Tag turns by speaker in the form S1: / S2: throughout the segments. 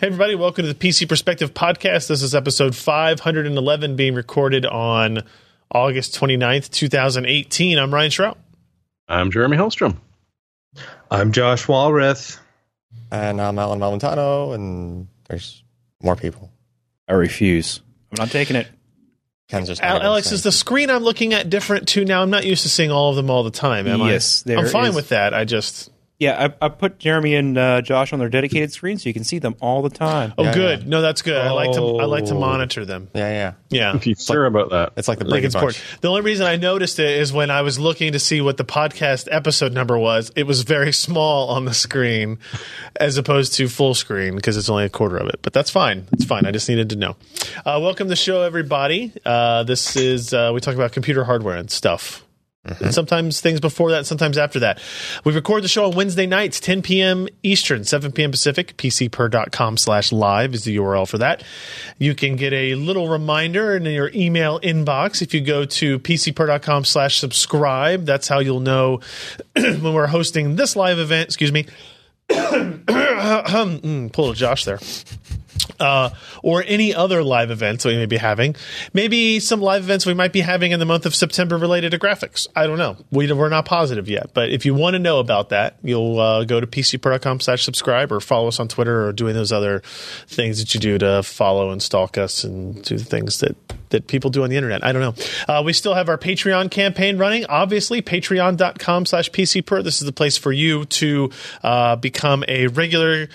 S1: Hey, everybody, welcome to the PC Perspective Podcast. This is episode 511 being recorded on August 29th, 2018. I'm Ryan Shrout.
S2: I'm Jeremy Hellstrom.
S3: I'm Josh Walrath.
S4: And I'm Alan Malventano, and there's more people.
S5: I refuse. I'm not taking it.
S4: Ken's just
S1: Al-
S4: not
S1: Alex,
S4: gonna
S1: is the screen I'm looking at different too now? I'm not used to seeing all of them all the time, am
S5: Yes,
S1: I?
S5: there
S1: I'm fine
S5: is-
S1: with that. I just.
S5: Yeah, I, I put Jeremy and uh, Josh on their dedicated screen so you can see them all the time.
S1: Oh,
S4: Yeah,
S1: good. No, that's good. I like to. I like to
S3: Oh.
S1: monitor them.
S4: say. Yeah, yeah.
S1: Yeah.
S2: If you're sure about that,
S4: It's like the
S1: Like
S4: Brady
S1: it's
S4: Bunch.
S1: porch. The only reason I noticed it is when I was looking to see what the podcast episode number was, it was very small on the screen as opposed to full screen because it's only a quarter of it. But that's fine. It's fine. I just needed to know. Uh, welcome to the show, everybody. Uh, this is, uh, we talk about computer hardware and stuff. And sometimes things before that, sometimes after that. We record the show on Wednesday nights, 10 p.m. Eastern, 7 p.m. Pacific. PCper.com slash live is the URL for that. You can get a little reminder in your email inbox if you go to PCper.com slash subscribe. That's how you'll know when we're hosting this live event. Excuse me. Mm, pull a Josh there uh, or any other live events we may be having. Maybe some live events we might be having in the month of September related to graphics. I don't know. We, we're not positive yet, but if you want to know about that, you'll uh, go to pcpro.com slash subscribe or follow us on Twitter or doing those other things that you do to follow and stalk us and do the things that that people do on the internet. I don't know. Uh, we still have our Patreon campaign running. Obviously, patreon.com slash pcper. This is the place for you to uh, become a regular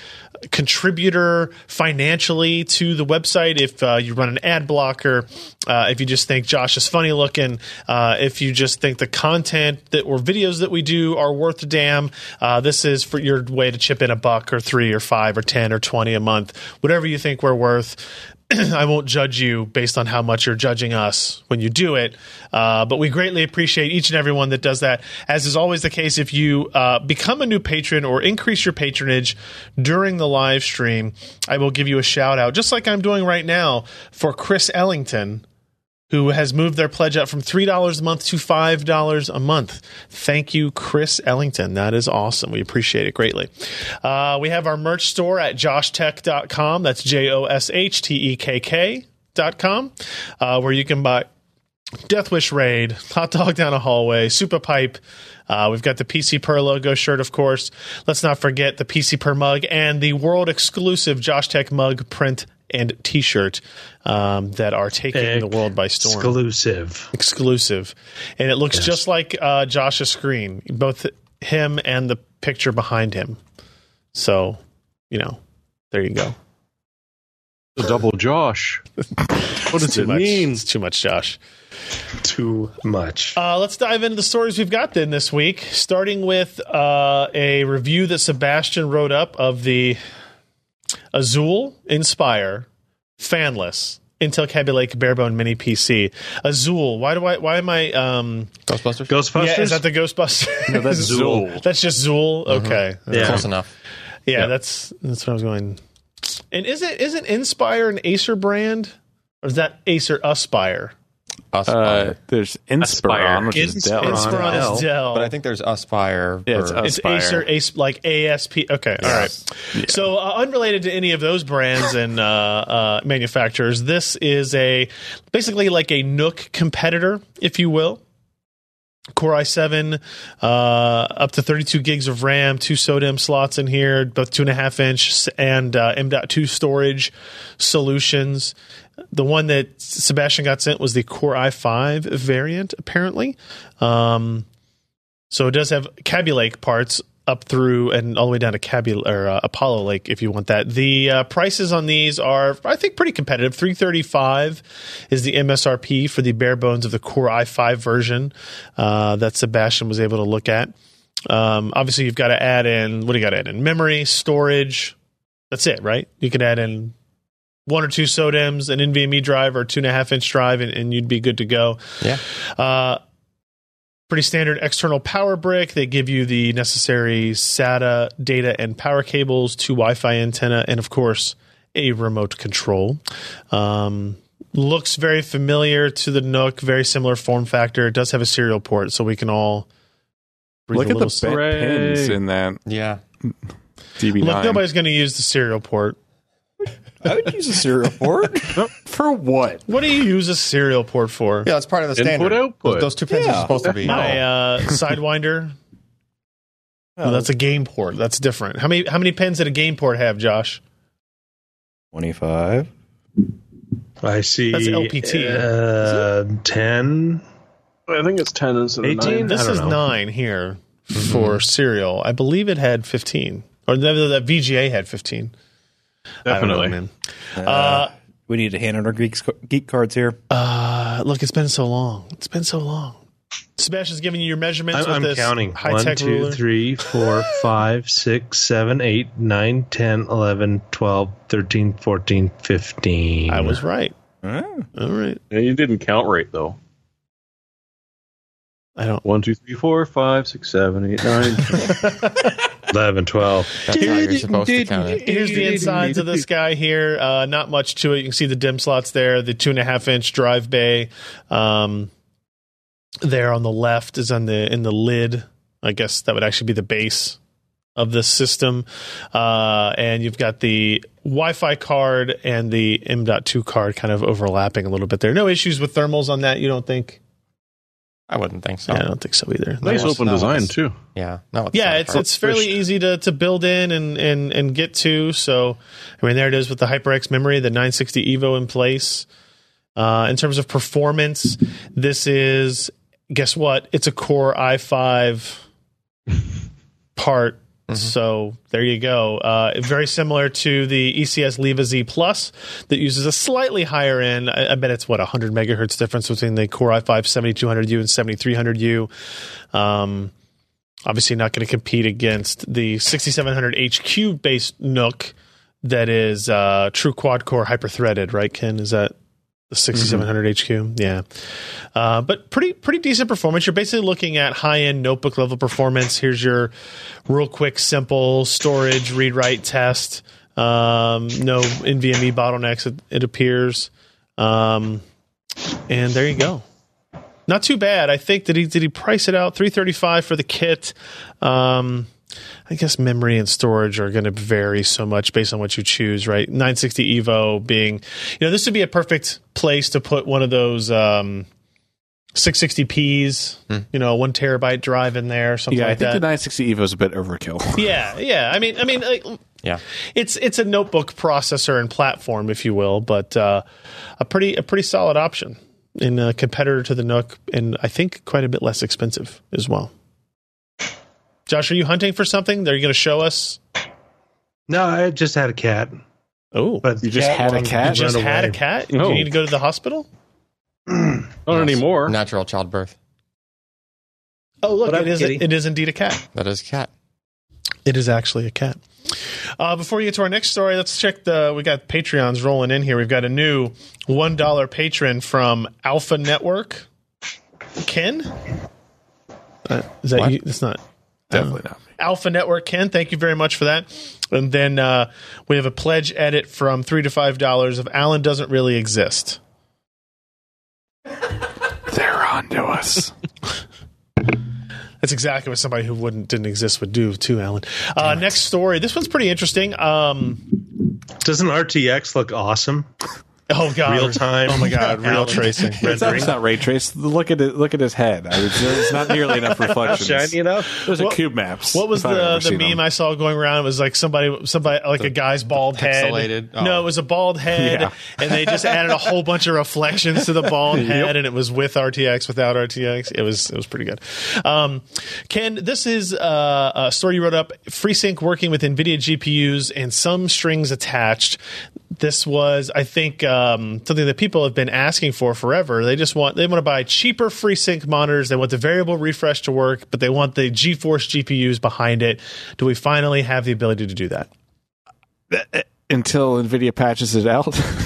S1: contributor financially to the website if uh, you run an ad blocker uh, if you just think josh is funny looking uh, if you just think the content that or videos that we do are worth a damn uh, this is for your way to chip in a buck or three or five or ten or twenty a month whatever you think we're worth I won't judge you based on how much you're judging us when you do it. Uh, but we greatly appreciate each and every one that does that. As is always the case, if you uh, become a new patron or increase your patronage during the live stream, I will give you a shout out, just like I'm doing right now for Chris Ellington, who has moved their pledge up from $3 a month to $5 a month. Thank you, Chris Ellington. That is awesome. We appreciate it greatly. Uh, we have our merch store at joshtech.com. That's J O S H T E K K.com, uh, where you can buy Death Wish Raid, Hot Dog Down a Hallway, Super Pipe. Uh, we've got the PC Per logo shirt, of course. Let's not forget the PC Per mug and the world exclusive Josh Tech mug print and t shirt um, that are taking the world by storm
S3: Exclusive.
S1: exclusive, and it looks just like uh, Josh's screen, both him and the picture behind him. So, you know, there you go.
S2: the double Josh.
S1: What
S2: does it mean?
S1: It's too much, Josh.
S3: Too much.
S1: Uh, let's dive into the stories we've got then this week, starting with uh, a review that Sebastian wrote up of the Azul Inspire fanless Intel Kaby Lake Barebone Mini PC. Azul, why do I? Why am I? Um,
S4: Ghostbusters?
S3: Ghostbusters?
S1: Yeah, is that the Ghostbusters? No,
S5: that's Zool.
S1: That's just Zool. Okay, yeah,
S4: Close enough.
S1: that's that's what I was going. And isn't isn't Inspire an Acer brand, or is that Acer Aspire?
S6: Uh,
S4: Aspire.
S6: there's Inspiron, which is Dell.
S1: Inspiron is Dell,
S4: but I think there's Aspire.
S6: Yeah, it's
S4: for-
S6: us.
S1: it's
S6: Aspire.
S1: Acer, Ace, like ASP. Okay, all right. So uh, unrelated to any of those brands and uh, uh, manufacturers, this is a basically like a Nook competitor, if you will. Core i7, uh, up to 32 gigs of RAM, two SODIMM slots in here, both two and a half inch and uh, M.2 storage solutions. The one that Sebastian got sent was the Core i5 variant, apparently. Um, so it does have Cabby Lake parts up through and all the way down to Cabby or uh, Apollo Lake if you want that. The uh, prices on these are I think pretty competitive. 335 is the MSRP for the bare bones of the Core i5 version uh, that Sebastian was able to look at. Um, obviously you've got to add in what do you got to add in? Memory, storage. That's it, right? You could add in one or two SODIMMs, an NVMe E drive or two and a half inch drive, and, and you'd be good to go.
S4: Yeah.
S1: Uh, pretty standard external power brick. They give you the necessary SATA data and power cables, two Wi Fi antenna, and of course, a remote control. Um, looks very familiar to the Nook, very similar form factor. It does have a serial port, so we can all breathe
S6: Look
S1: a
S6: at the
S1: little
S6: bent
S1: sigh.
S2: Hooray.
S6: pins in that
S4: Yeah.
S6: DB9.
S1: Look, nobody's going to use the serial port.
S5: I would use a serial port.
S6: For what?
S1: What do you use a serial port for?
S4: Yeah, that's part of the standard.
S2: Input output.
S4: Those, those two pins
S5: Yeah.
S4: are supposed to be.
S1: My uh, Sidewinder. No, that's a game port. That's different. How many how many pins did a game port have, Josh?
S5: 25.
S3: I see.
S1: That's LPT.
S3: Uh, 10.
S2: I think it's 10 instead of
S3: 18?
S2: 9.
S3: I
S1: This
S3: don't
S1: is
S3: know.
S1: nine here
S4: Mm-hmm.
S1: for serial. I believe it had fifteen, or the, the, the VGA had fifteen. I don't know,
S2: Definitely.
S1: man. Uh,
S5: We need to hand out our geeks, geek cards here.
S1: uh, look, it's been so long. It's been so long. Sebastian's giving you your measurements.
S3: I'm,
S1: with
S3: I'm
S1: this
S3: counting.
S1: High
S3: One,
S1: tech
S3: two,
S1: ruler.
S3: three, four, five, six, seven, eight, nine, 10, 11, 12, 13, 14, 15.
S1: I was right.
S5: Oh.
S1: All right.
S2: Yeah, you didn't count right, though.
S1: I don't.
S2: 1, 2, 3, 4, 5, 6, 7, 8, 9.
S3: 11, 12.
S4: That's how you're supposed to count it.
S1: Here's the insides of this guy here. Uh, not much to it. You can see the dim slots there. The two and a half inch drive bay, um, there on the left is on the in the lid. I guess that would actually be the base of this system. Uh, and you've got the Wi-Fi card and the M.2 card kind of overlapping a little bit there. No issues with thermals on that. You don't think?
S4: I wouldn't think so.
S1: Yeah, I don't think so either.
S2: nice
S4: No,
S2: open
S4: no,
S2: design,
S4: it's-
S2: too.
S4: Yeah, no, it's
S1: yeah
S4: not
S1: it's
S4: hard.
S1: it's fairly easy to to build in and and and get to so i mean there it is with the hyperx memory the 960 evo in place uh in terms of performance this is guess what it's a core i5 part so there you go. Uh, very similar to the E ECS Leva Z Plus that uses a slightly higher end. I, I bet it's what 100 megahertz difference between the Core i5 7200U and 7300U. Um, obviously not going to compete against the 6700 HQ based Nook that is uh, true quad core hyper threaded, right? Ken, is that the 6700 HQ? Yeah, uh, but pretty pretty decent performance. You're basically looking at high end notebook level performance. Here's your real quick, simple storage read write test. Um, no NVMe bottlenecks, it, it appears. Um, and there you go not too bad. I think did he did he price it out three thirty five for the kit. Um, I guess memory and storage are going to vary so much based on what you choose, right? Nine sixty Evo being, you know, this would be a perfect place to put one of those um, six sixty Ps, you know, one terabyte drive in there, something
S6: Hmm. Yeah, I
S1: like
S6: think the
S1: that.
S6: 960 Evo is a bit overkill.
S1: yeah, yeah. I mean, I mean, like,
S4: Yeah,
S1: it's it's a notebook processor and platform, if you will, but uh, a pretty a pretty solid option in a competitor to the Nook, and I think quite a bit less expensive as well. Josh, are you hunting for something? Are you going to show us?
S3: No, I just had a cat.
S1: Oh,
S3: But
S6: You just had a cat?
S1: you just
S3: ran
S1: had a
S3: away.
S1: cat.
S2: No.
S1: Do you need to go to the hospital?
S2: Not anymore.
S4: natural childbirth.
S1: Oh, look,
S3: What up,
S1: it is
S3: kitty?
S1: it is indeed a cat.
S4: That is cat.
S1: It is actually a cat. Uh, before we get to our next story, let's check the. We got Patreons rolling in here. We've got a new one dollar patron from Alpha Network. Ken, uh, is that
S4: What?
S1: you? It's not
S6: Definitely not.
S1: Alpha Network. Ken, thank you very much for that. And then uh, we have a pledge edit from three to five dollars of Alan doesn't really exist.
S6: They're on to us.
S1: That's exactly what somebody who wouldn't didn't exist would do too, Alan. Uh, next story. This one's pretty interesting. Um,
S3: Doesn't RTX look awesome?
S1: oh God,
S3: Real time.
S1: Oh my God, real
S3: Alan.
S1: tracing.
S6: it's, not,
S3: Rendering.
S6: it's not ray trace. Look at it. Look at his head. I mean, there's not nearly enough reflections.
S3: Shiny enough?
S6: Those
S1: What-
S6: are cube maps.
S1: What was
S6: if I've
S1: the
S6: ever
S1: the
S6: seen
S1: meme
S6: them.
S1: I saw going around? It was like somebody, somebody like a guy's bald head.
S4: pixelated- oh.
S1: No, it was a bald head,
S6: Yeah.
S1: and they just added a whole bunch of reflections to the bald head, and it was with RTX, without RTX. It was it was pretty good. Um, Ken, this is uh, a story you wrote up. FreeSync working with NVIDIA GPUs and some strings attached. This was, I think, um, something that people have been asking for forever. They just want they want to buy cheaper FreeSync monitors. They want the variable refresh to work, but they want the GeForce GPUs behind it. Do we finally have the ability to do that?
S6: Uh, until Nvidia patches it out.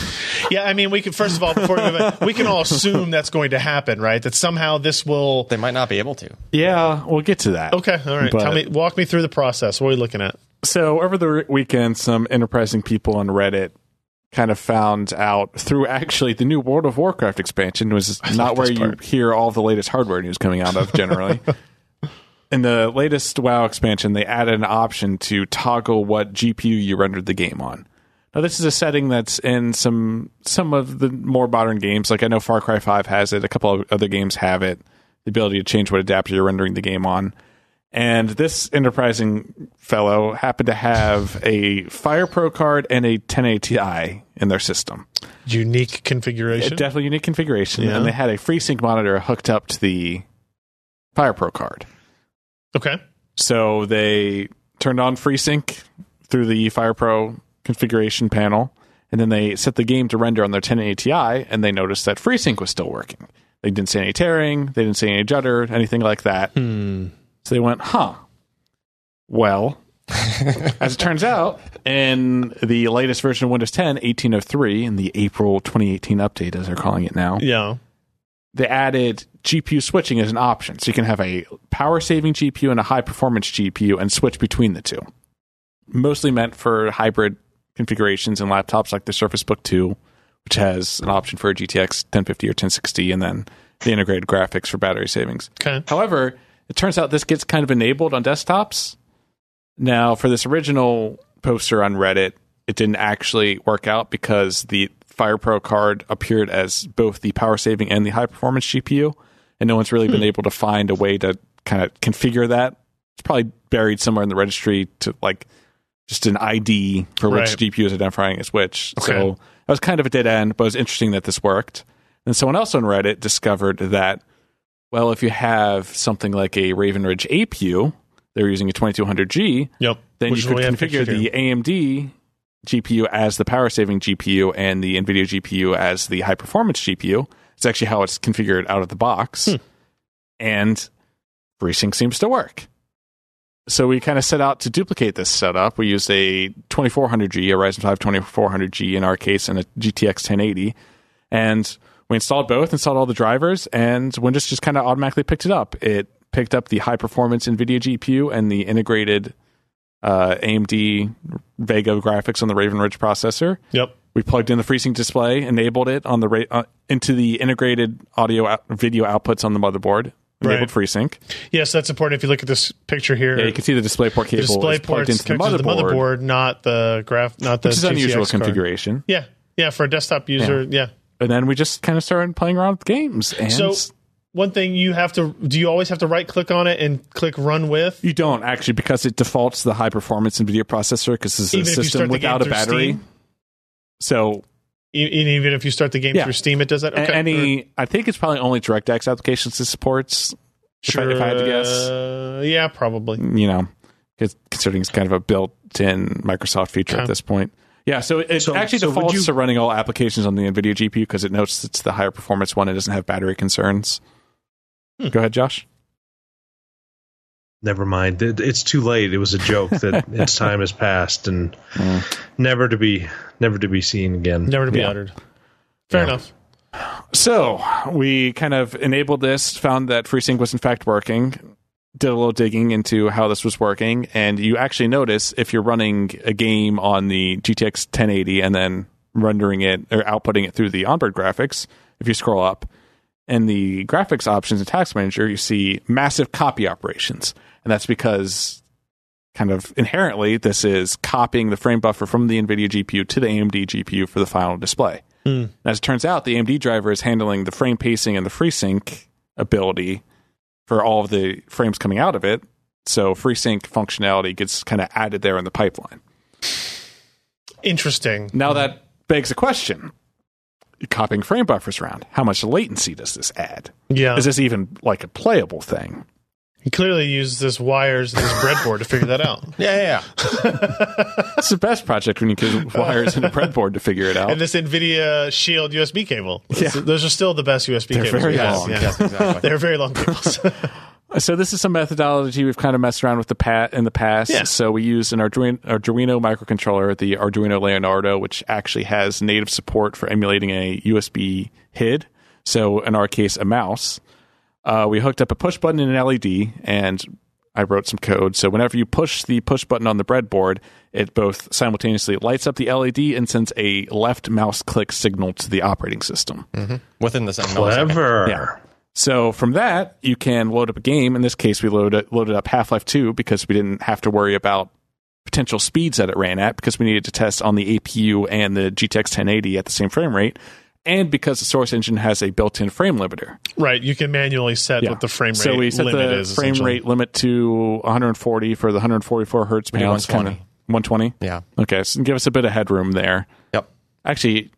S1: Yeah, I mean, we can first of all before we, move on, we can all assume that's going to happen, right? That somehow this will.
S4: They might not be able to.
S6: yeah, we'll get to that.
S1: Okay, all right.
S6: But-
S1: Tell me, walk me through the process. What are we looking at?
S6: So over the re- weekend, some enterprising people on Reddit kind of found out through actually the new World of Warcraft expansion was not where you hear all the latest hardware news coming out of generally. In the latest WoW expansion, they added an option to toggle what GPU you rendered the game on. Now this is a setting that's in some some of the more modern games. Like I know Far Cry Five has it. A couple of other games have it. The ability to change what adapter you're rendering the game on. And this enterprising fellow happened to have a Fire Pro card and a 1080 Ti in their system.
S1: Unique configuration.
S6: Definitely unique configuration.
S1: Yeah.
S6: And they had a FreeSync monitor hooked up to the Fire Pro card.
S1: Okay.
S6: So they turned on FreeSync through the Fire Pro configuration panel, and then they set the game to render on their 1080 Ti, and they noticed that FreeSync was still working. They didn't see any tearing, they didn't see any judder, anything like that. So they went, huh. Well, as it turns out, in the latest version of Windows 10, 1803, in the April 2018 update, as they're calling it now,
S1: Yeah.
S6: they added GPU switching as an option. So you can have a power saving GPU and a high performance GPU and switch between the two. Mostly meant for hybrid configurations and laptops like the Surface Book 2, which has an option for a GTX 1050 or 1060, and then the integrated graphics for battery savings.
S1: Okay.
S6: However, it turns out this gets kind of enabled on desktops. Now, for this original poster on Reddit, it didn't actually work out because the Fire Pro card appeared as both the power saving and the high performance GPU, and no one's really been able to find a way to kind of configure that. It's probably buried somewhere in the registry to like just an ID for
S1: Right.
S6: which GPU is identifying as which. So
S1: Okay.
S6: that was kind of a dead end, but it was interesting that this worked. And someone else on Reddit discovered that well, if you have something like a Raven Ridge APU, they're using a 2200G,
S1: Yep.
S6: then
S1: Which is
S6: you could
S1: what we have
S6: configure
S1: configured.
S6: the AMD GPU as the power saving GPU and the NVIDIA GPU as the high performance GPU. It's actually how it's configured out of the box.
S1: Hmm.
S6: And FreeSync seems to work. So we kind of set out to duplicate this setup. We used a 2400G, a Ryzen 5 2400G in our case, and a GTX 1080. And we installed both, installed all the drivers, and Windows just kind of automatically picked it up. It picked up the high performance NVIDIA GPU and the integrated uh, AMD Vega graphics on the Raven Ridge processor.
S1: Yep.
S6: We plugged in the FreeSync display, enabled it on the ra- uh, into the integrated audio out- video outputs on the motherboard.
S1: Right.
S6: Enabled FreeSync.
S1: Yes, that's important. If you look at this picture here,
S6: Yeah, you can see the DisplayPort
S1: the
S6: cable
S1: display
S6: is plugged
S1: ports
S6: into the
S1: connected to
S6: motherboard,
S1: the motherboard, not the graph, not the
S6: which is an unusual
S1: GTX card.
S6: configuration.
S1: Yeah. Yeah. For a desktop user. Yeah.
S6: And then we just kind of started playing around with games. And
S1: So one thing you have to do you always have to right click on it and click run with?
S6: You don't actually because it defaults to the high performance NVIDIA processor because this is
S1: Even if
S6: a
S1: you
S6: system
S1: start the game
S6: without a
S1: through
S6: battery.
S1: Steam?
S6: So
S1: E- and even if you start the game
S6: Yeah.
S1: through Steam, it does that.
S6: a-
S1: Okay.
S6: any, I think it's probably only DirectX applications it supports. if I- if I had to guess. Mm.
S1: Uh, yeah, probably.
S6: You know, 'cause- considering it's kind of a built-in Microsoft feature
S1: Okay.
S6: at this point. Yeah, so it
S3: So-
S6: actually
S3: so would
S6: defaults
S3: you-
S6: to running all applications on the NVIDIA GPU because it notes it's the higher performance one. It doesn't have battery concerns.
S3: Hmm.
S6: Go ahead, Josh.
S3: Never mind. It, it's too late. It was a joke that its time has passed and never to be never to be seen again.
S1: Never to be
S6: Yeah.
S1: uttered. Fair
S6: Yeah.
S1: enough.
S6: So we kind of enabled this, found that FreeSync was in fact working, did a little digging into how this was working, and you actually notice if you're running a game on the GTX 1080 and then rendering it or outputting it through the onboard graphics, if you scroll up in the graphics options and task manager, you see massive copy operations. And that's because kind of inherently this is copying the frame buffer from the NVIDIA GPU to the AMD GPU for the final display. As it turns out, the AMD driver is handling the frame pacing and the FreeSync ability for all of the frames coming out of it. So FreeSync functionality gets kind of added there in the pipeline.
S1: Interesting.
S6: Now that begs a question. Copying frame buffers around, how much latency does this add?
S1: Yeah.
S6: Is this even like a playable thing?
S1: He clearly used this wires and this breadboard to figure that out.
S4: Yeah, yeah, yeah.
S6: That's the best project when you can wires and a breadboard to figure it
S1: And
S6: out.
S1: this NVIDIA Shield USB cable.
S6: Yeah.
S1: Those are still the best USB
S6: They're
S1: cables.
S6: very
S1: Yes,
S6: long.
S1: yeah.
S4: Yes, exactly.
S1: They're very long cables.
S6: So this is some methodology we've kind of messed around with the pat in the past.
S1: Yeah.
S6: So we used an Arduino, Arduino microcontroller, the Arduino Leonardo, which actually has native support for emulating a USB HID. So in our case, a mouse. Uh, we hooked up a push button and an LED, and I wrote some code. So whenever you push the push button on the breadboard, it both simultaneously lights up the LED and sends a left mouse click signal to the operating system.
S4: Within the same millisecond.
S3: Clever.
S6: Yeah. So from that, you can load up a game. In this case, we load loaded up Half Life Two because we didn't have to worry about potential speeds that it ran at because we needed to test on the APU and the GTX 1080 at the same frame rate, and because the Source Engine has a built-in frame limiter.
S1: Right, you can manually set what the frame rate
S6: So we set
S1: limit
S6: the
S1: is.
S6: frame
S1: essentially.
S6: rate limit to 140 for the 144 hertz. but
S4: do
S6: it was
S4: 120.
S6: kinda- 120.
S4: Yeah.
S6: Okay, so give us a bit of headroom there.
S4: Yep.
S6: Actually,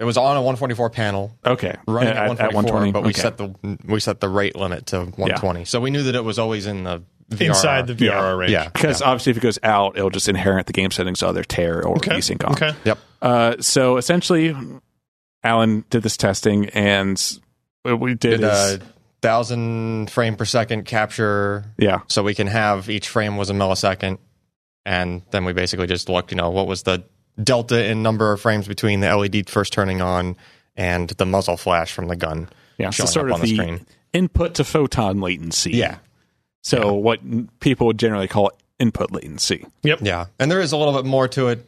S4: It was on a 144 panel,
S6: okay,
S4: running
S6: yeah,
S4: at, 144, but we
S6: okay.
S4: set the we set the rate limit to 120. So we knew that it was always in the VRR.
S1: inside the VRR
S6: Yeah.
S1: range.
S4: Yeah.
S6: because obviously if it goes out, it'll just inherit the game settings of their tear or
S1: Okay.
S6: async on.
S1: Okay.
S6: Uh, so essentially, Alan did this testing, and what we did
S4: Did uh,
S6: is
S4: a thousand frame per second capture,
S6: yeah,
S4: so we can have each frame was a millisecond, and then we basically just looked, you know, what was the delta in number of frames between the LED first turning on and the muzzle flash from the gun.
S6: yeah, so
S4: showing
S6: sort
S4: up
S6: of
S4: on the
S6: the
S4: screen.
S6: input to photon latency.
S4: Yeah.
S6: So what people would generally call input latency.
S4: Yeah, and there is a little bit more to it.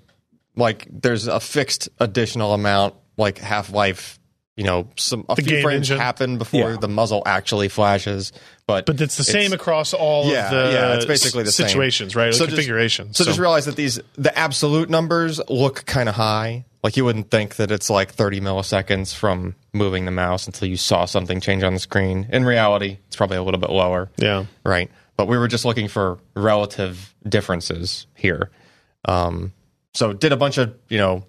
S4: Like there's a fixed additional amount, like Half Life. You know, some a
S1: The
S4: few
S1: game
S4: frames
S1: engine.
S4: happen before
S6: Yeah.
S4: the muzzle actually flashes, but
S1: But it's the same across all of
S4: Yeah,
S1: the
S4: yeah, it's basically the same.
S1: situations, right? Like
S4: So just-
S1: configurations.
S4: so, just realize that these the absolute numbers look kind of high. Like you wouldn't think that it's like 30 milliseconds from moving the mouse until you saw something change on the screen. In reality, it's probably a little bit lower.
S1: yeah.
S4: right? But we were just looking for relative differences here. Um, so did a bunch of you know,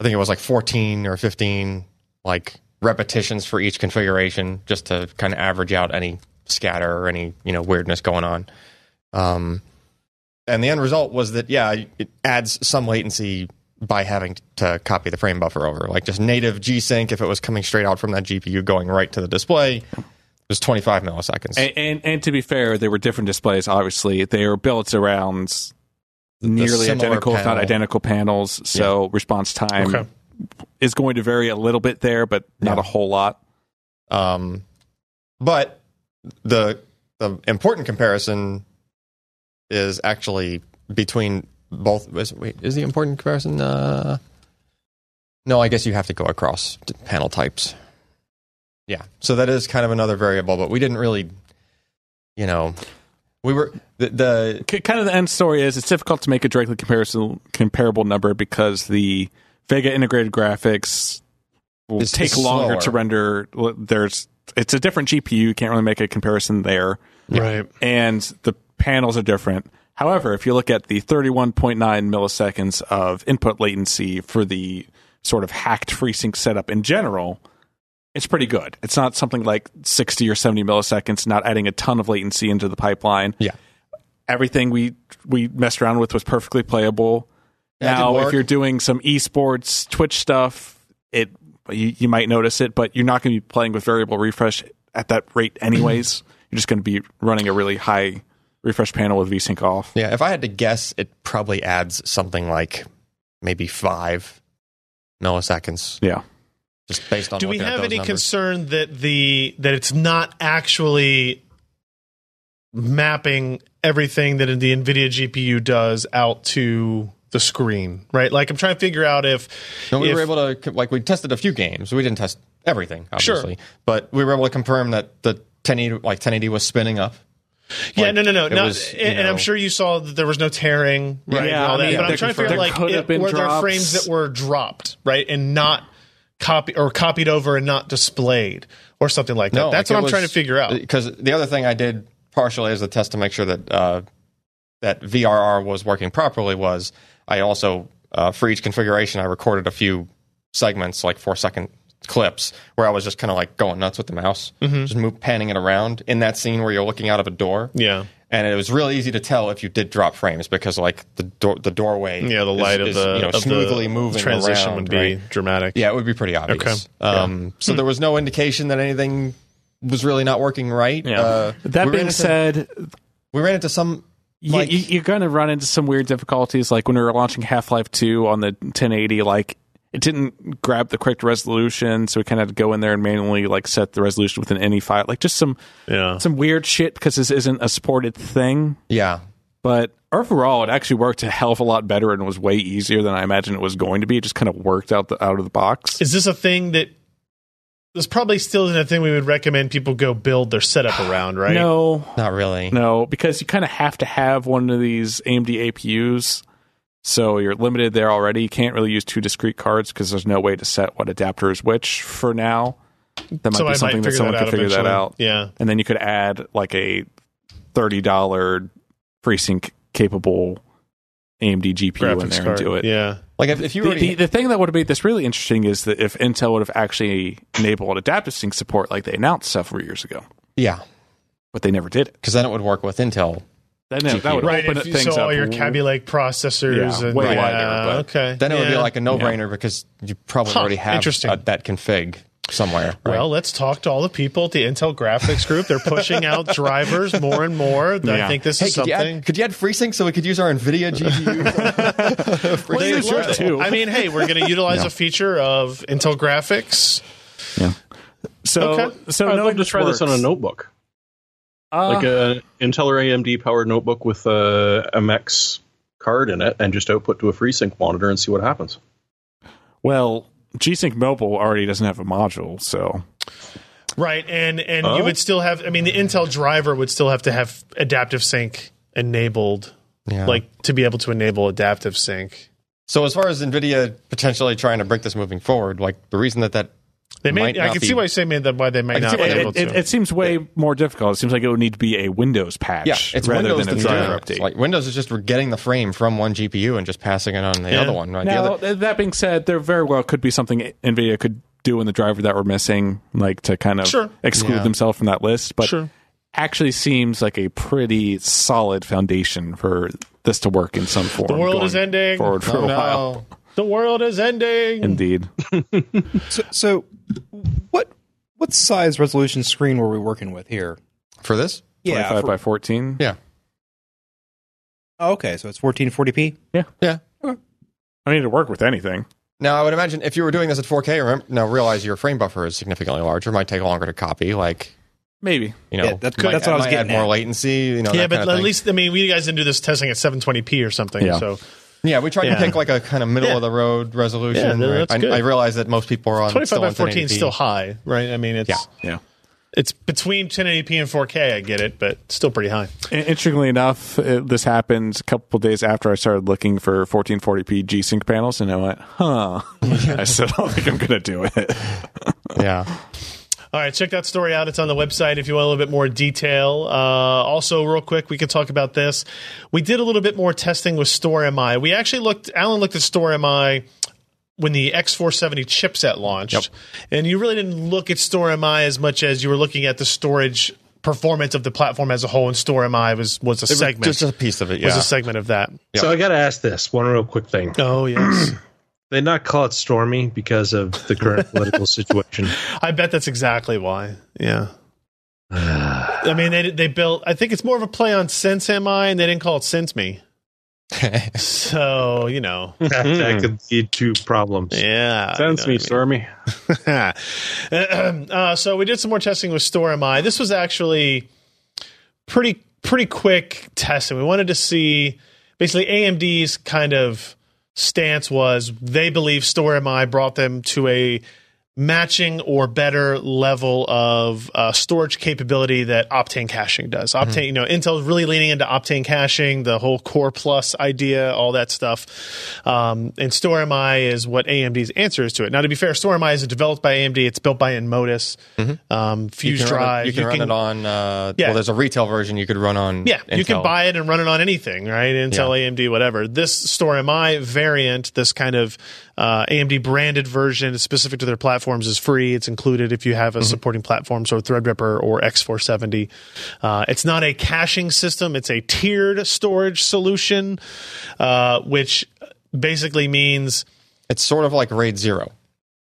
S4: I think it was like fourteen or fifteen like repetitions for each configuration, just to kind of average out any scatter or any you know weirdness going on. Um, and the end result was that yeah, it adds some latency by having to copy the frame buffer over, like just native G Sync if it was coming straight out from that GPU going right to the display. was 25 milliseconds.
S6: And, and and to be fair, there were different displays. Obviously, they were built around nearly
S4: similar
S6: identical, if not
S4: panel.
S6: identical panels. So response time
S1: Okay.
S6: is going to vary a little bit there, but not
S4: Yeah.
S6: a whole lot.
S4: Um, but the the important comparison is actually between both. Is, wait, is the important comparison? Uh, no, I guess you have to go across t- panel types. Yeah, so that is kind of another variable, but we didn't really, you know, we were the, the
S6: K- kind of the end story is it's difficult to make a directly comparison comparable number because the Vega integrated graphics will
S4: It's-
S6: take
S4: it's
S6: longer
S4: slower.
S6: to render. L- There's it's a different GPU. You can't really make a comparison there,
S1: Right.
S6: and the panels are different. However, if you look at the 31.9 milliseconds of input latency for the sort of hacked FreeSync setup in general, it's pretty good. It's not something like 60 or 70 milliseconds, not adding a ton of latency into the pipeline
S4: yeah
S6: everything we we messed around with was perfectly playable.
S4: Yeah, it
S6: now,
S4: did
S6: if
S4: work.
S6: you're doing some esports Twitch stuff, it you, you might notice it, but you're not going to be playing with variable refresh at that rate, anyways. you're just going to be running a really high refresh panel with VSync off.
S4: yeah. If I had to guess, it probably adds something like maybe five milliseconds,
S6: Yeah,
S4: just based on.
S1: Do we
S4: looking at
S1: have
S4: those
S1: any
S4: numbers.
S1: concern that the that it's not actually mapping everything that the NVIDIA GPU does out to the screen, right? Like I'm trying to figure out if
S4: And we
S1: if-
S4: were able to like we tested a few games. We didn't test everything,
S1: Sure.
S4: obviously, but we were able to confirm that the 1080 like 1080 was spinning up.
S1: yeah,
S4: like,
S1: no, no, no,
S4: it
S1: not,
S4: was, you
S1: and, and I'm
S4: know-
S1: sure you saw that there was no tearing, right?
S6: Yeah,
S1: and all
S6: I
S1: that.
S6: mean,
S1: but I'm
S6: there-
S1: trying to figure
S6: there
S1: out like
S6: could have
S1: if-
S6: been
S1: were there
S6: drops.
S1: frames that were dropped, right, and not copy or copied over and not displayed or something like that.
S4: No,
S1: That's
S4: like,
S1: what
S4: it
S1: I'm
S4: was-
S1: trying to figure out.
S4: Because the other thing I did partially as a test to make sure that uh, that VRR was working properly was I also uh, for each configuration I recorded a few segments like four second clips where I was just kind of like going nuts with the mouse,
S1: Mm-hmm.
S4: just move panning it around in that scene where you're looking out of a door.
S1: yeah.
S4: and it was really easy to tell if you did drop frames because like the door, the doorway,
S1: Yeah, the
S4: is-
S1: light
S4: is,
S1: of the
S4: you know,
S1: of the
S4: smoothly moving
S1: transition
S4: around,
S1: would be
S4: right?
S1: dramatic.
S4: yeah, it would be pretty obvious.
S1: Okay.
S4: Um, So there was no indication that anything was really not working right. Uh,
S6: that
S4: we ran
S6: being
S4: into-
S6: said,
S4: we ran into some
S6: you,
S4: Like-
S6: you, you're going to run into some weird difficulties. Like when we were launching Half Life 2 on the 1080, like it didn't grab the correct resolution, so we kind of had to go in there and manually like set the resolution within any file. Like just some
S1: Yeah.
S6: some weird shit because this isn't a supported thing.
S4: yeah.
S6: But overall, it actually worked a hell of a lot better and was way easier than I imagined it was going to be. It just kind of worked out the out of the box.
S1: Is this a thing that this probably still isn't a thing we would recommend people go build their setup around, right?
S6: No,
S4: Not really.
S6: no, because you kind of have to have one of these AMD APUs So you're limited there already. You can't really use two discrete cards because there's no way to set what adapter is which for now. That might
S1: So I
S6: be
S1: might
S6: something that
S1: figure
S6: someone
S1: that
S6: could
S1: out
S6: figure that
S1: eventually.
S6: out.
S1: Yeah.
S6: And then you could add like a $30 FreeSync capable AMD GPU in there and do it.
S1: Yeah.
S4: Like if, if you
S6: The,
S4: already
S6: the, the thing that would have made this really interesting is that if Intel would have actually enabled adaptive sync support like they announced several years ago,
S4: yeah,
S6: but they never did it.
S4: because then it would work with Intel.
S6: Then that, that would
S1: Right.
S6: open
S1: If you
S6: things
S1: saw
S6: up.
S1: all your Kaby Lake processors
S6: Yeah,
S1: and
S6: way
S1: yeah,
S6: wider, but
S1: okay.
S4: Then it would be
S1: Yeah.
S4: like a no-brainer because you probably
S1: Huh,
S4: already have
S1: interesting.
S4: uh, that config somewhere. Right?
S1: Well, let's talk to all the people at the Intel Graphics Group. They're pushing out drivers more and more. I
S6: Yeah.
S1: think this
S4: hey,
S1: is
S4: could you,
S1: something.
S4: add, could you add FreeSync so we could use our NVIDIA GPU? For
S1: Well, you
S4: example?
S1: love it. I mean, hey, we're going to utilize a feature of Intel Graphics.
S6: So,
S1: Okay.
S6: so
S2: I'd
S6: no
S2: love to try this Uh, on a notebook,
S4: Uh,
S2: like a Intel or AMD powered notebook with a MX card in it, and just output to a FreeSync monitor and see what happens.
S6: well, G-Sync Mobile already doesn't have a module, so
S1: Right, and and
S2: Huh?
S1: you would still have. I mean, the Intel driver would still have to have adaptive sync enabled,
S4: Yeah.
S1: like to be able to enable adaptive sync.
S4: so as far as NVIDIA potentially trying to break this moving forward, like the reason that that
S1: They may.
S4: Might
S1: I
S4: not
S1: can
S4: be-
S1: see why you say made that why they might
S4: can see
S1: not be
S4: why they
S1: able
S6: it, it,
S1: to.
S6: it seems way more difficult. It seems like it would need to be a Windows patch
S4: yeah, it's
S6: rather
S4: Windows
S6: than a
S4: that's
S6: driver
S4: doing
S6: update.
S4: it. Like Windows is just getting the frame from one GPU and just passing it on to the
S1: Yeah.
S4: other one. Right? the
S6: now,
S4: other,
S6: th- that being said, there very well could be something NVIDIA could do in the driver that we're missing, like to kind of
S1: Sure.
S6: exclude
S4: Yeah.
S6: themselves from that list. But
S1: Sure.
S6: actually seems like a pretty solid foundation for this to work in some form.
S1: The world
S6: going
S1: is ending.
S6: Forward for
S4: Oh,
S6: a while.
S4: no.
S1: the world is ending.
S6: Indeed.
S5: So, so what what size resolution screen were we working with here?
S4: For this?
S6: 25
S5: for-
S6: by 14.
S4: Yeah.
S5: oh, okay, so it's 1440p.
S6: I mean, to work with anything.
S4: Now, I would imagine if you were doing this at 4K, remember, now realize your frame buffer is significantly larger. Might take longer to copy. Like
S6: Maybe.
S4: you know,
S5: Yeah, that's-
S4: might-
S5: that's what I was
S4: might
S5: getting
S4: add more
S5: at.
S4: latency. You know,
S1: yeah,
S4: Oh, that
S1: but
S4: kind
S1: at
S4: of thing.
S1: least I mean, we guys didn't do this testing at 720p or something.
S6: Yeah.
S1: So
S4: yeah, we tried
S1: Yeah.
S4: to pick like a kind of middle
S1: Yeah.
S4: of the road resolution.
S1: Yeah, no,
S4: right?
S1: that's good.
S4: I, I realize that most people are on
S1: 25
S4: still
S1: by
S4: on
S1: 14 is
S4: 1080p.
S1: still high, right? I mean, it's
S4: Yeah.
S6: Yeah.
S1: it's between 1080p and 4K. I get it, but still pretty high.
S6: In- Interestingly enough, it, this happened a couple days after I started looking for 1440p G Sync panels, and I went, huh. I said, I don't think I'm going to do it.
S4: Yeah,
S1: All right, check that story out. It's on the website if you want a little bit more detail. Uh, also, real quick, we can talk about this. We did a little bit more testing with StoreMI. We actually looked, Alan looked at StoreMI when the X470 chipset launched, and you really didn't look at StoreMI as much as you were looking at the storage performance of the platform as a whole, and StoreMI was, was a segment.
S4: just a piece of it.
S1: was
S4: Yeah,
S1: a segment of that.
S3: So I got to ask this one real quick thing.
S1: Oh, yes.
S3: They not call it stormy because of the current political situation.
S1: I bet that's exactly why. Yeah. I mean, they they built. I think it's more of a play on Sense MI, and they didn't call it Sense Me. so you know,
S3: that, that could lead to problems.
S1: yeah.
S2: Sounds me,
S1: you know
S2: Stormy.
S1: what I mean? uh, so we did some more testing with Store MI. This was actually pretty pretty quick testing. We wanted to see basically AMD's kind of stance was they believe Store MI brought them to a matching or better level of uh, storage capability that Optane caching
S4: Hmm.
S1: does. Optane, you know, Intel's really leaning into Optane caching, the whole Core Plus idea, all that stuff. Um, and StoreMI is what AMD's answer is to it. Now, to be fair, StoreMI is developed by AMD. It's built by Inmodus, um,
S4: Mm-hmm. you
S1: Fuse
S4: can run
S1: Drive.
S4: it, you can run it on. Uh,
S1: Yeah.
S4: Well, there's a retail version you could run on.
S1: yeah, you can
S4: Mm-hmm. Intel.
S1: buy it and run it on anything, right? Intel, AMD, whatever. This Store MI variant, this kind of uh, AMD branded version specific to their platforms, is free. It's included if you have a supporting platform, so Threadripper or X470. Uh, it's not a caching system, it's a tiered storage solution, uh, which basically means
S4: It's sort of like RAID zero.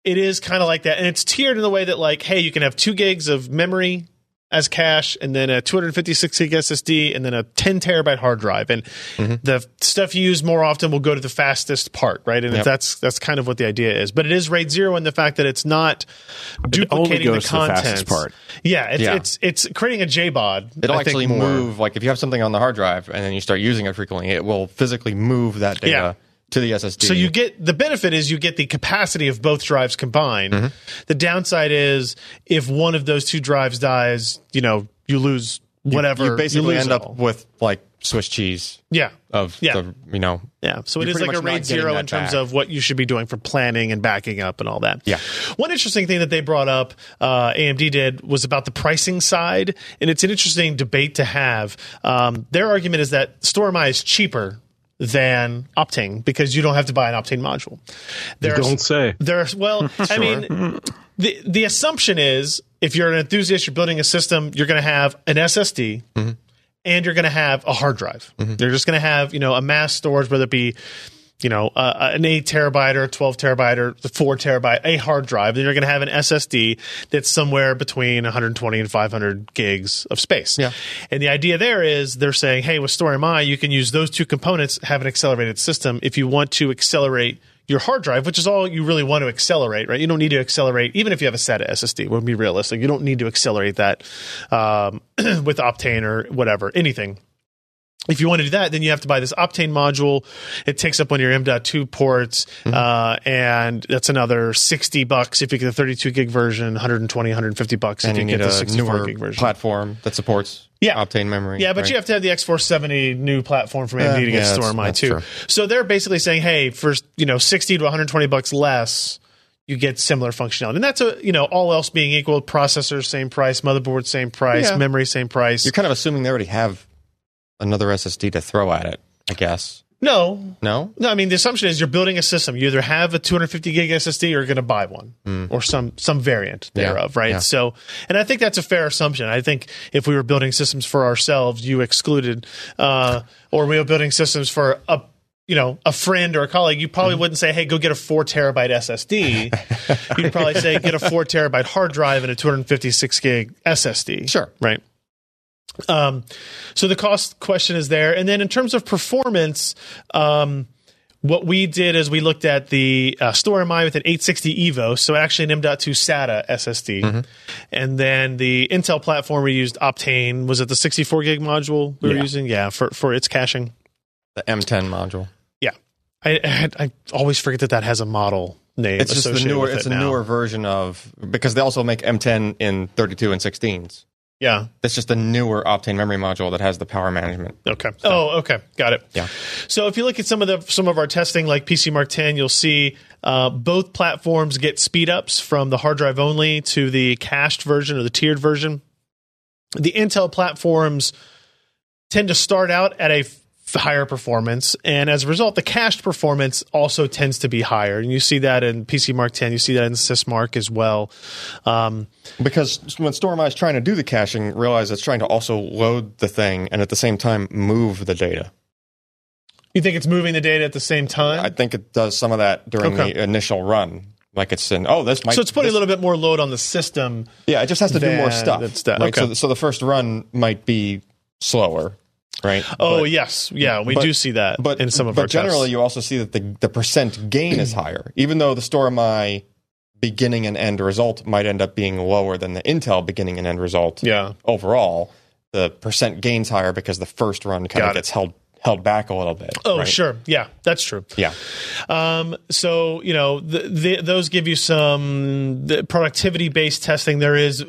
S1: it is kind of like that and it's tiered in the way that like hey you can have two gigs of memory as cache and then a 256 gig ssd and then a 10 terabyte hard drive and the stuff you use more often will go to the fastest part right and
S4: Yep.
S1: that's that's kind of what the idea is but it is raid zero in the fact that it's not duplicating the
S6: goes to the fastest
S1: content
S6: part.
S1: yeah it's,
S4: Yeah.
S1: it's it's creating a jbod
S4: It'll
S1: I think,
S4: actually
S1: more.
S4: move. Like if you have something on the hard drive and then you start using it frequently, it will physically move that data to the SSD.
S1: So you get the benefit is you get the capacity of both drives combined.
S4: Mm-hmm.
S1: The downside is if one of those two drives dies, you know, you lose whatever.
S4: You basically
S1: lose
S4: end
S1: it
S4: up
S1: all.
S4: with like Swiss cheese
S1: Yeah.
S4: of
S1: Yeah.
S4: the you know
S1: Yeah. So it
S4: You're
S1: is
S4: pretty
S1: like a
S4: much not
S1: RAID
S4: getting
S1: zero
S4: that
S1: in terms
S4: back.
S1: of what you should be doing for planning and backing up and all that.
S4: Yeah.
S1: One interesting thing that they brought up, uh, AMD did, was about the pricing side. And it's an interesting debate to have. Um, their argument is that StoreMI is cheaper than Optane because you don't have to buy an Optane module. There are-
S2: Don't say.
S1: there's well, I mean, the the assumption is if you're an enthusiast, you're building a system, you're going to have an SSD, and you're going to have a hard drive. You're just going to have you know a mass storage, whether it be you know uh, an eight terabyte or a twelve terabyte or the four terabyte a hard drive. Then you're going to have an SSD that's somewhere between 120 and 500 gigs of space.
S4: Yeah.
S1: And the idea there is they're saying, hey, with StoreMI, you can use those two components, have an accelerated system if you want to accelerate your hard drive, which is all you really want to accelerate, right? You don't need to accelerate, even if you have a SATA SSD, we'll be realistic. You don't need to accelerate that um, with Optane or whatever, anything if you want to do that, then you have to buy this Optane module. It takes up one of your M.2 ports,
S4: Mm-hmm.
S1: uh, and that's another 60 bucks if you get the 32 gig version, 120, 150 bucks
S4: and
S1: if
S4: you
S1: you, get
S4: need
S1: the
S4: a
S1: 64
S4: newer
S1: gig version.
S4: platform that supports
S1: Yeah.
S4: Optane memory.
S1: Yeah, but
S4: right?
S1: you have to have the X470 new platform from AMD
S4: Yeah,
S1: to get
S4: yeah, that's-
S1: StoreMi
S4: that's
S1: too.
S4: true.
S1: So they're basically saying, hey, for you know 60 to 120 bucks less, you get similar functionality, and that's a you know all else being equal, processors same price, motherboard same price,
S4: Yeah.
S1: memory same price.
S4: You're kind of assuming they already have another SSD to throw at it. I guess
S1: no,
S4: no.
S1: No, I mean the assumption is you're building a system. You either have a 250 gig SSD or you're going to buy one or some some variant
S4: Hmm. Yeah,
S1: thereof, right?
S4: yeah.
S1: So, and I think that's a fair assumption. I think if we were building systems for ourselves, you excluded, uh, or we were building systems for a you know a friend or a colleague, you
S4: Hmm.
S1: probably wouldn't say, "Hey, go get a four terabyte SSD." You'd probably say, "Get a four terabyte hard drive and a 256 gig SSD."
S4: Sure.
S1: right? Um, so the cost question is there, and then in terms of performance, um, what we did is we looked at the uh, store MI with an 860 Evo, so actually an M.2 SATA SSD,
S4: Mm-hmm.
S1: and then the Intel platform we used Optane was it the 64 gig module we were using? Yeah, for for its caching.
S4: The M10 module.
S1: I I, I always forget that that has a model name.
S4: It's just the
S1: associated
S4: newer.
S1: with
S4: It's
S1: it
S4: a
S1: now.
S4: newer version of because they also make M10 in 32 and 16s.
S1: yeah.
S4: That's just the newer Optane memory module that has the power management.
S1: Okay. Oh, okay. Got it.
S4: Yeah.
S1: So if you look at some of the some of our testing, like PC Mark 10, you'll see uh, both platforms get speed ups from the hard drive only to the cached version or the tiered version. The Intel platforms tend to start out at a f- higher performance, and as a result, the cached performance also tends to be higher. And you see that in PC Mark 10, you see that in SysMark as well. Um,
S4: Because when StormEye is trying to do the caching, realize it's trying to also load the thing and at the same time move the data.
S1: you think it's moving the data at the same time?
S4: I think it does some of that during
S1: Okay.
S4: the initial run. Like it's in oh this might
S1: so it's putting
S4: this-
S1: a little bit more load on the system
S4: Yeah, it just has to do more
S1: than
S4: stuff.
S1: that stuff.
S4: Like, so,
S1: Okay.
S4: so the first run might be slower, right?
S1: Oh
S4: But-
S1: yes, yeah, we
S4: but-
S1: do see that,
S4: but
S1: in some of
S4: but
S1: our
S4: generally,
S1: tests.
S4: you also see that the the percent gain is higher, even though the Stormy beginning and end result might end up being lower than the Intel beginning and end result.
S1: yeah,
S4: Overall, the percent gain's higher because the first run kind
S1: Got
S4: of
S1: it.
S4: gets held held back a little bit.
S1: oh
S4: right?
S1: sure, yeah, that's true.
S4: Yeah.
S1: Um, so you know, th the, those give you some the productivity based testing. There is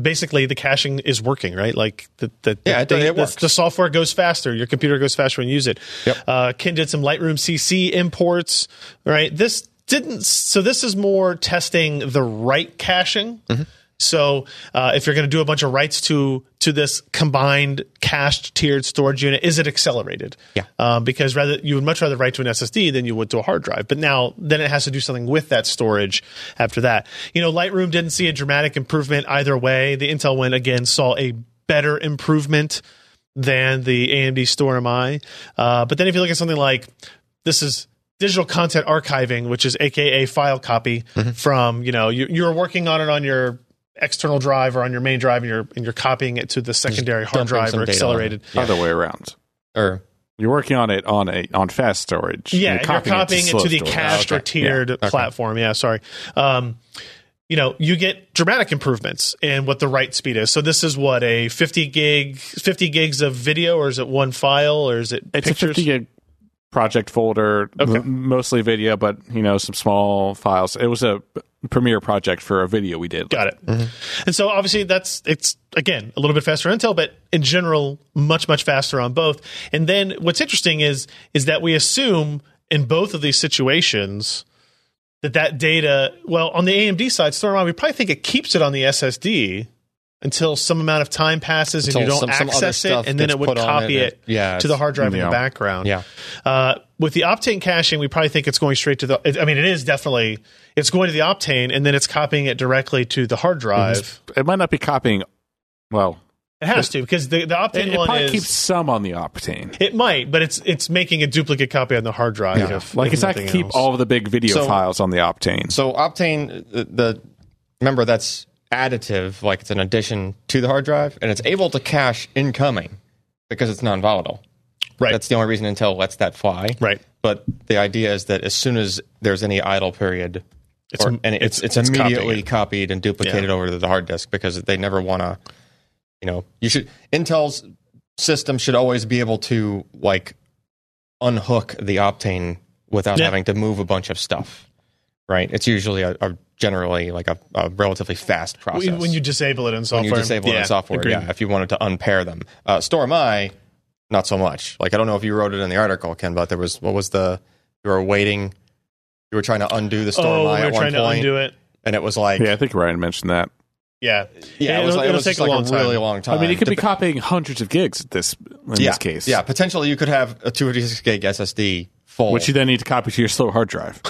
S1: basically the caching is working, right? Like the the
S4: Yeah, it-
S1: the,
S4: it
S1: the-
S4: works.
S1: the software goes faster, your computer goes faster when you use it.
S4: Yep.
S1: Uh, Ken did some Lightroom CC imports, right? This didn't. So this is more testing the right caching.
S4: Mm-hmm.
S1: So uh, if you're going to do a bunch of writes to to this combined cached tiered storage unit, is it accelerated?
S4: Yeah.
S1: Uh, because rather you would much rather write to an SSD than you would to a hard drive. But now then it has to do something with that storage after that. You know, Lightroom didn't see a dramatic improvement either way. The Intel one again saw a better improvement than the AMD Store MI. Uh, but then if you look at something like this is digital content archiving, which is AKA file copy
S4: Mm-hmm.
S1: from you know you, you're working on it on your external drive or on your main drive and you're and you're copying it to the secondary hard
S4: dumping
S1: drive
S4: some
S1: or
S4: data on it.
S1: accelerated.
S6: Other way around.
S4: Or
S6: You're working on it on a on fast storage.
S1: Yeah,
S6: You're
S1: you're copying, it to,
S6: slow
S1: the
S6: storage.
S1: cached
S4: Oh,
S1: or
S4: okay.
S1: tiered platform. Yeah, sorry. Um, you know, you get dramatic improvements in what the write speed is. So this is what a 50 gig, 50 gigs of video, or is it one file, or is it
S6: It's
S1: pictures?
S6: a 50 gig project folder,
S1: Okay.
S6: m- mostly video, but you know some small files. It was a Premiere project for a video we did.
S1: Got it. And so obviously that's it's again a little bit faster on Intel, but in general much much faster on both. And then what's interesting is is that we assume in both of these situations that that data, well, on the AMD side, Stormon, we probably think it keeps it on the SSD until some amount of time passes and you don't
S4: Until some- some other
S1: access
S4: stuff
S1: it, and then
S4: gets
S1: it would
S4: put on
S1: copy
S4: it.
S1: it,
S4: Yeah,
S1: to the
S4: it's-
S1: hard drive in
S6: yeah.
S1: the background.
S4: Yeah.
S1: Uh, with the Optane caching, we probably think it's going straight to the. I mean, it is definitely it's going to the Optane, and then it's copying it directly to the
S4: Mm-hmm.
S1: hard drive.
S6: It might not be copying. Well,
S1: It has to because the, the
S6: it,
S1: Optane
S6: it
S1: one
S6: probably
S1: is
S6: keeps some on the Optane.
S1: it might, but it's it's making a duplicate copy on the hard drive. if-
S6: Like
S1: if
S6: it's not
S1: nothing
S6: keep
S1: else.
S6: all of the big video
S4: So-
S6: files on the Optane.
S4: So Optane, the, the remember that's additive, like it's an addition to the hard drive, and it's able to cache incoming because it's non-volatile.
S1: right,
S4: That's the only reason Intel lets that fly.
S1: right.
S4: But the idea is that as soon as there's any idle period,
S1: It's-
S4: or, and it's,
S1: it's-
S4: it's,
S1: it's copying
S4: immediately
S1: it.
S4: copied and duplicated over to the hard disk because they never want to, you know, you should, Intel's system should always be able to like unhook the Optane without
S1: Yeah.
S4: having to move a bunch of stuff, right? It's usually a, a generally like a, a relatively fast process.
S1: When when you disable it in software,
S4: When you disable it
S1: Yeah,
S4: in software,
S1: agreed.
S4: yeah, if you wanted to unpair them. Uh, Storm I, not so much. Like, I don't know if you wrote it in the article, Ken, but there was, what was the, you were waiting, you were trying to undo the Storm
S1: Oh,
S4: I
S1: we
S4: at
S1: were
S4: one
S1: trying to
S4: point,
S1: undo it.
S4: and it was like,
S6: yeah, I
S4: yeah,
S6: think Ryan mentioned that.
S1: Yeah,
S4: it was,
S1: it'll,
S4: like- it
S1: it'll
S4: was
S1: take
S4: just
S1: a
S4: like
S1: long
S4: a
S1: time.
S4: really long time.
S6: I mean,
S1: Uh,
S6: it could be
S4: Dep-
S6: copying hundreds of gigs at this in
S4: yeah,
S6: this case.
S4: Yeah, potentially you could have a 256 gig SSD full.
S6: Which you then need to copy to your slow hard drive.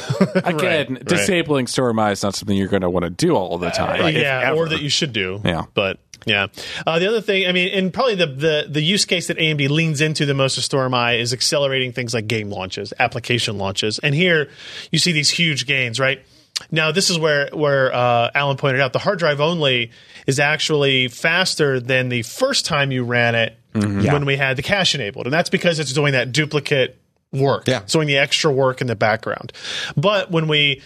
S6: Again,
S1: right.
S6: disabling StoreMI is not something you're going to want to do all the time. if
S1: yeah,
S6: ever.
S1: or that you should do.
S6: Yeah.
S1: but yeah. Uh, the other thing, I mean, and probably the, the the use case that AMD leans into the most of StormEye is accelerating things like game launches, application launches, and here you see these huge gains, right? Now this is where where uh, Alan pointed out the hard drive only is actually faster than the first time you ran it
S6: Mm-hmm.
S1: when we had the cache enabled, and that's because it's doing that duplicate work,
S4: Yeah.
S1: it's doing the extra work in the background. But when we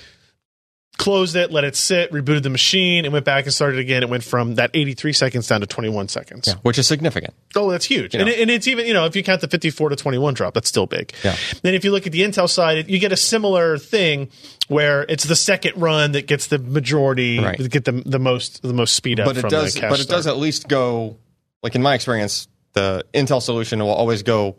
S1: closed it, let it sit, rebooted the machine, and went back and started again. It went from that 83 seconds down to 21 seconds.
S4: which is significant.
S1: Oh, that's huge. And, it, and it's even, you know, if you count the 54 to 21 drop, that's still big.
S4: Yeah.
S1: Then if you look at the Intel side, you get a similar thing where it's the second run that gets the majority,
S4: Right.
S1: that get the, the most the most speed up
S4: but
S1: from
S4: it does
S1: the cache
S4: but it does
S1: start.
S4: at least go like in my experience the intel solution will always go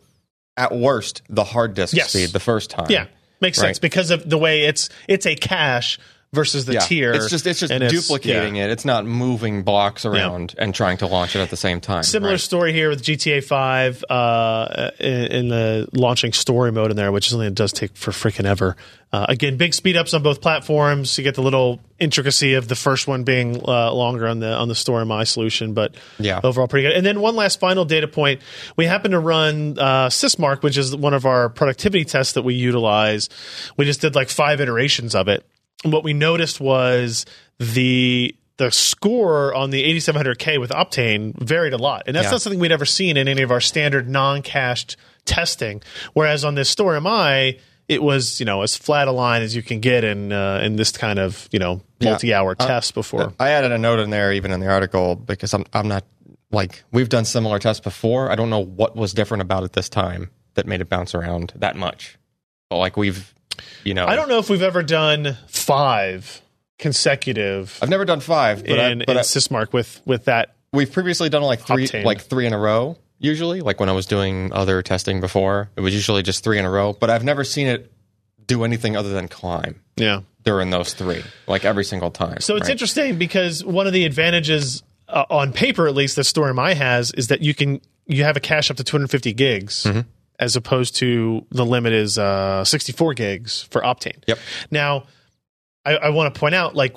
S4: at worst the hard disk
S1: Yes.
S4: speed the first time
S1: Yeah. Makes sense
S4: Right.
S1: because of the way it's it's a cache versus the
S4: yeah
S1: tier.
S4: it's just it's just
S1: and
S4: duplicating
S1: yeah.
S4: it it's not moving blocks around and trying to launch it at the same time
S1: Similar
S4: right?
S1: story here with GTA 5 uh, in, in the launching story mode in there, which is something that does take for freaking ever. Uh, again, big speed ups on both platforms. You get the little intricacy of the first one being uh, longer on the on the story my solution, but
S4: Yeah.
S1: overall pretty good. And then one last final data point: we happen to run uh, Sysmark, which is one of our productivity tests that we utilize. We just did like five iterations of it. And what we noticed was the the score on the 8700K with Optane varied a lot, and that's
S4: Yeah.
S1: not something we'd ever seen in any of our standard non-cached testing. Whereas on this Store MI, it was you know as flat a line as you can get in uh, in this kind of you know
S4: Yeah. Uh,
S1: multi-hour test before.
S4: I added a note in there, even in the article, because I'm I'm not like we've done similar tests before. I don't know what was different about it this time that made it bounce around that much. But like we've, you know,
S1: I don't know if we've ever done five consecutive
S4: I've never done five, but, I,
S1: in,
S4: but
S1: in
S4: I-
S1: Sysmark with with that.
S4: we've previously done like three
S1: Obtained.
S4: like three in a row usually like when i was doing other testing before it was usually just three in a row but i've never seen it do anything other than climb
S1: Yeah.
S4: during those three like every single time
S1: So it's
S4: right?
S1: interesting because one of the advantages uh, on paper, at least, that StoreMI has is that you can you have a cache up to 250 gigs.
S4: Mm-hmm.
S1: As opposed to the limit is uh, 64 gigs for Optane.
S4: Yep.
S1: Now, I, I want to point out, like,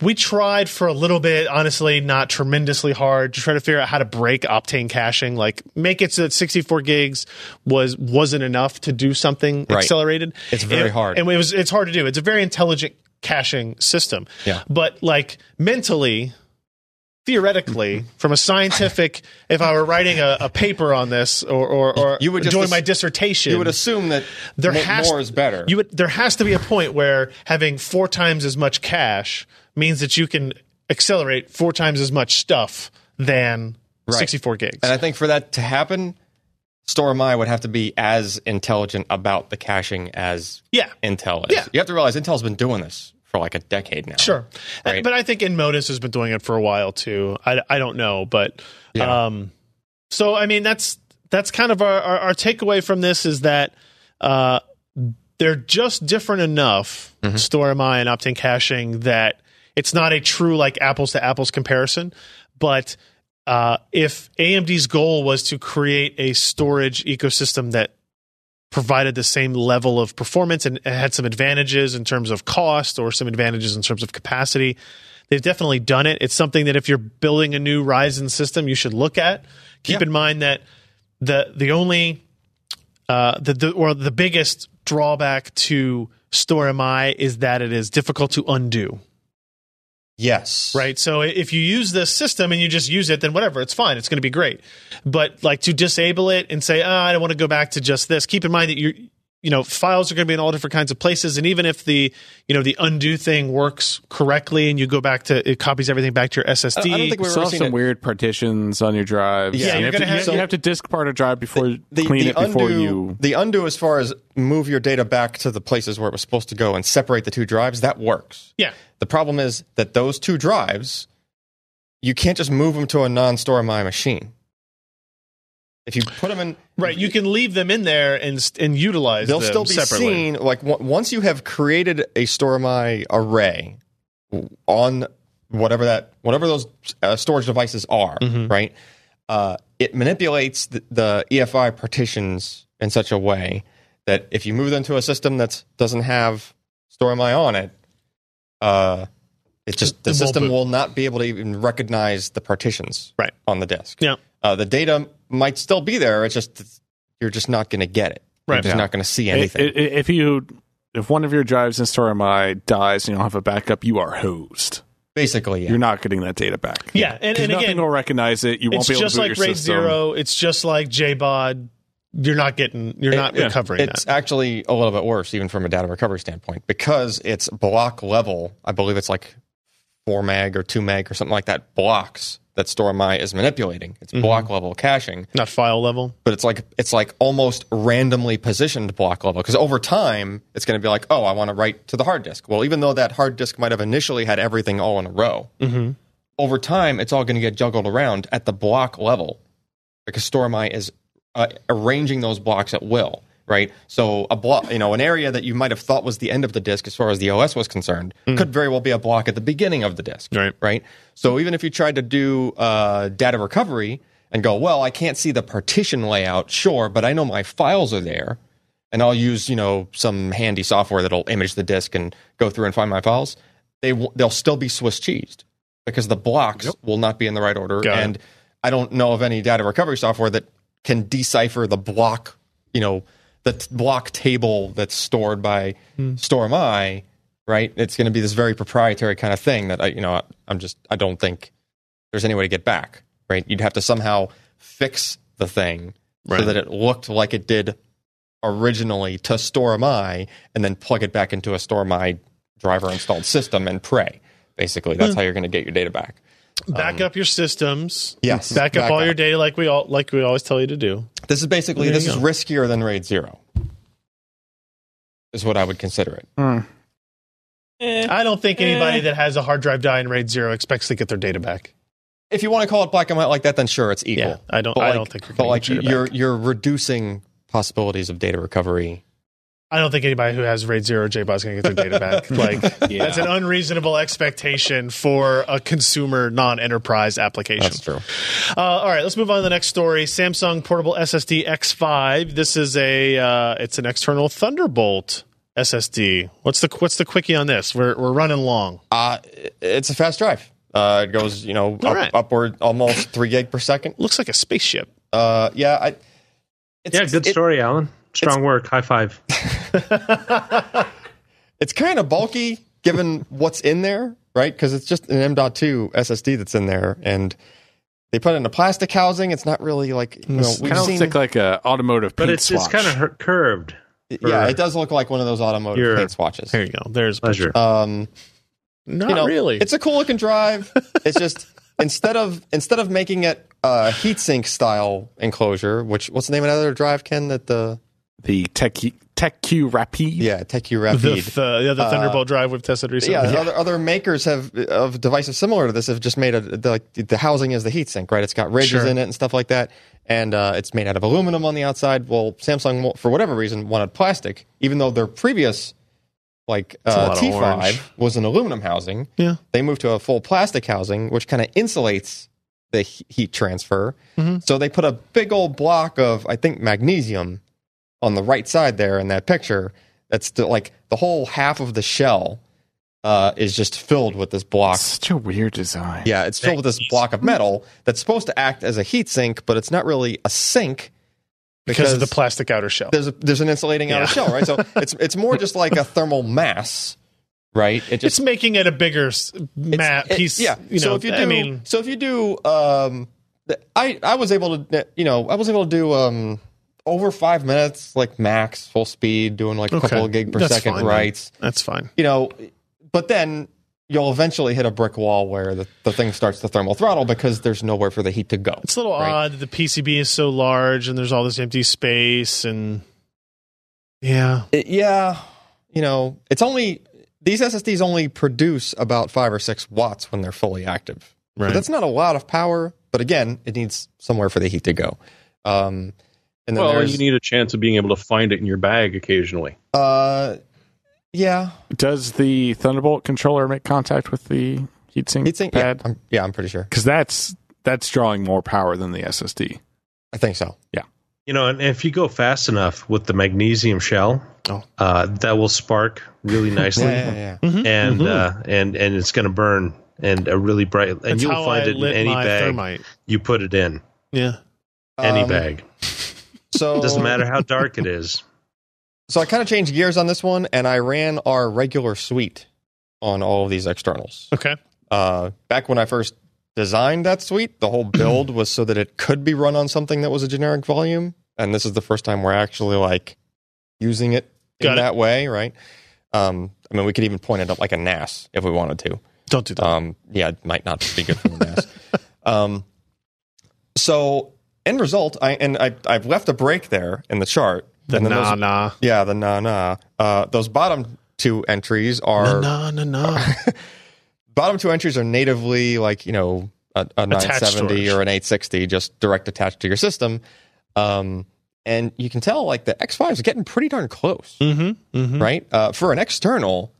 S1: we tried for a little bit, honestly, not tremendously hard, to try to figure out how to break Optane caching. Like, make it so that 64 gigs was wasn't enough to do something
S4: Right.
S1: accelerated.
S4: It's very
S1: And-
S4: hard.
S1: and it was it's hard to do. It's a very intelligent caching system.
S4: Yeah.
S1: But like mentally, theoretically, from a scientific, if I were writing a, a paper on this or or, or
S4: You would just
S1: doing
S4: ass-
S1: my dissertation,
S4: you would assume that
S1: there
S4: mo-
S1: has
S4: more is better
S1: You would there has to be a point where having four times as much cash means that you can accelerate four times as much stuff than
S4: Right.
S1: 64 gigs.
S4: and i think for that to happen StoreMI would have to be as intelligent about the caching as
S1: Yeah.
S4: Intel is.
S1: Yeah.
S4: You have to realize Intel's been doing this for like a decade now.
S1: Sure,
S4: Right.
S1: Uh, but I think Modus has been doing it for a while too. I, I don't know, but
S4: Yeah.
S1: um, so I mean that's that's kind of our our, our takeaway from this is that uh, they're just different enough
S4: Mhm.
S1: StoreMI and Optin caching that it's not a true like apples to apples comparison, but uh, if AMD's goal was to create a storage ecosystem that provided the same level of performance and had some advantages in terms of cost or some advantages in terms of capacity. They've definitely done it. It's something that if you're building a new Ryzen system, you should look at. Keep
S4: Yeah.
S1: in mind that the the only uh, the, the or the biggest drawback to StoreMI is that it is difficult to undo.
S4: Yes.
S1: Right. So i- if you use this system and you just use it, then whatever, it's fine. It's going to be great. But like to disable it and say, ah, I don't want to go back to just this. Keep in mind that you you know files are going to be in all different kinds of places, and even if the you know the undo thing works correctly and you go back to it copies everything back to your SSD.
S4: I don't think we've ever
S6: Still have
S4: seen
S6: some
S4: it.
S6: weird partitions on your drives.
S4: Yeah,
S6: you
S1: you're
S6: have,
S1: gonna
S6: to,
S1: have-
S6: you have to disk part a drive before
S4: the,
S6: clean
S4: the
S6: it before
S4: undo,
S6: you.
S4: the undo as far as move your data back to the places where it was supposed to go and separate the two drives that works
S1: yeah.
S4: the problem is that those two drives you can't just move them to a non-store my machine if you put them in
S1: Right. You can leave them in there and s- and utilize.
S4: they'll
S1: them
S4: still be
S1: separately.
S4: seen like w- once you have created a store my array w- on whatever that whatever those uh, storage devices are
S1: Mm-hmm.
S4: right uh, it manipulates the, the efi partitions in such a way that if you move them to a system that doesn't have store my on it uh, it just the
S1: It won't
S4: system
S1: boot.
S4: will not be able to even recognize the partitions
S1: Right.
S4: on the disk
S1: Yeah.
S4: uh, the data might still be there it's just you're just not going to get it
S1: Right.
S4: you're just
S1: Yeah.
S4: not going to see
S6: I-
S4: anything
S6: i- if you if one of your drives in StoreMI dies and you don't have a backup, you are hosed.
S4: Basically, yeah.
S6: You're not getting that data back.
S1: Yeah. And,
S6: 'Cause
S1: and
S6: nothing
S1: again,
S6: will recognize it. You won't
S1: it's
S6: be able
S1: just
S6: to boot
S1: like
S6: your
S1: RAID
S6: system.
S1: Zero. It's just like JBOD. You're not getting. You're not
S4: yeah.
S1: recovering
S4: it's
S1: that.
S4: actually a little bit worse, even from a data recovery standpoint, because it's block level. I believe it's like four meg or two meg or something like that. Blocks that StoreMI is manipulating. It's block level caching,
S1: Not file level.
S4: but it's like it's like almost randomly positioned block level. Because over time, it's going to be like, oh, I want to write to the hard disk. Well, even though that hard disk might have initially had everything all in a row, over time, it's all going to get juggled around at the block level because StoreMI is uh, arranging those blocks at will, right? So a block, you know, an area that you might have thought was the end of the disk as far as the OS was concerned could very well be a block at the beginning of the disk,
S1: Right.
S4: Right. So even if you tried to do uh, data recovery and go, well, I can't see the partition layout, sure, but I know my files are there. And I'll use, you know, some handy software that'll image the disk and go through and find my files. They w- they'll still be Swiss cheesed because the blocks will not be in the right order.
S1: Got it.
S4: and I don't know of any data recovery software that can decipher the block, you know, the t- block table that's stored by
S1: Hmm.
S4: StoreMI, right? It's going to be this very proprietary kind of thing that I, you know, I, I'm just I don't think there's any way to get back, right? You'd have to somehow fix the thing so
S1: Right.
S4: that it looked like it did originally to StoreMI, and then plug it back into a StoreMI driver installed system and pray. Basically,
S1: Hmm.
S4: that's how you're going to get your data back.
S1: back up your systems.
S4: Yes,
S1: Back up
S4: Um, back
S1: all your
S4: up.
S1: data like we all like we always tell you to do.
S4: This is basically
S1: There
S4: this
S1: you
S4: is
S1: go.
S4: riskier than RAID zero. Is what I would consider it.
S1: I don't think anybody that has a hard drive die in RAID zero expects to get their data back.
S4: If you want to call it black and white like that, then sure, it's equal.
S1: Yeah, I don't.
S4: But
S1: I
S4: like-
S1: don't think. You're
S4: But
S1: gonna
S4: like
S1: get your
S4: you-
S1: data
S4: you're
S1: back.
S4: you're reducing possibilities of data recovery.
S1: I don't think anybody who has RAID zero or JBOD is going to get their data back. Like that's an unreasonable expectation for a consumer non-enterprise application.
S4: That's true.
S1: Uh, all right, let's move on to the next story. Samsung portable SSD X5. This is a uh, it's an external Thunderbolt SSD. What's the what's the quickie on this? We're we're running long.
S4: Uh, it's a fast drive. Uh, it goes you know
S1: All
S4: up,
S1: right.
S4: upward almost three gig per second.
S1: Looks like a spaceship.
S4: Uh, yeah, I, it's,
S3: Yeah, good
S4: it-
S3: story, Alan. Strong work. High five.
S4: it's kind of bulky given what's in there, right? Because it's just an M.2 SSD that's in there, and they put it in a plastic housing. It's not really like you know, we've
S6: kind of
S4: seen-
S6: looks like, like a automotive
S3: But
S6: paint
S3: it's it's
S6: swatch.
S3: kind of curved.
S4: yeah,
S3: or-
S4: it does look like one of those automotive
S3: Your-
S4: paint swatches.
S1: There you go. There's
S3: Pleasure.
S4: Um,
S1: Not
S4: you know,
S1: really.
S4: It's a cool looking drive. It's just instead of instead of making it uh, heatsink style enclosure. Which what's the name of that other drive, Ken? That the
S6: The Tech Tech Q Rapide.
S4: yeah, TechU
S1: The,
S4: Rapide.
S1: th- yeah, the Thunderbolt drive we've tested recently.
S4: Uh, yeah, Other, other makers have of devices similar to this have just made a the, like the housing is the heatsink, right? It's got ridges
S1: Sure.
S4: in it and stuff like that, and uh, it's made out of aluminum on the outside. Well, Samsung, wa- for whatever reason, wanted plastic, even though their previous like uh,
S1: lot of
S4: T
S1: orange.
S4: five was an aluminum housing.
S1: Yeah.
S4: they moved to a full plastic housing, which kind of insulates the he- heat transfer.
S1: Mm-hmm.
S4: So they put a big old block of I think magnesium on the right side there in that picture. That's the, like the whole half of the shell uh, is just filled with this block.
S6: Such a weird design.
S4: Yeah, it's filled with this block of metal that's supposed to act as a heat sink, but it's not really a sink
S1: because of the plastic outer shell.
S4: there's a, there's an insulating outer
S1: Yeah.
S4: shell, right? So it's it's more just like a thermal mass, right? It
S1: It's making it a bigger s- map
S4: it-
S1: piece.
S4: yeah.
S1: You know,
S4: so if you do,
S1: I mean,
S4: so if you do, um, th- I I was able to, you know, I was able to do um over five minutes, like max full speed, doing like a
S1: Okay.
S4: couple of gig per
S1: That's
S4: second
S1: fine,
S4: writes.
S1: that's fine.
S4: You know, but then you'll eventually hit a brick wall where the, the thing starts to thermal throttle because there's nowhere for the heat to go.
S1: It's a little
S4: Right.
S1: odd that the PCB is so large and there's all this empty space and yeah,
S4: It- yeah, you know, it's only these SSDs only produce about five or six watts when they're fully active. So
S1: right.
S4: that's not a lot of power, but again, it needs somewhere for the heat to go. Um, and then
S2: Well,
S4: there's,
S2: you need a chance of being able to find it in your bag occasionally.
S4: uh, yeah,
S6: Does the Thunderbolt controller make contact with the heatsink
S4: heat sink. Yeah
S6: pad?
S4: I'm, yeah, I'm pretty sure.
S6: Because that's that's drawing more power than the SSD.
S4: I think so.
S3: You know, and if you go fast enough with the magnesium shell,
S1: Oh.
S3: uh, that will spark really nicely,
S4: Yeah, yeah, yeah.
S3: and uh, and and it's going to burn and a really bright. And
S1: That's
S3: you'll
S1: how
S3: find
S1: I
S3: it in
S1: lit
S3: any
S1: my
S3: bag
S1: thermite.
S3: you put it in.
S1: Yeah.
S3: Any
S4: Um,
S3: bag
S4: So
S3: doesn't matter how dark it is.
S4: So I kind of changed gears on this one, and I ran our regular suite on all of these externals.
S1: Okay.
S4: uh, back when I first designed that suite, the whole build was so that it could be run on something that was a generic volume. And this is the first time we're actually like using it
S1: Got
S4: in
S1: it.
S4: that way, right? Um, I mean, we could even point it up like a NAS if we wanted to.
S1: Don't do that.
S4: Um, yeah, it might not be good for the NAS. um, so end result, I and I, I've left a break there in the chart.
S1: the
S4: and then
S1: nah
S4: those,
S1: nah.
S4: yeah, the na na. Uh, those bottom two entries
S1: The
S4: are
S1: nah nah nah.
S4: bottom two entries are natively like you know a, a
S1: Attached
S4: 970
S1: storage.
S4: or an 860 just direct attached to your system um, and you can tell like the x5 is getting pretty darn close
S1: mm-hmm. Mm-hmm.
S4: right uh, for an external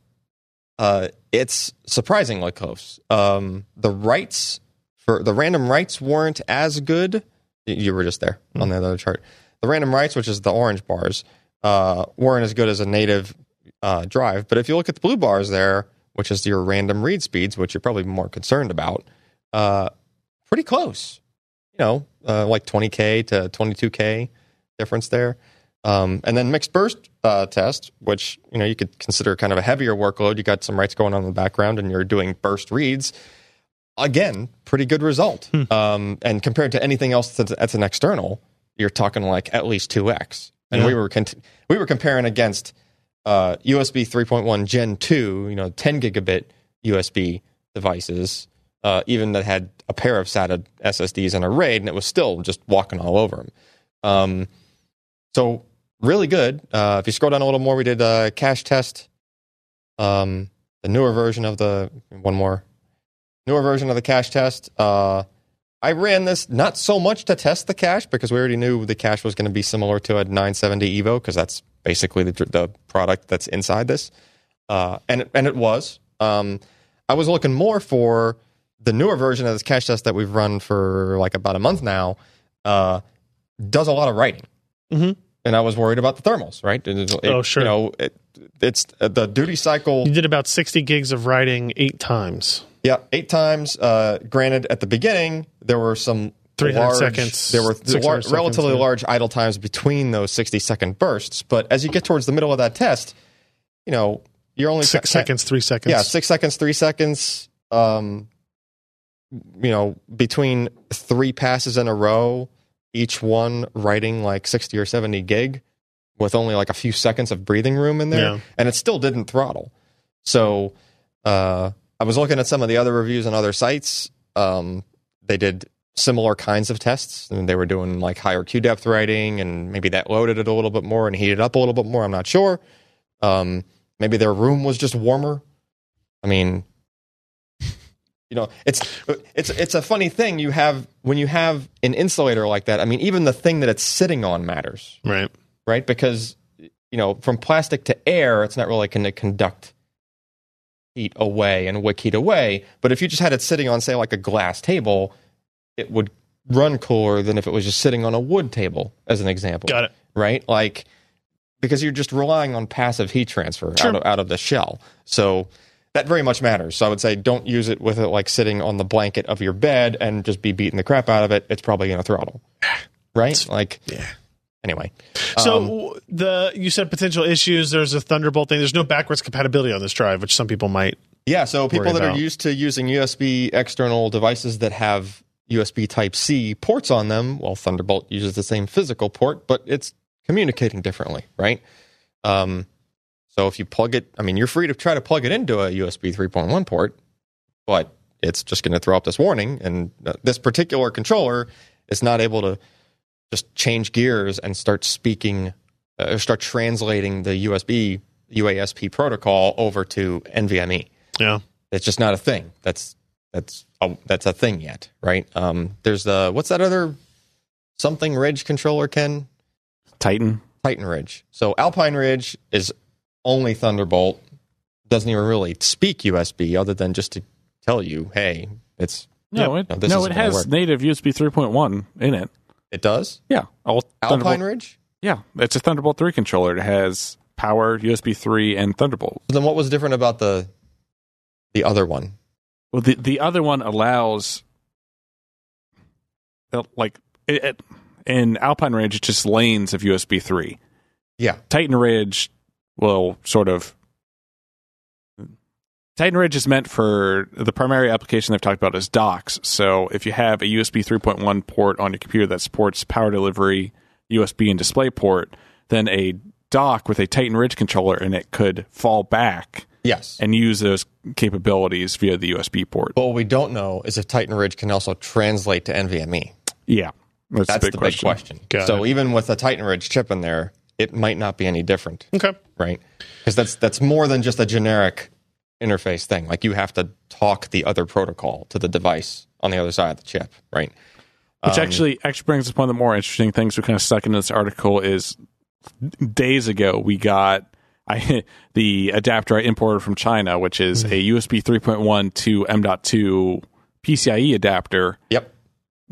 S4: uh, it's surprisingly close um, the rights for the random rights weren't as good Y- you were just there on the other chart the random rights which is the orange bars uh, weren't as good as a native uh, drive. But if you look at the blue bars there, which is your random read speeds, which you're probably more concerned about, uh, pretty close. You know, uh, like 20k to 22k difference there. Um, and then mixed burst uh, test, which you know you could consider kind of a heavier workload. You got some writes going on in the background, and you're doing burst reads. Again, pretty good result. Um, and compared to anything else that's, that's an external, you're talking like at least two x. And
S1: Yeah.
S4: we were cont- we were comparing against uh, USB 3.1 Gen 2, you know, 10 gigabit USB devices, uh, even that had a pair of SATA SSDs and a RAID, and it was still just walking all over them. Um, so really good. Uh, if you scroll down a little more, we did a cache test, um, the newer version of the one more newer version of the cache test. Uh, I ran this not so much to test the cache because we already knew the cache was going to be similar to a 970 Evo because that's basically the, the product that's inside this, uh, and it- and it was. Um, I was looking more for the newer version of this cache test that we've run for like about a month now. Uh, does a lot of writing,
S1: Mhm.
S4: and I was worried about the thermals, right? It- it-
S1: Oh, sure.
S4: You know, it, it's uh, the duty cycle.
S1: You did about sixty gigs of writing eight times.
S4: Yeah, eight times. Uh, granted, at the beginning there were some
S1: 300
S4: large-
S1: seconds,
S4: There were
S1: 600
S4: lar-
S1: seconds,
S4: relatively
S1: yeah.
S4: large idle times between those sixty-second bursts. But as you get towards the middle of that test, you know you're only
S1: Six
S4: ca- ca-
S1: seconds, three seconds.
S4: Yeah, six seconds, three seconds. Um, you know, between three passes in a row, each one writing like sixty or seventy gig, with only like a few seconds of breathing room in there,
S1: Yeah.
S4: and it still didn't throttle. So uh, I was looking at some of the other reviews on other sites. Um, they did similar kinds of tests, and they were doing like higher Q depth writing, and maybe that loaded it a little bit more and heated up a little bit more. I'm not sure. Um, maybe their room was just warmer. I mean, you know, it's it's it's a funny thing you have when you have an insulator like that. I mean, even the thing that it's sitting on matters,
S1: Right.
S4: right? Because you know, from plastic to air, it's not really going to conduct heat away and wick heat away. But if you just had it sitting on, say, like a glass table, it would run cooler than if it was just sitting on a wood table, as an example.
S1: Got it.
S4: Right? Like because you're just relying on passive heat transfer out of out of the shell. So that very much matters. So I would say don't use it with it like sitting on the blanket of your bed and just be beating the crap out of it. It's probably going to throttle. Right? Like
S1: Yeah.
S4: anyway.
S1: So
S4: Um,
S1: w- the you said potential issues. There's a Thunderbolt thing. There's no backwards compatibility on this drive, which some people might.
S4: Yeah, so people
S1: worry
S4: that
S1: about.
S4: are used to using USB external devices that have USB Type C ports on them, well, Thunderbolt uses the same physical port, but it's communicating differently, right? Um, so if you plug it, I mean, you're free to try to plug it into a USB 3.1 port, but it's just going to throw up this warning. And uh, this particular controller is not able to just change gears and start speaking uh, or start translating the USB UASP protocol over to NVMe
S1: Yeah.
S4: that's just not a thing. That's that's a, that's a thing yet, right? Um, there's the what's that other something Ridge controller? Ken
S6: Titan.
S4: Titan Ridge. So Alpine Ridge is only Thunderbolt. Doesn't even really speak USB other than just to tell you, hey, it's
S6: No,
S4: No,
S6: it,
S4: this
S6: no,
S4: isn't gonna
S6: it has
S4: work.
S6: native USB 3.1 in it.
S4: it does
S6: Yeah, all
S4: Alpine
S6: Thunderbolt.
S4: Ridge.
S6: Yeah, it's a Thunderbolt 3 controller. It has power, USB 3, and Thunderbolt.
S4: Then what was different about the the other one?
S6: Well, the the other one allows, uh, like it, it- in Alpine Ridge, it's just lanes of USB three.
S4: Yeah.
S6: Titan Ridge will sort of. Titan Ridge is meant for the primary application they've talked about is docks. So if you have a USB 3.1 port on your computer that supports power delivery, USB, and display port, then a dock with a Titan Ridge controller in it could fall back
S4: Yes.
S6: and use those capabilities via the USB port.
S4: But what we don't know is if Titan Ridge can also translate to NVMe.
S6: Yeah, that's,
S4: That's the big question.
S1: Got
S4: so even with a Titan Ridge chip in there, it might not be any different.
S1: Okay.
S4: right? Because that's that's more than just a generic interface thing. Like you have to talk the other protocol to the device on the other side of the chip, right?
S6: Which
S4: Um,
S6: actually actually brings up one of the more interesting things we kind of stuck into this article is days ago we got I, the adapter I imported from China, which is a USB 3.1 to M.2 PCIe E adapter
S4: Yep.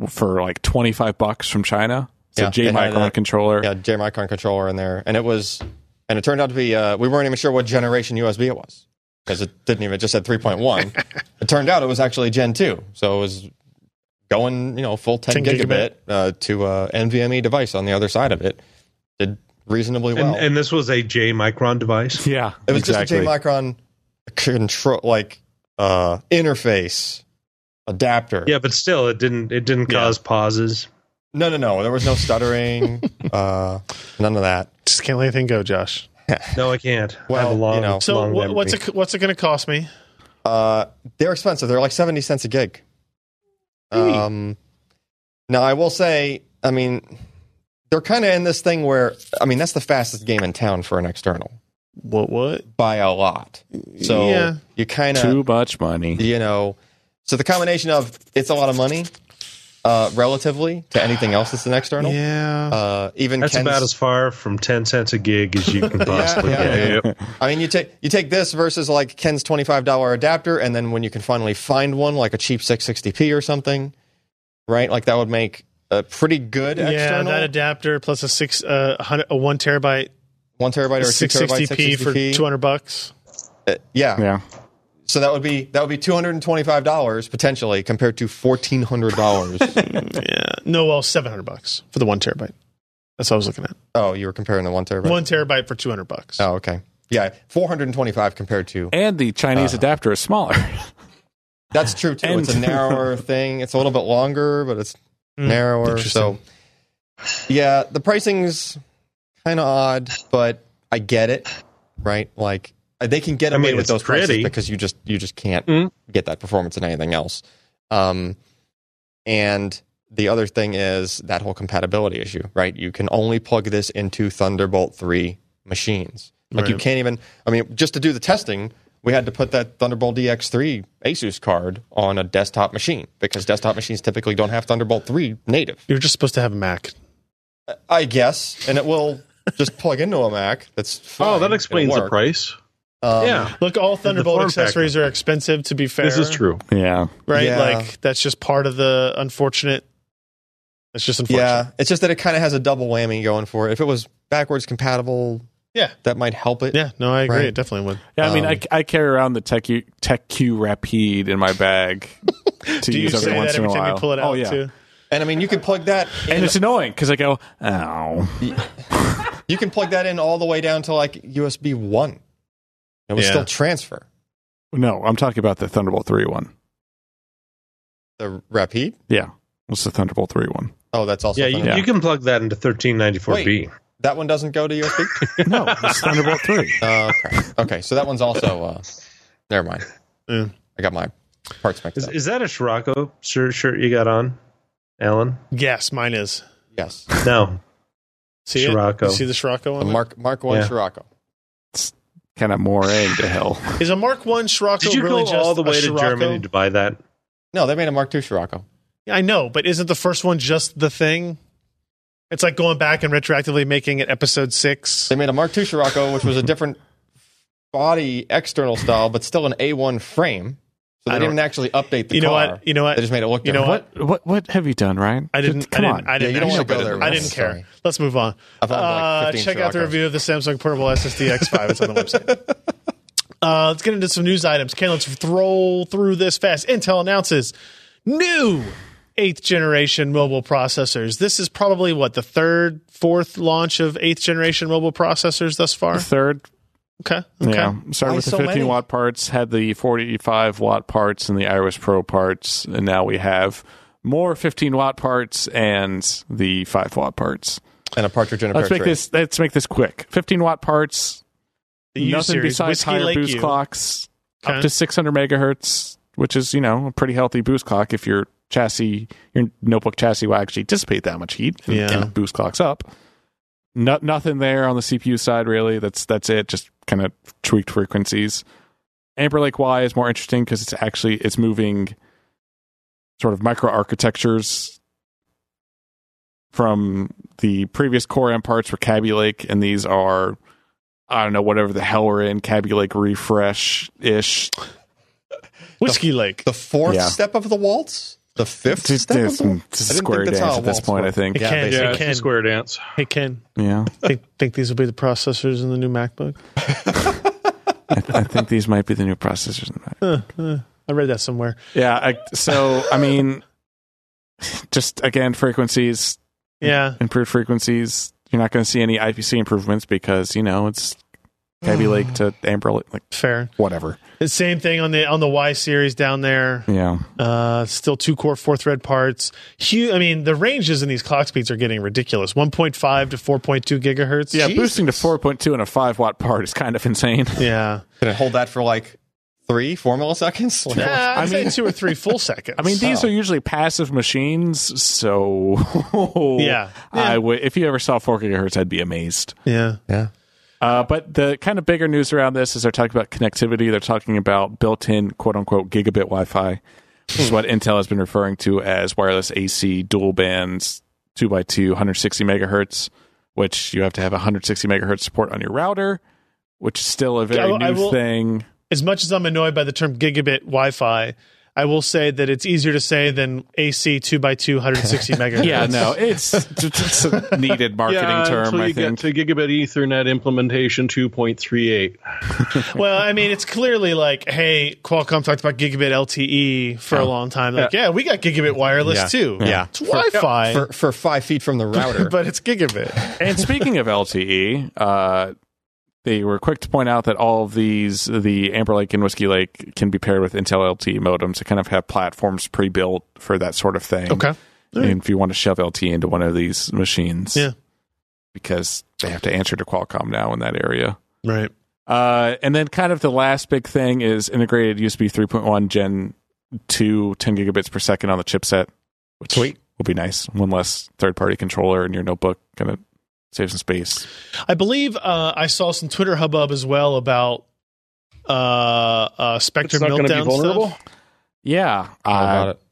S6: for like 25 bucks from China. So
S4: Yeah,
S6: J
S4: it had
S6: Micron
S4: that.
S6: controller.
S4: Yeah, J-Micron controller in there, and it was, and it turned out to be. Uh, we weren't even sure what generation USB it was because it didn't even it just said 3.1. it turned out it was actually Gen 2, so it was going you know full 10,
S1: 10
S4: gigabit,
S1: gigabit.
S4: Uh, to a NVMe device on the other side of it. Did reasonably well.
S3: And, and this was a J Micron device.
S6: Yeah,
S4: It was just a J Micron control, like uh, interface adapter.
S3: Yeah, but still, it didn't. It didn't cause pauses.
S4: No, no, no. There was no stuttering. uh, none of that.
S1: Just can't let anything go, Josh.
S3: No, I can't. I
S4: Well,
S3: have a
S4: you
S3: long,
S4: know.
S1: So
S3: long
S1: what, what's
S3: memory.
S1: it what's it going to cost me?
S4: Uh, they're expensive. They're like seventy cents a gig. Um, now I will say, I mean, they're kind of in this thing where, I mean, that's the fastest game in town for an external
S1: What what?
S4: by a lot. So
S1: Yeah.
S4: you kind of
S6: too much money.
S4: you know so the combination of it's a lot of money uh relatively to anything else that's an external
S1: Yeah.
S4: uh even
S3: That's
S4: Ken's-
S3: about as far from ten cents a gig as you can possibly
S4: yeah,
S3: get.
S4: yeah. i mean you take you take this versus like ken's $25 adapter and then when you can finally find one like a cheap 660p or something right like that would make a pretty good
S1: yeah,
S4: external
S1: that adapter plus a six uh, a hundred, a one terabyte
S4: one terabyte or a two
S1: six sixty
S4: terabyte
S1: p for
S4: 660p.
S1: two hundred bucks.
S4: Uh, yeah.
S6: Yeah,
S4: so that would be that would be $225 potentially compared to $1400
S1: yeah, no, well, seven hundred bucks for the one terabyte. That's what I was looking at.
S4: oh you were comparing the one terabyte
S1: One terabyte for two hundred bucks.
S4: oh okay yeah 425 compared to
S6: and the Chinese adapter is smaller.
S4: That's true too. it's a
S6: And-
S4: narrower thing. It's a little bit longer, but it's
S1: Mm,
S4: narrower. So,
S1: interesting.
S4: yeah, the pricing's kind of odd, but I get it, right? Like uh, they can get
S3: I
S4: away
S3: mean,
S4: with
S3: it's
S4: those prices
S3: pretty.
S4: because you just you just can't
S3: Mm.
S4: get that performance in anything else. Um, and the other thing is that whole compatibility issue, right? You can only plug this into Thunderbolt 3 machines. Like you
S1: Right.
S4: can't even I mean just to do the testing, we had to put that Thunderbolt DX3 Asus card on a desktop machine because desktop machines typically don't have Thunderbolt 3 native.
S1: You're just supposed to have a Mac.
S4: I guess, and it will just plug into a Mac. That's fine.
S2: Oh, that
S4: It'll
S2: explains the
S4: work.
S2: price.
S4: Um,
S2: yeah,
S1: Look, all Thunderbolt
S2: form
S1: accessories are expensive. To be fair,
S2: this is true.
S6: Yeah.
S1: right?
S4: Yeah.
S1: Like that's just part of the unfortunate. It's just unfortunate.
S4: Yeah, it's just that it kind of has a double whammy going for it. If it was backwards compatible,
S1: Yeah.
S4: that might help it.
S1: Yeah, no, I agree.
S4: Right.
S1: It definitely would.
S6: Yeah, I mean,
S4: Um,
S6: I, I carry around the Tech Q, Tech Q Rapide in my bag to
S1: Do you
S6: use every
S1: say
S6: once
S1: that every
S6: in a
S1: time
S6: while.
S1: you pull it out
S6: oh, yeah.
S1: too?
S4: And I mean, you can plug that.
S6: And
S4: In,
S6: it's annoying because I go, oh,
S4: you can plug that in all the way down to like USB one. It would
S1: Yeah.
S4: still transfer
S6: no, I'm talking about the Thunderbolt 3 one.
S4: the Rapide.
S6: Yeah. What's the Thunderbolt 3 one?
S4: Oh, that's also
S1: Yeah, you-
S4: Thunderbolt.
S3: You can plug that into 1394B.
S4: that one doesn't go to USB.
S6: No, it's Thunderbolt 3.
S4: Oh, okay, okay, so that one's also. Uh, never mind.
S1: Mm.
S4: I got my parts mixed
S3: Is,
S4: up.
S3: is that a Scirocco shirt, shirt you got on, Alan?
S1: Yes, mine is.
S4: yes,
S3: No.
S1: See it?
S3: Scirocco.
S1: You see the Scirocco
S4: the
S1: one?
S4: Mark Mark One
S3: Yeah.
S4: Scirocco.
S6: kind of more egg to hell.
S1: is a Mark One Scirocco
S3: Did you
S1: really
S3: go
S1: just
S3: all the
S1: a
S3: way to
S1: Scirocco?
S3: Germany to buy that?
S4: No, they made a Mark Two Scirocco.
S1: I know, but isn't the first one just the thing? It's like going back and retroactively making it episode six.
S4: They made a Mark II Scirocco, which was a different body external style, but still an A1 frame. So
S1: I
S4: they
S1: don't-
S4: didn't actually update the
S1: You know
S4: car.
S1: what? You know what?
S4: They just made it look
S1: You know
S4: different.
S1: what?
S6: What what have you done, Ryan?
S1: I didn't.
S6: Just- come
S1: I
S6: on.
S1: didn't. I
S4: Yeah,
S1: didn't.
S4: you don't want
S1: actually-
S4: to go there.
S1: I didn't care.
S4: Sorry.
S1: Let's move on.
S4: I've owned, like,
S1: Uh,
S4: 15
S1: check out the
S4: Scirocco's.
S1: review of the Samsung Portable SSD X5. It's on the website. Uh, let's get into some news items. Okay, let's throw through this fast. Intel announces new eighth generation mobile processors. This is probably what the third, fourth launch of eighth generation mobile processors thus far.
S6: Third,
S1: Okay, okay.
S6: yeah. Started
S4: Why
S6: with the
S4: so
S6: 15
S4: many?
S6: watt parts, had the 45 watt parts and the Iris Pro parts, and now we have more 15 watt parts and the 5 watt parts.
S4: And a partridge in a pear
S6: Let's
S4: tree.
S6: make this let's make this quick. 15 watt parts,
S1: The U
S6: nothing
S1: series,
S6: besides
S1: Whiskey
S6: higher
S1: Lake
S6: boost
S1: U.
S6: clocks
S1: Okay.
S6: up to 600 megahertz, which is, you know, a pretty healthy boost clock if your chassis, your notebook chassis will actually dissipate that much heat and,
S1: Yeah.
S6: and boost clocks up. No, nothing there on the CPU side really. That's that's it. Just kind of tweaked frequencies. Amber Lake Y is more interesting because it's actually it's moving sort of microarchitectures from the previous Core M parts were Cabby Lake, and these are I don't know whatever the hell we're in Cabby Lake refresh ish.
S1: Whiskey Lake.
S4: the fourth
S6: Yeah.
S4: step of the waltz? The fifth
S6: It's,
S4: step of
S6: it's,
S4: the waltz?
S6: it's
S4: I
S6: a
S4: didn't
S6: square
S4: think that's
S6: dance
S4: how
S6: at this
S4: waltz
S6: point. I
S4: worked.
S6: think.
S1: It can,
S4: basically.
S1: yeah,
S2: It's
S1: it
S2: a
S1: can.
S2: square dance.
S1: Hey Ken,
S6: Yeah,
S1: think think these will be the processors in the new MacBook?
S6: I, I think these might be the new processors. In the Mac.
S1: Huh, huh. I read that somewhere.
S6: Yeah. I, so I mean, just again, frequencies,
S1: Yeah,
S6: improved frequencies. You're not going to see any IPC improvements because you know it's Cabby Lake to Amber Lake, like
S1: fair.
S6: whatever. Hmm.
S1: The same thing on the on the Y series down there.
S6: Yeah.
S1: Uh, still two core four thread parts. Huge. I mean, the ranges in these clock speeds are getting ridiculous. One point five to four point two gigahertz.
S6: Yeah,
S4: Jesus.
S6: boosting to 4.2 and a 5 watt part is kind of insane.
S1: Yeah.
S4: Can it hold that for like three, four milliseconds? Like,
S1: Nah, I'd
S6: I
S1: say
S6: mean-
S1: two or three full seconds.
S6: I mean, these are usually passive machines, so
S1: Yeah.
S6: I
S1: Yeah.
S6: would if you ever saw 4 gigahertz, I'd be amazed.
S1: yeah.
S6: Uh, but the kind of bigger news around this is they're talking about connectivity. They're talking about built-in "quote unquote" gigabit Wi-Fi, which is what Intel has been referring to as wireless AC dual bands, two by two, 160 megahertz, which you have to have 160 megahertz support on your router, which is still a very
S1: I will-
S6: new
S1: I will-
S6: thing.
S1: As much as I'm annoyed by the term gigabit Wi-Fi, I will say that it's easier to say than AC two by two hundred sixty megahertz.
S6: Yeah, Uh, no, it's it's a needed marketing
S2: yeah,
S6: term.
S2: until
S6: I
S2: you
S6: think.
S2: get to Gigabit Ethernet implementation 2.38.
S1: Well, I mean, it's clearly like, hey, Qualcomm talked about gigabit LTE for
S6: Oh.
S1: a long time. Like, yeah, we got gigabit wireless
S4: Yeah.
S1: too.
S4: Yeah.
S1: It's Wi-Fi,
S4: For, for five feet from the router.
S1: but it's gigabit.
S6: and speaking of LTE, uh, they were quick to point out that all of these, the Amber Lake and Whiskey Lake, can be paired with Intel LTE modems. They kind of have platforms pre-built for that sort of thing.
S1: Okay.
S6: And if you want to shove LTE into one of these machines,
S1: Yeah.
S6: because they have to answer to Qualcomm now in that area.
S1: Right.
S6: Uh, and then kind of the last big thing is integrated USB 3.1 Gen 2 10 gigabits per second on the chipset, which
S4: Sweet.
S6: would be nice. One less third party controller in your notebook, kind of save some space.
S1: I believe uh, I saw some Twitter hubbub as well about uh, uh, Spectre
S2: It's not gonna be
S1: Meltdown
S2: vulnerable?
S1: stuff.
S6: Yeah,
S4: How about it?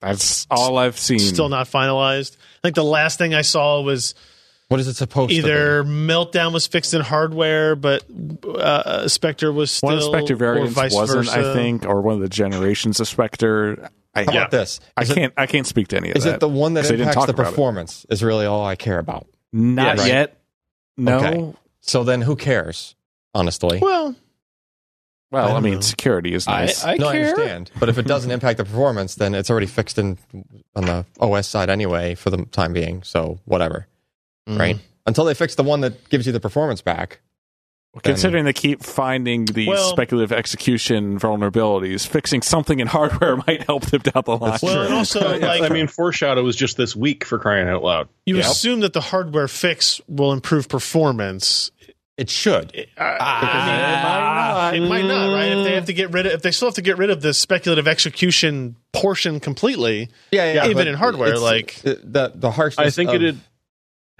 S6: that's all I've seen.
S1: Still not finalized. I think the last thing I saw was
S4: What is it
S6: Oh,
S4: supposed to
S1: either Meltdown was fixed in hardware, but uh, Spectre was still
S6: one of the Spectre
S1: or
S6: variants
S1: vice
S6: wasn't,
S1: versa.
S6: I think, or one of the generations of Spectre. I,
S4: be? How about this?
S6: I
S4: Is it-
S6: can't. I can't speak to any of
S4: Is
S6: that.
S4: it the one that
S6: 'cause they didn't
S4: impacts
S6: talk
S4: the
S6: about it.
S4: performance? Is really all I care about.
S6: Not
S4: Yes. Right.
S6: yet. No.
S4: Okay. So then, who cares? Honestly,
S1: Well, I
S6: Well, I,
S1: don't
S6: mean,
S1: know.
S6: security is
S4: I,
S6: nice.
S4: I, no, I understand. But if it doesn't impact the performance, then it's already fixed in on the OS side anyway for the time being. So whatever,
S6: Mm.
S4: right? Until they fix the one that gives you the performance back.
S6: Considering they keep finding these
S1: Well-
S6: speculative execution vulnerabilities, fixing something in hardware might help them down the line.
S4: That's
S1: Well, and also, like,
S2: I mean, Foreshadow was just this week for crying out loud.
S1: you
S4: Yep.
S1: assume that the hardware fix will improve performance.
S4: It should.
S1: I-
S4: Ah.
S1: I- it might not, right? If they have to get rid of, if they still have to get rid of the speculative execution portion completely,
S4: Yeah, yeah.
S1: Even
S4: but
S1: in hardware,
S4: it's-
S1: like-
S4: it- the the harshness.
S2: I think
S4: of-
S2: it'd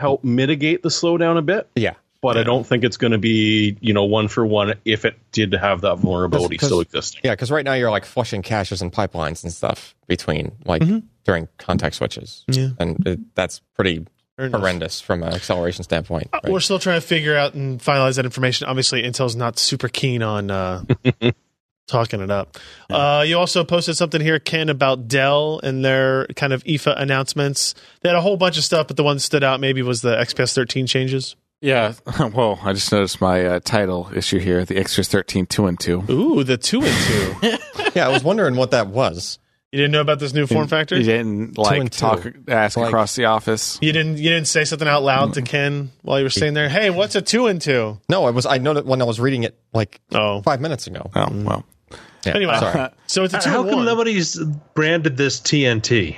S2: help mitigate the slowdown a bit,
S4: Yeah.
S2: but I don't think it's going to be you know one for one if it did have that vulnerability
S4: 'Cause-
S2: still existing.
S4: Yeah, because right now you're like flushing caches and pipelines and stuff between like during contact switches,
S1: Yeah.
S4: and it, that's pretty
S1: Fair enough.
S4: horrendous from an acceleration standpoint.
S1: Uh,
S4: right?
S1: We're still trying to figure out and finalize that information. Obviously, Intel's not super keen on uh, talking it up. Uh, you also posted something here, Ken, about Dell and their kind of IFA announcements. They had a whole bunch of stuff, but the one that stood out maybe was the XPS 13 changes.
S6: yeah. Whoa, I just noticed my uh, title issue here the Extras 13 2 and 2.
S1: Ooh, the two and two. you
S4: yeah, I was wondering what that was.
S1: didn't know about this new form factor.
S6: You didn't like
S4: and two.
S6: talk, ask
S4: Like-
S6: across the office.
S1: You didn't. You didn't say something out loud to Ken while you were sitting there. Hey, what's a two and two?
S4: No, I was. I noticed when I was reading it like
S1: Oh,
S4: five minutes ago.
S6: Oh, well.
S4: Yeah,
S1: anyway.
S4: sorry.
S1: So it's a two
S3: How
S1: and
S3: come
S1: one
S3: nobody's branded this TNT?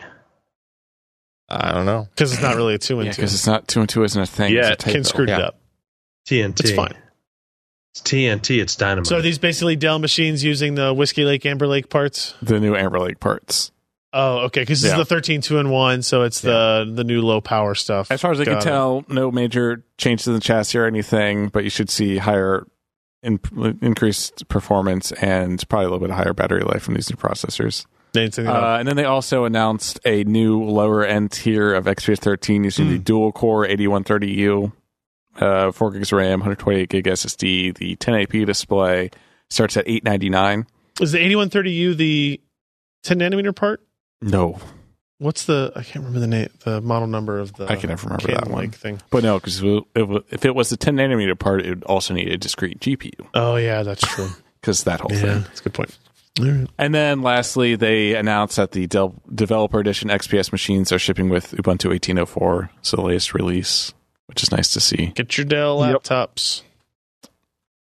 S4: I don't know.
S1: because it's not really a two and
S6: Yeah,
S1: two.
S6: because it's not 2 and 2 isn't a thing.
S2: Yeah,
S6: it's a
S1: Ken
S6: typo.
S1: screwed it
S4: Yeah.
S1: up.
S3: TNT.
S1: It's fine.
S3: It's TNT. It's dynamite.
S1: So are these basically Dell machines using the Whiskey Lake Amber Lake parts.
S6: the new Amber Lake parts.
S1: Oh, okay. Because this
S6: Yeah.
S1: is the 13 2 and 1, so it's the the new low power stuff.
S6: As far as I can
S1: Got it.
S6: tell, no major changes in the chassis or anything, but you should see higher, in, increased performance and probably a little bit higher battery life from these new processors.
S1: Anything about-
S6: Uh, and then they also announced a new lower end tier of XPS 13 using
S1: Hmm.
S6: the dual core 8130U, uh, 4 gigs RAM, 128 gig SSD, the 1080p display starts at 899.
S1: is the 8130U the 10 nanometer part?
S6: No,
S1: What's the, I can't remember the name, the model number of the
S6: I can never remember
S1: Cannon
S6: that one.
S1: Lake thing.
S6: But no, because if it was the 10 nanometer part, it would also need a discrete GPU
S1: Oh, yeah, that's true.
S6: because that whole thing.
S1: yeah, that's a good point. All right.
S6: And then lastly, they announced that the Del- developer edition XPS machines are shipping with Ubuntu 18.04, so the latest release, which is nice to see.
S1: Get your Dell
S6: Yep.
S1: laptops.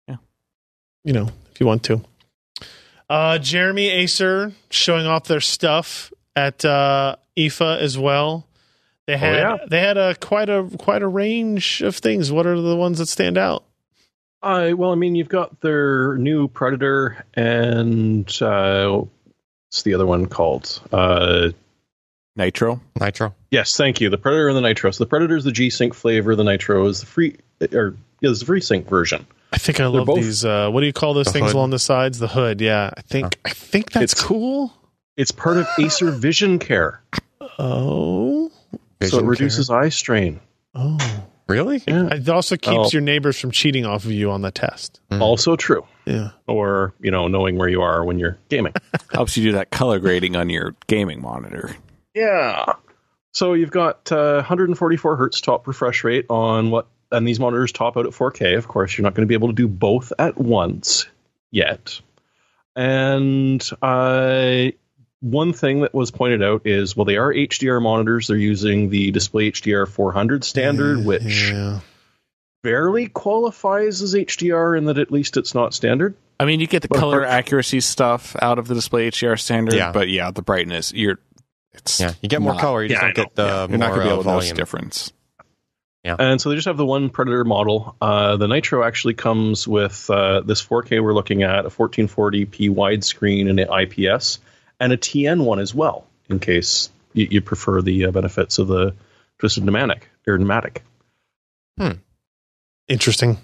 S6: Yeah.
S1: You know, if you want to. Uh, Jeremy Acer showing off their stuff at uh, IFA as well. They had
S2: yeah.
S1: they had a quite a quite a range of things. What are the ones that stand out?
S2: I well, I mean, you've got their new Predator and uh, what's the other one called? Uh,
S6: Nitro.
S4: Nitro.
S2: yes, thank you. The Predator and the Nitro. So the Predator is the G Sync flavor. The Nitro is the free or is the FreeSync version.
S1: I think I love
S2: both-
S1: these. Uh, what do you call those
S4: The
S1: things
S4: hood.
S1: along the sides? The hood. Yeah, I think I think that's
S2: Oh. It's-
S1: cool.
S2: It's part of Acer Vision Care,
S1: Oh,
S2: so it
S4: Vision
S2: reduces eye strain.
S1: oh.
S4: care. Really?
S2: Yeah,
S1: It also keeps
S2: Oh.
S1: your neighbors from cheating off of you on the test.
S4: Mm.
S2: also true.
S1: Yeah.
S2: Or you know, knowing where you are when you're gaming.
S6: helps you do that color grading on your gaming monitor.
S2: Yeah. So you've got uh, 144 hertz top refresh rate on what, and these monitors top out at 4K. Of course, you're not going to be able to do both at once yet. And uh, one thing that was pointed out is, well, they are HDR monitors. They're using the Display HDR 400 standard, which
S1: Yeah.
S2: barely qualifies as HDR in that at least it's not standard.
S6: I mean, you get the
S2: But
S6: color
S2: apart-
S6: accuracy stuff out of the display HDR standard,
S4: Yeah.
S6: but yeah, the brightness, you're it's
S4: Yeah. You get more
S6: Not-
S4: color. You just
S2: Yeah, I
S4: don't get the
S6: you're not
S4: more
S6: going to be able
S4: uh,
S6: to notice
S4: volume.
S6: the difference.
S2: And so they just have the one Predator model. Uh, the Nitro actually comes with uh, this 4K we're looking at, a 1440p widescreen and an IPS, and a TN one as well, in case you, you prefer the uh, benefits of the twisted pneumatic or pneumatic.
S1: Interesting.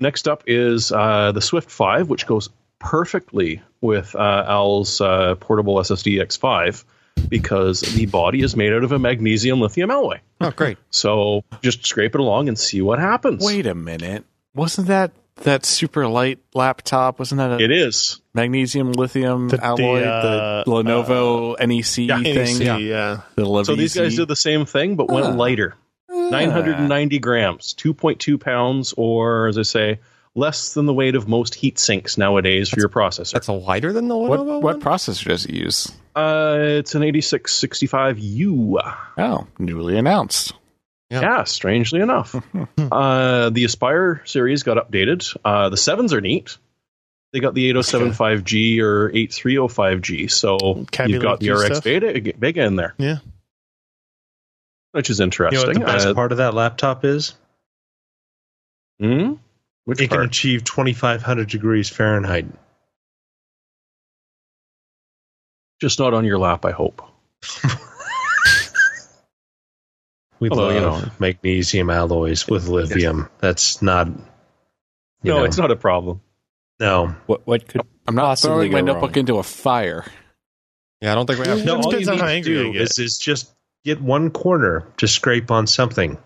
S2: Next up is uh, the Swift 5, which goes perfectly with uh, Al's uh, portable SSD X5 because the body is made out of a magnesium lithium alloy.
S4: Oh, great.
S2: So just scrape it along and see what happens.
S6: Wait a minute. Wasn't that that super light laptop? Wasn't that a
S2: It is.
S6: magnesium lithium
S1: The- the,
S6: alloy?
S1: uh,
S6: the
S4: uh,
S6: Lenovo NEC E
S4: E
S6: thing.
S1: Yeah.
S6: The LVC.
S2: So these guys did the same thing but went lighter. 990 grams, 2.2 pounds, or as I say, less than the weight of most heat sinks nowadays for your processor.
S4: That's a lighter than the
S6: what
S1: oh
S4: Lenovo
S6: what
S4: one?
S6: processor does it use?
S2: Uh, it's an 8665U.
S6: Oh, newly announced.
S2: Yeah, strangely enough. uh, the Aspire series got updated. Uh, the 7s are neat. They got the 8075G or 8305G, so
S1: Cabulate
S2: you've got the
S1: G
S2: RX
S1: stuff.
S2: beta, Vega in there.
S1: Yeah.
S2: Which is
S3: You know
S2: interesting.
S3: what the best
S2: Uh,
S3: part of that laptop is?
S2: hmm? Which
S3: It can
S2: part?
S3: achieve 2,500 degrees Fahrenheit.
S2: Just not on your lap, I hope.
S3: We
S2: Although,
S3: love
S2: you
S3: magnesium alloys with lithium. That's not. you
S2: No,
S3: know,
S2: it's not a problem.
S3: No,
S5: What what could
S6: I'm not
S5: Possibly
S6: throwing my
S5: go
S6: notebook
S5: wrong.
S6: into a fire.
S4: Yeah, I don't think we have.
S1: No,
S3: no.
S1: it
S3: All you
S1: depends on
S3: need
S1: how
S3: to
S1: angry I
S3: do
S1: get.
S3: is, is just get one corner to scrape on something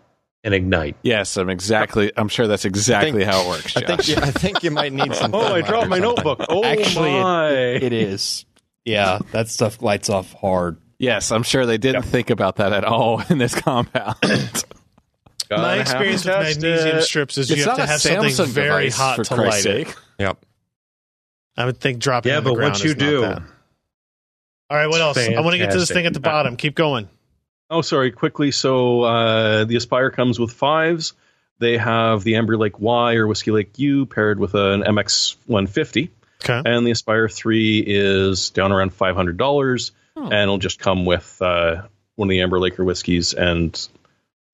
S3: and ignite.
S6: Yes, I'm exactly. I'm sure that's exactly how it works.
S4: I
S6: Josh.
S4: think, you, I think you might need some.
S2: Oh, I
S4: thermite
S2: dropped
S4: or
S2: my
S4: something.
S2: notebook. Oh,
S5: Actually, it-
S2: my.
S5: it is? Yeah, that stuff lights off hard.
S6: yes, I'm sure they didn't think about that at all in this compound.
S2: Gotta
S1: My
S2: have
S1: experience
S2: to
S1: with
S2: test
S1: magnesium
S2: it.
S1: strips is
S6: It's
S1: you have
S6: not
S1: to
S6: a
S1: have something
S6: Samsung
S1: very
S6: device,
S1: hot
S6: for
S1: to light
S6: Christ's
S1: it.
S6: sake.
S4: Yep.
S1: I would think dropping.
S3: yeah,
S1: it on the
S3: but
S1: ground
S3: once you
S1: is not
S3: do,
S1: that. All right, what else? I want to get to this
S3: Fantastic.
S1: thing at the bottom. Keep going.
S2: Oh, sorry, quickly. So uh, the Aspire comes with fives. They have the Amber Lake Y or Whiskey Lake U paired with an MX 150.
S1: Okay.
S2: And the Aspire 3 is down around $500 and it'll just come with uh, one of the Amber Lake or Whiskeys and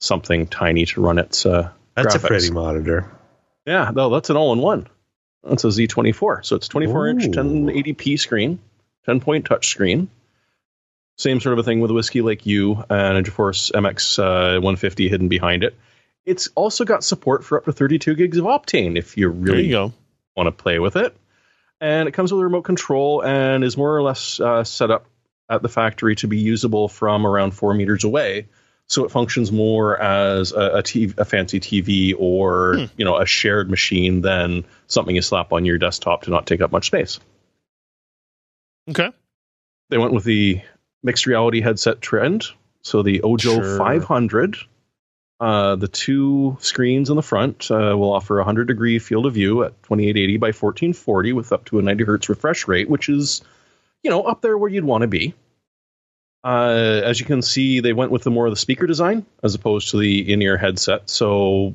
S2: something tiny to run its. Uh,
S3: that's
S2: graphics.
S3: a pretty monitor.
S2: yeah, no, that's an all in one. That's a Z24. So it's 24 inch
S3: Ooh.
S2: 1080p screen, 10 point touch screen. Same sort of a thing with a Whiskey Lake U and a GeForce MX uh, 150 hidden behind it. It's also got support for up to 32 gigs of Optane if you
S1: There you
S2: really
S1: go.
S2: want to play with it. And it comes with a remote control and is more or less uh, set up at the factory to be usable from around four meters away. So it functions more as a, a, TV, a fancy TV or you know a shared machine than something you slap on your desktop to not take up much space.
S1: Okay.
S2: They went with the mixed reality headset trend, so the Ojo
S1: Sure.
S2: 500. Uh, the two screens in the front uh, will offer a 100 degree field of view at 2880 by 1440 with up to a 90 hertz refresh rate, which is, you know, up there where you'd want to be. Uh, as you can see, they went with the more of the speaker design as opposed to the in-ear headset. So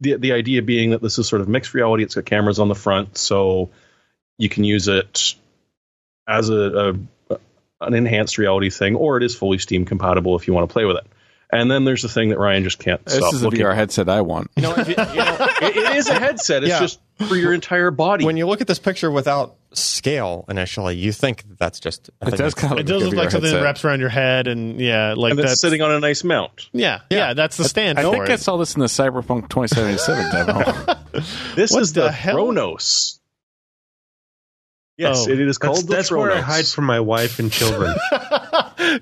S2: the the idea being that this is sort of mixed reality. It's got cameras on the front, so you can use it as a, a an enhanced reality thing, or it is fully Steam compatible if you want to play with it. And then there's the thing that Ryan just can't
S6: this
S2: stop
S6: is the
S2: looking.
S6: VR headset I want.
S4: You know, if you, you know,
S2: It- it is a headset. It's
S4: Yeah.
S2: just for your entire body.
S4: when you look at this picture without scale initially, you think that's just. I
S6: It
S4: think
S6: does
S4: that's-
S6: kind of
S1: It does
S6: a
S1: look
S6: VR
S1: like something that
S6: headset.
S1: wraps around your head, and yeah, like
S2: and
S1: that's
S2: it's sitting on a nice mount.
S1: Yeah, yeah, that's the stand
S6: I
S1: for
S6: think
S1: it.
S6: I saw this in the Cyberpunk 2077 demo.
S2: This
S1: What
S2: is
S1: the
S2: the,
S1: hell?
S2: Chronos. Yes,
S1: Oh.
S2: it is
S3: That's,
S2: called the
S3: that's where I
S2: Chronos.
S3: hide from my wife and children.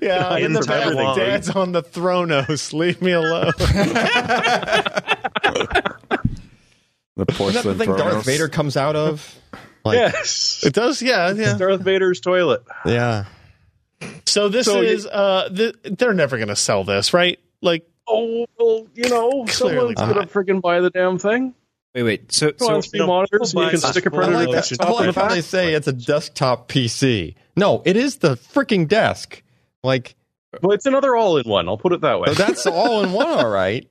S1: yeah,
S3: I
S1: in the
S3: am
S1: back,
S3: everything.
S1: Dad's on the Thronos. Leave me alone.
S6: the
S4: Isn't that
S6: porcelain
S4: the thing Darth
S6: Thronos.
S4: Vader comes out of? Like,
S2: Yes.
S1: it does, yeah, yeah.
S2: Darth Vader's toilet.
S4: yeah.
S1: So this
S2: So you-
S1: is uh, th- they're never gonna sell this, right? Like,
S2: Oh, well, you know,
S1: Clearly
S2: someone's going to freaking buy the damn thing.
S5: Wait, wait. So
S2: Go
S5: so
S2: on three monitors, and you can
S3: buy-
S2: stick a
S3: I
S4: I
S2: printer
S4: like
S2: on
S4: that.
S2: the
S4: I
S2: top and the
S4: like how they
S2: back.
S4: say it's a desktop PC. No, it is the freaking desk. Like
S2: Well, it's another all-in-one. I'll put it that way.
S4: that's all in one, all right.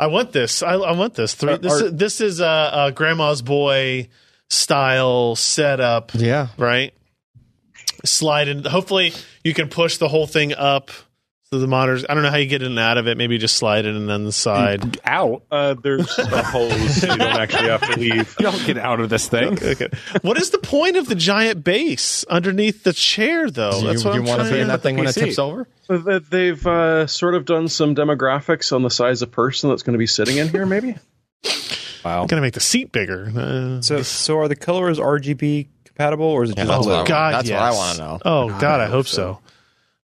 S1: I want this. I, I want this. Three.
S2: Uh,
S1: This
S2: are-
S1: is, this is a, uh grandma's boy style setup,
S4: Yeah.
S1: right? Slide in. Hopefully, you can push the whole thing up. so So the monitors. I don't know how you get in and out of it. Maybe you just slide it and then the side.
S6: Out.
S2: Uh, there's a hose. you don't actually have to leave.
S6: You don't get out of this thing.
S1: Okay. What is the point of the giant base underneath the chair, though?
S4: Do you,
S1: That's what I'm
S4: want to
S1: trying
S4: be in
S1: to-
S4: that thing when it
S6: PC.
S4: tips over?
S2: So that They've uh, sort of done some demographics on the size of person that's going to be sitting in here, maybe.
S5: Wow.
S1: Gonna make the seat bigger. Uh,
S5: So, so are the colors RGB compatible, or is it just
S4: Yeah,
S1: oh
S4: that's what I
S5: blue?
S4: want.
S1: God,
S4: That's
S1: yes.
S4: what I wanna know.
S1: Oh God, I hope so.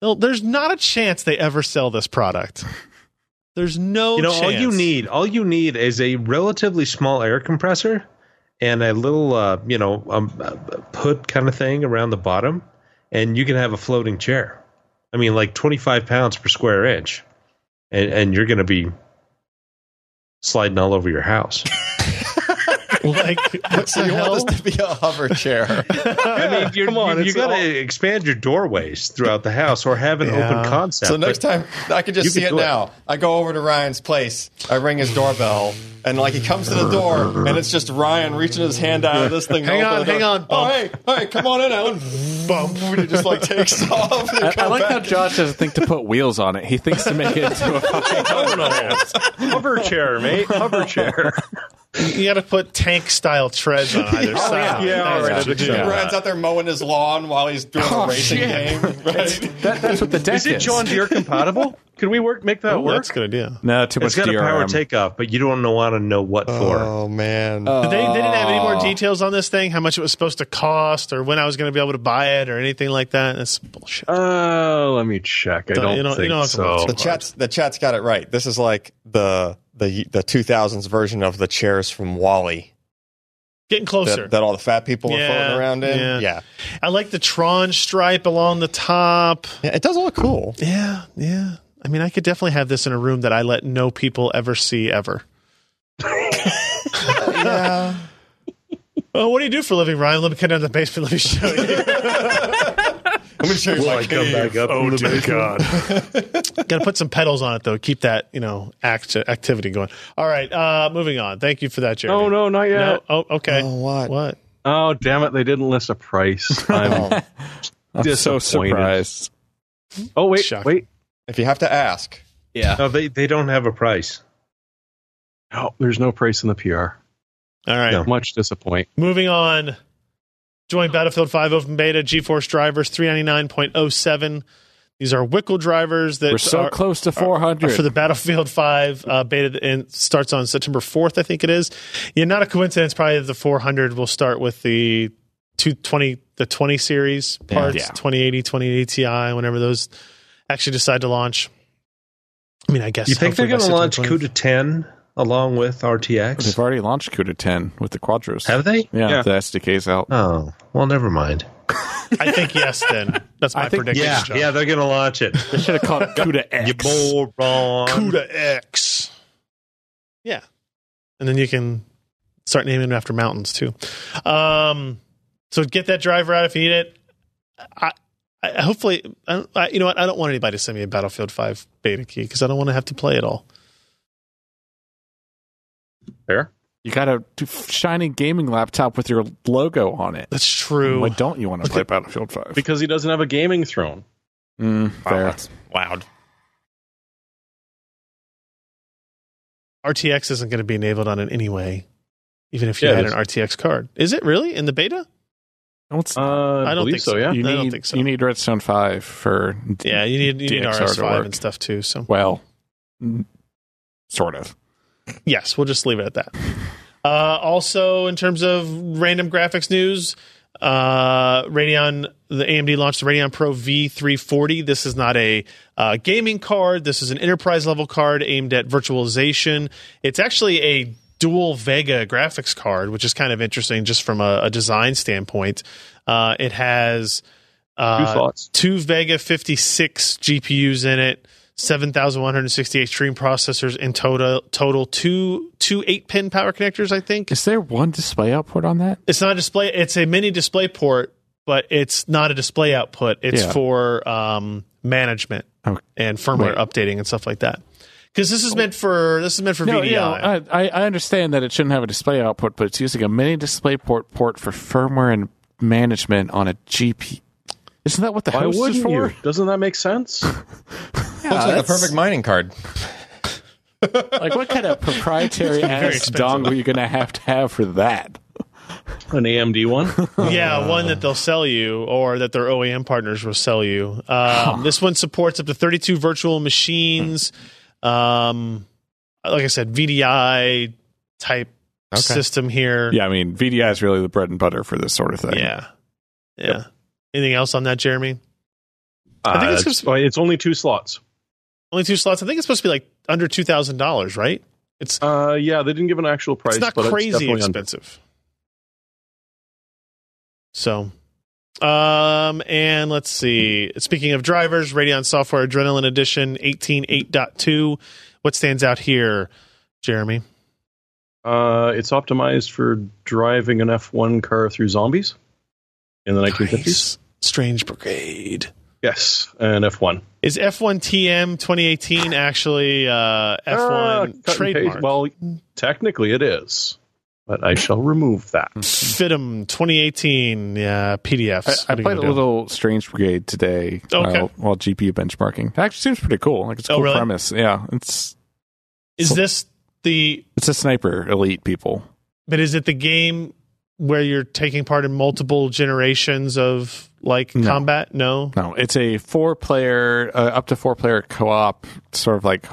S1: No, there's not a chance they ever sell this product. There's no.
S3: you know, all
S1: chance.
S3: you need, all you need is a relatively small air compressor and a little, uh, you know, um, uh, hood kind of thing around the bottom, and you can have a floating chair. I mean, like twenty-five pounds per square inch, and and you're going to be sliding all over your house.
S1: like what
S4: So
S1: the
S4: you
S1: hell?
S4: want this to be a hover chair?
S3: I mean, you're,
S2: come on,
S3: you,
S2: it's
S3: got to
S2: all-
S3: expand your doorways throughout the house, or have an
S1: Yeah.
S3: open concept.
S4: so next
S3: But
S4: time I can
S3: You
S4: just
S3: can
S4: see it
S3: do it.
S4: now. I go over to Ryan's place. I ring his doorbell, and like he comes to the door, and it's just Ryan reaching his hand out of this thing. to
S1: Hang
S4: open
S1: on,
S4: the door.
S1: hang on,
S4: Oh
S1: bump.
S4: hey, hey, come on in, Alan. Bump. And he just like takes off. And
S6: I, I
S4: come
S6: like
S4: back.
S6: how Josh doesn't think to put wheels on it. He thinks to make it into a fucking
S3: hover chair, mate, hover chair.
S1: You got to Oh, put tank style treads on either side.
S2: Yeah, all
S1: That's
S2: right,
S1: what
S2: I
S1: you
S2: did
S1: do.
S2: that.
S4: Ryan's out there mowing his lawn while he's doing a racing game. Right?
S6: That, that's what the deck is.
S2: Is it John Deere compatible? Can we work make that
S1: Oh,
S2: work?
S1: that's a good idea.
S6: No, too
S3: It's
S6: much
S3: got a power
S6: DRM.
S3: takeoff, but you don't know want to know what for.
S4: Oh, man.
S1: Did they, they didn't have any more
S4: Oh.
S1: details on this thing, how much it was supposed to cost, or when I was going to be able to buy it, or anything like that. That's bullshit.
S3: Oh.
S2: Uh, let me check. I
S1: Don't-
S2: don't,
S1: you don't- you
S2: think
S1: don't have to
S2: so.
S1: look.
S4: the chat's the chat's got it right. This is like the the the 2000s version of the chairs from Wally
S1: Getting closer.
S4: that, that all the fat people
S1: Oh, Yeah,
S4: are floating around in.
S1: yeah.
S4: Yeah.
S1: I like the Tron stripe along the top.
S4: Yeah, it does look cool.
S1: Yeah, yeah. I mean, I could definitely have this in a room that I let no people ever see ever.
S4: yeah,
S1: Oh, what do you do for a living, Ryan? Let me come down to the basement. Let me show you.
S4: I'm gonna show you my cave.
S3: up. Oh dear God!
S1: Got to put some pedals on it though. Keep that you know act- activity going. All right, uh, moving on. Thank you for that, Jeremy.
S2: No, no, not yet.
S1: No? Oh, okay.
S4: Oh, what?
S1: What?
S2: Oh, damn it! They didn't list a price. I'm
S4: Oh,
S6: I'm so
S2: disappointed.
S6: surprised.
S2: oh wait,
S1: Shocking.
S2: wait.
S4: if you have to ask,
S5: Yeah.
S3: No, they they don't have a price.
S2: No, Oh, there's no price in the PR.
S1: All right.
S3: No.
S2: Much disappoint.
S1: Moving on. Join Battlefield 5 Open Beta GeForce drivers 399.07. These are Wickle drivers that
S6: We're so
S1: are,
S6: close to
S1: are
S6: 400.
S1: for the Battlefield 5 uh, beta that and starts on September 4th, I think it is. Yeah, not a coincidence. Probably the 400 will start with the 220, the 20 series parts,
S6: Yeah.
S1: 2080, 2080 Ti, whenever those actually decide to launch. I mean, I guess
S3: You think they're
S1: hopefully by
S3: going to launch
S1: September 20th.
S3: CUDA 10 along with RTX?
S6: They've already launched CUDA 10 with the Quadros.
S3: Have they?
S6: yeah,
S2: Yeah.
S6: the SDK's out.
S3: Oh, well, never mind.
S1: I think yes. Then that's my
S6: I think-
S1: prediction.
S3: Yeah,
S1: John.
S3: yeah, they're going to launch it.
S6: They should have called it CUDA
S3: you
S6: X.
S3: moron.
S1: CUDA X. Yeah. And then you can start naming it after mountains too. Um, so get that driver out if you need it. I, I hopefully, I, don't- I, you know what? I don't want anybody to send me a Battlefield 5 beta key because I don't want to have to play it all.
S2: Fair.
S6: You got a t- shiny gaming laptop with your logo on it.
S1: That's true.
S6: Why don't you want to play Battlefield 5?
S2: Because he doesn't have a gaming throne.
S6: Mm, fair.
S4: loud.
S1: RTX isn't going to be enabled on it anyway, even if you
S2: Yeah, it
S1: had an
S2: is.
S1: RTX card. Is it really in the beta?
S6: No, it's-
S2: Uh,
S1: I don't
S2: believe
S1: think
S2: so.
S1: so.
S2: Yeah.
S6: you
S1: I
S6: need
S1: don't think so.
S6: you need Redstone 5 for d-
S1: Yeah, you need, you need
S6: DXR to
S1: RS5
S6: work.
S1: and stuff too. So
S6: well, mm, sort of.
S1: yes, we'll just leave it at that. Uh, also, in terms of random graphics news, uh, Radeon, the AMD launched the Radeon Pro V340. This is not a uh, gaming card. This is an enterprise level card aimed at virtualization. It's actually a dual Vega graphics card, which is kind of interesting just from a, a design standpoint. Uh, it has
S2: Two
S1: uh,
S2: slots.
S1: two Vega 56 GPUs in it, 7,168 stream processors in total, total two, two eight pin power connectors, I think.
S6: Is there one display output on that?
S1: It's not a display, it's a mini display port, but it's not a display output. It's
S6: Yeah.
S1: for um, management
S6: Oh.
S1: and firmware updating and stuff like that. Because this is meant for this is meant for
S6: No,
S1: VDI.
S6: you know, I, I I understand that it shouldn't have a display output, but it's using a mini display port port for firmware and management on a GP. Isn't that what the
S2: Why
S6: host is
S2: wouldn't
S6: for?
S2: you? Doesn't that make sense?
S4: Looks like the
S6: that's-
S4: perfect mining card.
S6: Like, what kind of proprietary ass
S1: expensive.
S6: dong are you going to have to have for that?
S2: An AMD one.
S1: yeah, one that they'll sell you or that their OEM partners will sell you. Um, This one supports up to 32 virtual machines. Um, like I said, VDI type
S4: Okay.
S1: system here.
S6: Yeah, I mean, VDI is really the bread and butter for this sort of thing.
S1: Yeah. Yeah. Anything else on that, Jeremy?
S2: I
S1: think
S2: think
S1: it's
S2: Uh, it's,
S1: just-
S2: well, it's only two slots.
S1: Only two slots. I think it's supposed to be like under $2,000, right? It's,
S2: Uh, yeah, they didn't give an actual price.
S1: it's not
S2: but It's
S1: crazy
S2: definitely under-
S1: expensive. So, um, and let's see. Speaking of drivers, Radeon Software Adrenaline Edition 18.8.2. What stands out here, Jeremy?
S2: uh, it's optimized for driving an F1 car through zombies in the 1950s.
S1: Nice. Strange Brigade.
S2: Yes, and F1.
S1: Is F1 TM 2018 actually uh,
S2: Ah,
S1: F1
S2: cut and paste.
S1: trademark?
S2: Well, technically it is, but I shall remove that.
S1: Fitum 2018 uh,
S6: I,
S1: PDFs.
S6: I
S1: What are you
S6: played
S1: gonna
S6: a
S1: do?
S6: little Strange Brigade today
S1: Okay.
S6: while, while GPU benchmarking. It actually seems pretty cool. Like it's a
S1: Oh,
S6: cool
S1: really?
S6: premise. Yeah, it's
S1: Is this the?
S6: it's a sniper elite people.
S1: But is it the game where you're taking part in multiple generations of like
S6: No.
S1: combat? No.
S6: No, it's a four player, uh, up to four player co op sort of like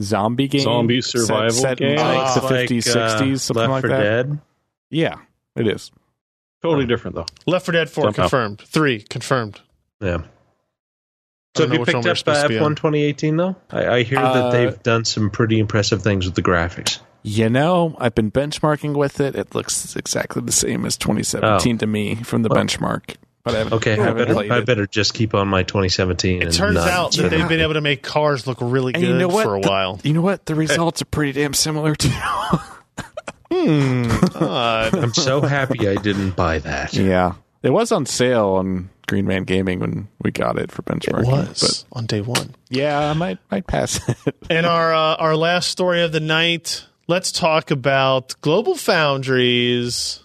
S6: zombie game,
S2: Zombie survival
S6: set, set in
S2: game?
S6: like the
S3: It's like,
S6: fifties,
S3: uh,
S6: sixties, something
S3: Left
S6: like
S3: for
S6: that.
S3: Dead.
S6: Yeah, it is.
S2: Totally different though.
S1: Left 4 Dead 4
S2: Somehow.
S1: confirmed. Three confirmed.
S3: Yeah.
S1: I
S3: So
S1: don't
S3: have
S1: know
S3: you
S1: which one
S3: picked
S1: we're
S3: up
S1: supposed to
S3: uh,
S1: be on.
S3: F1 2018 though? I, I hear
S6: Uh,
S3: that they've done some pretty impressive things with the graphics.
S6: You know, I've been benchmarking with it. It looks exactly the same as 2017 to me from the
S3: Well.
S6: benchmark. But I haven't,
S3: Okay, I
S6: haven't
S3: better
S6: played
S3: I
S6: it.
S3: better just keep on my 2017.
S1: It
S3: and
S1: turns
S3: not
S1: out that
S3: spend-
S1: they've been able to make cars look really
S6: And you
S1: good
S6: know what?
S1: for a
S6: The-
S1: while.
S6: You know what? The results are pretty damn similar too.
S1: God.
S3: I'm so happy I didn't buy that.
S6: yeah, it was on sale on Green Man Gaming when we got it for benchmarking.
S1: was on day one.
S6: But yeah, I might might pass it.
S1: And our uh, our last story of the night. Let's talk about Global Foundries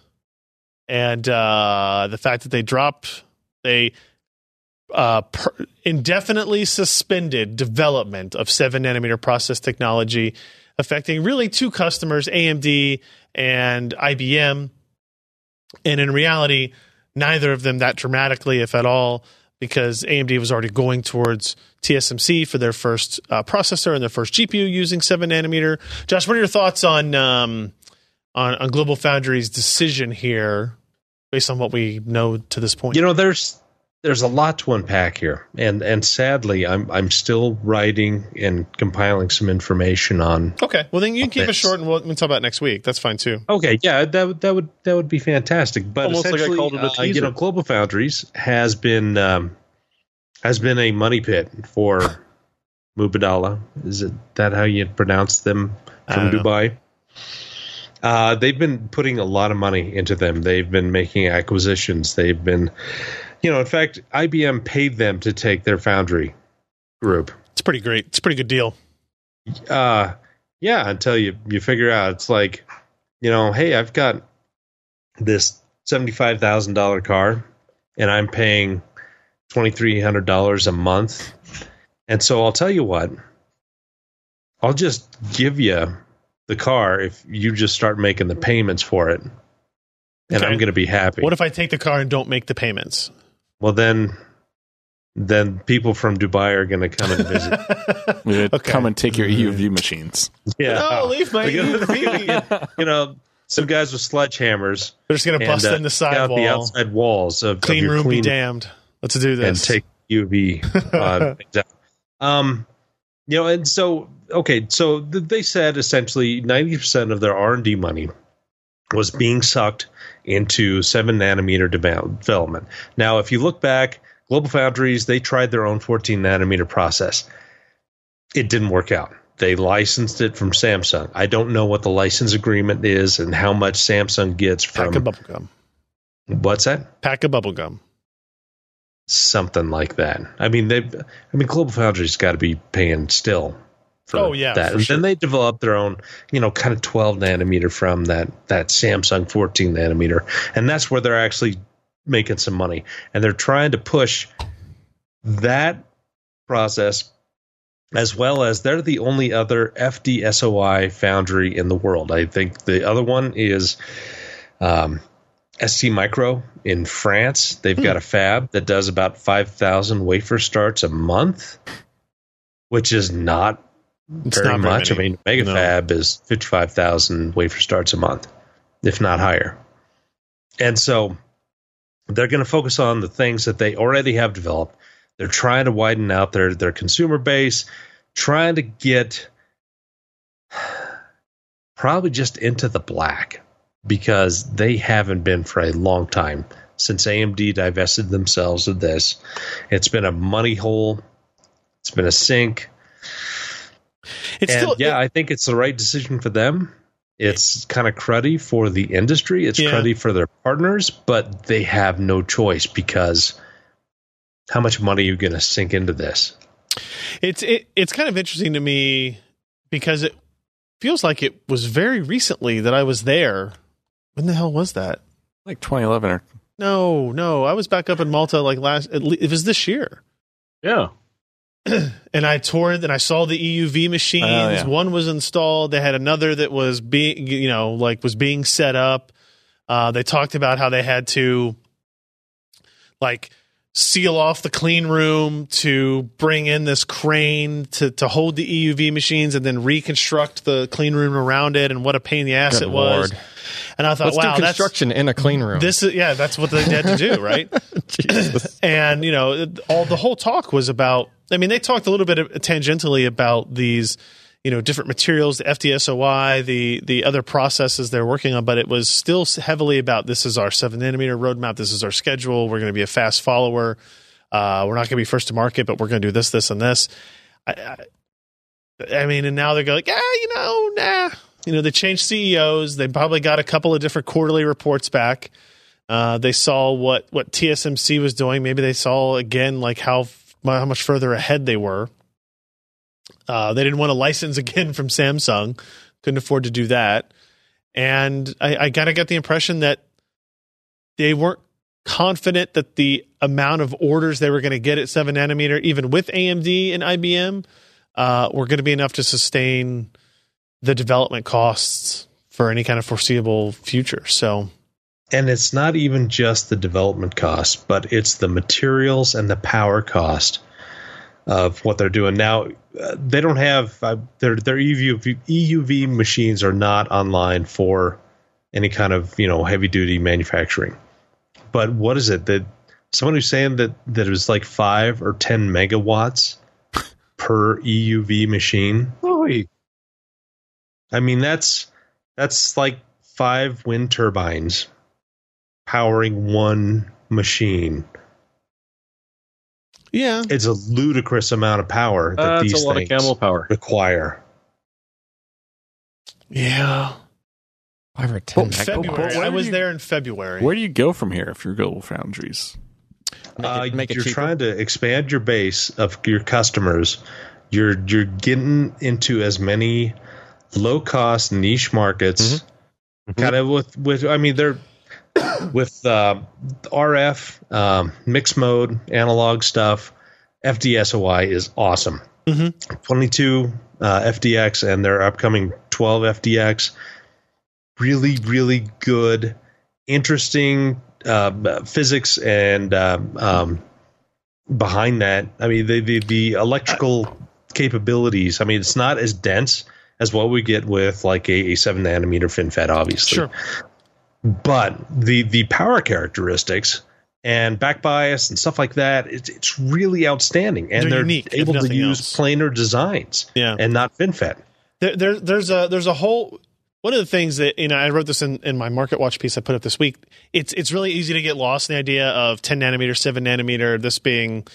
S1: and uh, the fact that they dropped they uh, per- indefinitely suspended development of seven nanometer process technology, affecting really two customers, AMD and IBM. And in reality, neither of them that dramatically, if at all, because AMD was already going towards TSMC for their first uh, processor and their first GPU using seven nanometer. Josh, what are your thoughts on um, on, on Global Foundries' decision here, based on what we know to this point?
S3: You know, there's there's a lot to unpack here, and and sadly, I'm I'm still writing and compiling some information on.
S1: okay, well then you can keep it
S3: Thanks.
S1: short, and we'll, we'll talk about it next week. That's fine too.
S3: Okay, yeah, that would that would that would be fantastic. But
S2: Almost like I
S3: essentially,
S2: called it a
S3: uh, you
S2: teaser.
S3: know, Global Foundries has been um, has been a money pit for Mubadala. Is it that how you pronounce them
S1: I
S3: from
S1: don't know.
S3: Dubai? Uh, they've been putting a lot of money into them. They've been making acquisitions. They've been, you know, in fact, IBM paid them to take their foundry group
S1: It's pretty great. It's a pretty good deal.
S3: uh yeah until you you figure out it's like you know hey i've got this $75000 car and i'm paying $2300 a month and so i'll tell you what i'll just give you the car if you just start making the payments for it and
S1: Okay.
S3: i'm going to be happy
S1: What if I take the car and don't make the payments?
S3: well then then people from dubai are going to come and visit
S1: Okay.
S6: Come and take your EUV machines.
S3: yeah
S1: No, leave my EUV.
S3: you know some guys with sledgehammers
S1: They're just gonna bust
S3: and, uh,
S1: in the
S3: check out
S1: sidewall.
S3: the outside walls of,
S1: clean
S3: of your
S1: room, be
S3: clean
S1: damned. Let's do
S3: and
S1: this.
S3: take UV. Uh, things out. um, you know, and so okay, so th- they said essentially ninety percent of their R and D money was being sucked into seven nanometer deva- development. Now, if you look back, Global Foundries they tried their own fourteen nanometer process. It didn't work out. They licensed it from Samsung. I don't know what the license agreement is and how much Samsung gets
S1: Pack a
S3: from
S1: bubble gum.
S3: what's that?
S1: Pack a bubble gum.
S3: something like that. I mean, they, I mean, Global Foundry's got to be paying still. For
S1: Oh, yeah,
S3: that.
S1: for
S3: and
S1: sure.
S3: then they developed their own, you know, kind of 12 nanometer from that that Samsung 14 nanometer, and that's where they're actually making some money, and they're trying to push that process as well as they're the only other FDSOI foundry in the world. I think the other one is um, ST Micro in France. They've got a fab that does about 5,000 wafer starts a month, which is not very
S1: not very
S3: much.
S1: many.
S3: I mean, Mega
S1: No.
S3: Fab is 55,000 wafer starts a month, if not higher. And so they're going to focus on the things that they already have developed. They're trying to widen out their, their consumer base, trying to get probably just into the black because they haven't been for a long time since AMD divested themselves of this. It's been a money hole, it's been a sink.
S1: It's
S3: and
S1: still
S3: yeah, I think it's the right decision for them. It's kind of cruddy for the industry. It's
S1: Yeah.
S3: cruddy for their partners, but they have no choice because how much money are you going to sink into this?
S1: It's it, it's kind of interesting to me because it feels like it was very recently that I was there. When the hell was that?
S6: Like 2011 or
S1: No, no, I was back up in Malta like last. At le- it was this year,
S2: Yeah.
S1: and I toured and I saw the EUV machines.
S6: Oh, yeah.
S1: One was installed. They had another that was being you know like was being set up. Uh, they talked about how they had to like seal off the clean room to bring in this crane to, to hold the EUV machines and then reconstruct the clean room around it and what a pain in the ass
S4: Good
S1: it was.
S4: lord.
S1: And I thought,
S4: Let's
S1: wow,
S4: do
S1: that's
S4: construction in a clean room.
S1: this is yeah, that's what they had to do, right?
S4: Jesus.
S1: and you know it- all the whole talk was about i mean they talked a little bit tangentially about these you know different materials the fdsoi the the other processes they're working on but it was still heavily about this is our seven nanometer roadmap this is our schedule we're going to be a fast follower uh, we're not going to be first to market but we're going to do this this and this I, I, I mean and now they're going like ah you know nah you know they changed ceos they probably got a couple of different quarterly reports back uh, they saw what what TSMC was doing. Maybe they saw again like how f- how much further ahead they were. Uh, they didn't want to license again from Samsung. Couldn't afford to do that. And I, I kind of got the impression that they weren't confident that the amount of orders they were going to get at seven nanometer, even with AMD and IBM, uh, were going to be enough to sustain the development costs for any kind of foreseeable future. So.
S3: And it's not even just the development cost, but it's the materials and the power cost of what they're doing now. Uh, they don't have uh, their their EUV EUV machines are not online for any kind of you know heavy duty manufacturing. But what is it that someone who's saying that that it was like five or ten megawatts per EUV machine?
S2: Really?
S3: I mean, that's that's like five wind turbines powering one machine.
S1: Yeah,
S3: It's a ludicrous amount of power that
S2: That's
S3: these
S2: a lot of
S3: things
S2: camel power.
S3: require.
S1: Yeah.
S4: Five or ten.
S6: Well,
S4: megawatts.
S6: February.
S1: February.
S6: oh, where
S1: I
S6: do
S1: was
S6: you-
S1: there in February.
S6: where do you go from here if you're Global Foundries?
S4: Make it-
S3: Uh,
S4: make it
S3: you're
S4: cheaper.
S3: trying to expand your base of your customers. You're you're getting into as many low cost niche markets,
S4: Mm-hmm.
S3: kind of with with I mean they're with uh, RF um, mixed mode analog stuff. FDSOI is awesome.
S1: Mhm.
S3: 22 uh, FDX and their upcoming 12 FDX. Really, really good, interesting uh, physics and um, um, behind that. I mean, the the, the electrical capabilities. I mean, it's not as dense as what we get with like a, a seven nanometer FinFET, obviously.
S1: Sure.
S3: But the the power characteristics and back bias and stuff like that, it's it's really outstanding. And
S1: They're
S3: they're,
S1: unique, if
S3: able to
S1: nothing
S3: use
S1: else.
S3: planar designs
S1: Yeah.
S3: and not FinFET.
S1: There, there, there's a there's a whole one of the things that you know I wrote this in, in my market watch piece I put up this week. It's it's really easy to get lost in the idea of 10 nanometer, 7 nanometer, this being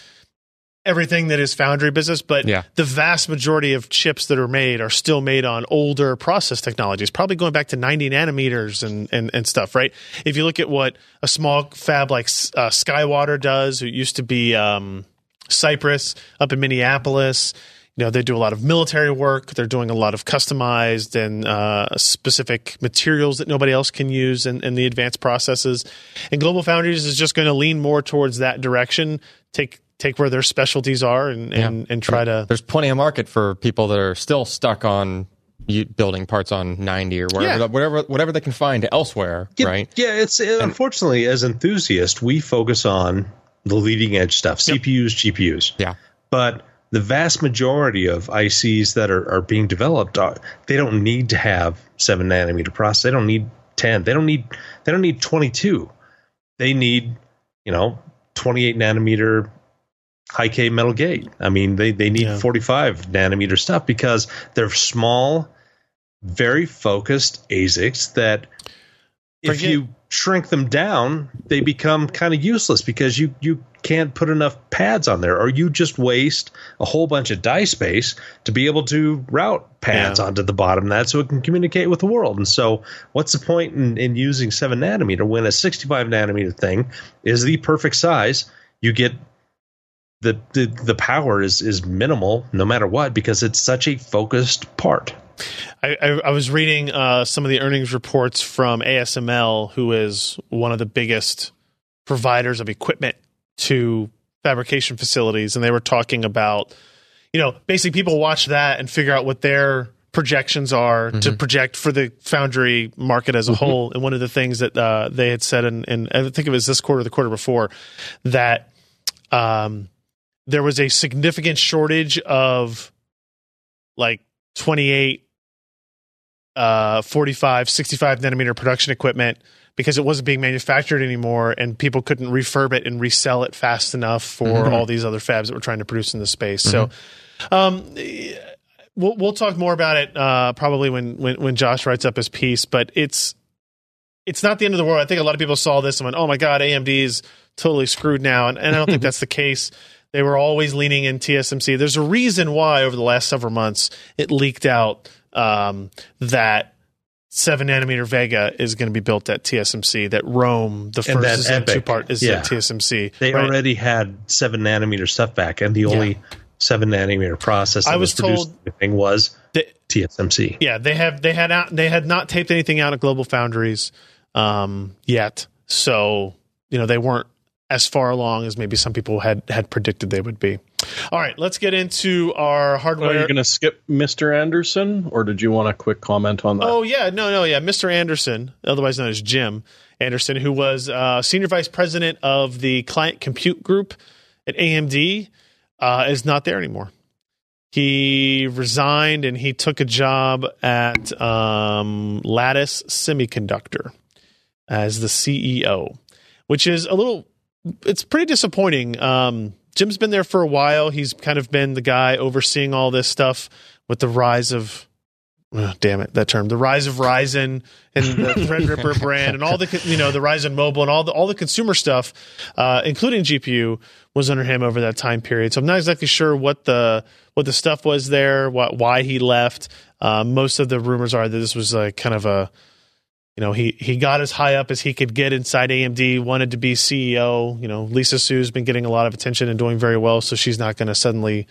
S1: everything that is foundry business, but
S4: Yeah.
S1: the vast majority of chips that are made are still made on older process technologies, probably going back to 90 nanometers and and, and stuff, right? If you look at what a small fab like uh, Skywater does, who used to be um, Cypress up in Minneapolis. You know, they do a lot of military work. They're doing a lot of customized and uh, specific materials that nobody else can use in, in the advanced processes. And Global Foundries is just going to lean more towards that direction, take take where their specialties are and and, and try to
S4: There's plenty of market for people that are still stuck on you building parts on 90 or whatever,
S1: Yeah.
S4: the- whatever, whatever they can find elsewhere,
S3: Yeah,
S4: right?
S3: Yeah, it's uh, unfortunately as enthusiasts, we focus on the leading edge stuff, CPUs, GPUs.
S4: Yeah.
S3: But the vast majority of ICs that are, are being developed are they don't need to have seven nanometer process. They don't need ten. They don't need they don't need twenty two. They need, you know, twenty eight nanometer high K metal gate. I mean they, they need
S1: Yeah.
S3: forty five nanometer stuff because they're small, very focused ASICs that if
S1: Forget-
S3: you shrink them down, they become kind of useless because you you can't put enough pads on there, or you just waste a whole bunch of die space to be able to route pads
S1: Yeah.
S3: onto the bottom of that so it can communicate with the world. And so, what's the point in, in using seven nanometer when a sixty-five nanometer thing is the perfect size? You get the the, the power is is minimal no matter what because it's such a focused part.
S1: I, I, I was reading uh, some of the earnings reports from ASML, who is one of the biggest providers of equipment to fabrication facilities, and they were talking about, you know, basically people watch that and figure out what their projections are to project for the foundry market as a whole. And one of the things that uh, they had said, and in, I think it was this quarter, or the quarter before, that um, there was a significant shortage of like 28 uh, 45, 65 nanometer production equipment because it wasn't being manufactured anymore and people couldn't refurb it and resell it fast enough for all these other fabs that were trying to produce in the space. So, um, eh, we'll, we'll talk more about it, uh, probably when, when, when Josh writes up his piece, but it's, it's not the end of the world. I think a lot of people saw this and went, "Oh my God, AMD is totally screwed now," and, and I don't think that's the case. They were always leaning in TSMC. There's a reason why over the last several months it leaked out um, that seven nanometer Vega is going to be built at TSMC. That Rome, the
S3: And that
S1: first Zen
S3: Epic.
S1: two part, is
S3: Yeah.
S1: at TSMC.
S3: They
S1: right?
S3: already had seven nanometer stuff back, and the only seven nanometer process that
S1: I
S3: was,
S1: was
S3: produced
S1: told-
S3: in the thing was
S1: They-
S3: TSMC.
S1: yeah, they have they had out they had not taped anything out at Global Foundries um, yet, so you know they weren't as far along as maybe some people had had predicted they would be. All right, let's get into our
S2: Are
S1: hardware.
S2: you going to skip Mr. Anderson, or did you want a quick comment on that?
S1: oh yeah, no, no, yeah, Mr. Anderson, otherwise known as Jim Anderson, who was uh, senior vice president of the Client Compute Group at AMD, uh, is not there anymore. He resigned and he took a job at um, Lattice Semiconductor as the CEO, which is a little, it's pretty disappointing. Um, Jim's been there for a while. He's kind of been the guy overseeing all this stuff with the rise of, oh, damn it, that term, the rise of Ryzen and the Threadripper brand and all the, co- you know, the Ryzen Mobile and all the, all the consumer stuff, uh, including GPU, was under him over that time period. So I'm not exactly sure what the, what the stuff was there, what, why he left. Uh, most of the rumors are that this was like kind of a, you know, he he got as high up as he could get inside AMD, wanted to be CEO. You know, Lisa Sue's been getting a lot of attention and doing very well, so she's not going to suddenly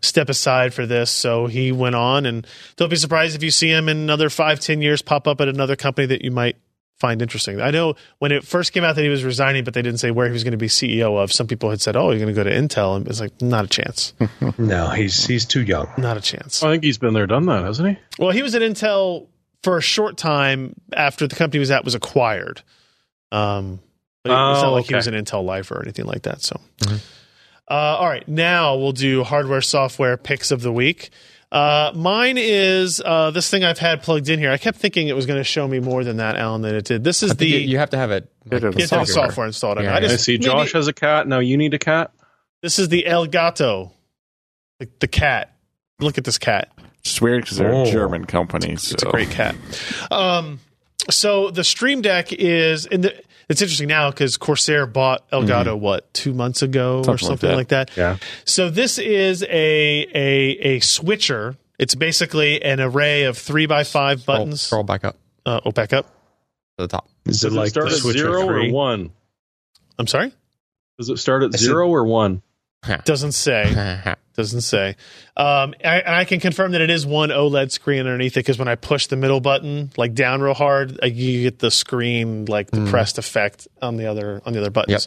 S1: step aside for this. So he went on, and don't be surprised if you see him in another five, ten years pop up at another company that you might find interesting. I know when it first came out that he was resigning, but they didn't say where he was going to be CEO of. Some people had said, "Oh, you're going to go to Intel," and it's like, not a chance,
S3: No, he's he's too young.
S1: not a chance.
S2: I think he's been there, done that, hasn't he?
S1: Well, he was at Intel for a short time after the company he was at was acquired. Um, but it- it's
S2: Oh,
S1: not like he
S2: okay.
S1: was an Intel life or anything like that. So,
S4: Mm-hmm.
S1: uh, all right, now we'll do hardware software picks of the week. Uh, mine is uh, this thing I've had plugged in here. I kept thinking it was going to show me more than that, Alan, than it did. This is
S4: I
S1: the
S4: think you, you have to have it.
S6: Bit of a
S1: get that
S6: software.
S1: software installed.
S4: Yeah,
S1: I
S4: yeah.
S2: I
S1: just,
S2: see Josh has a cat. Now you need a cat.
S1: this is the Elgato, the, the cat. Look at this cat.
S6: It's weird because they're
S3: Oh.
S6: a German company.
S4: Oh.
S6: So.
S1: It's a great cat. Um, so the Stream Deck is in the. It's interesting now because Corsair bought Elgato
S4: Mm-hmm.
S1: what two months ago or
S6: Something like
S1: something
S6: that.
S1: like that.
S3: Yeah.
S1: So this is a a a switcher. It's basically an array of three by five
S4: Scroll,
S1: buttons.
S4: scroll back up
S1: Uh, oh, back up.
S4: to the top.
S3: Is it
S2: Does
S3: like
S2: it start
S3: the
S2: at
S3: Switcher
S2: zero
S3: three?
S2: or one?
S1: I'm sorry.
S2: Does it start at
S3: I said-
S2: zero or one?
S1: Doesn't say. Doesn't say. Um, I, and I can confirm that it is one OLED screen underneath it because when I push the middle button like down real hard, uh, you get the screen like
S4: Mm-hmm.
S1: depressed effect on the other on the other buttons.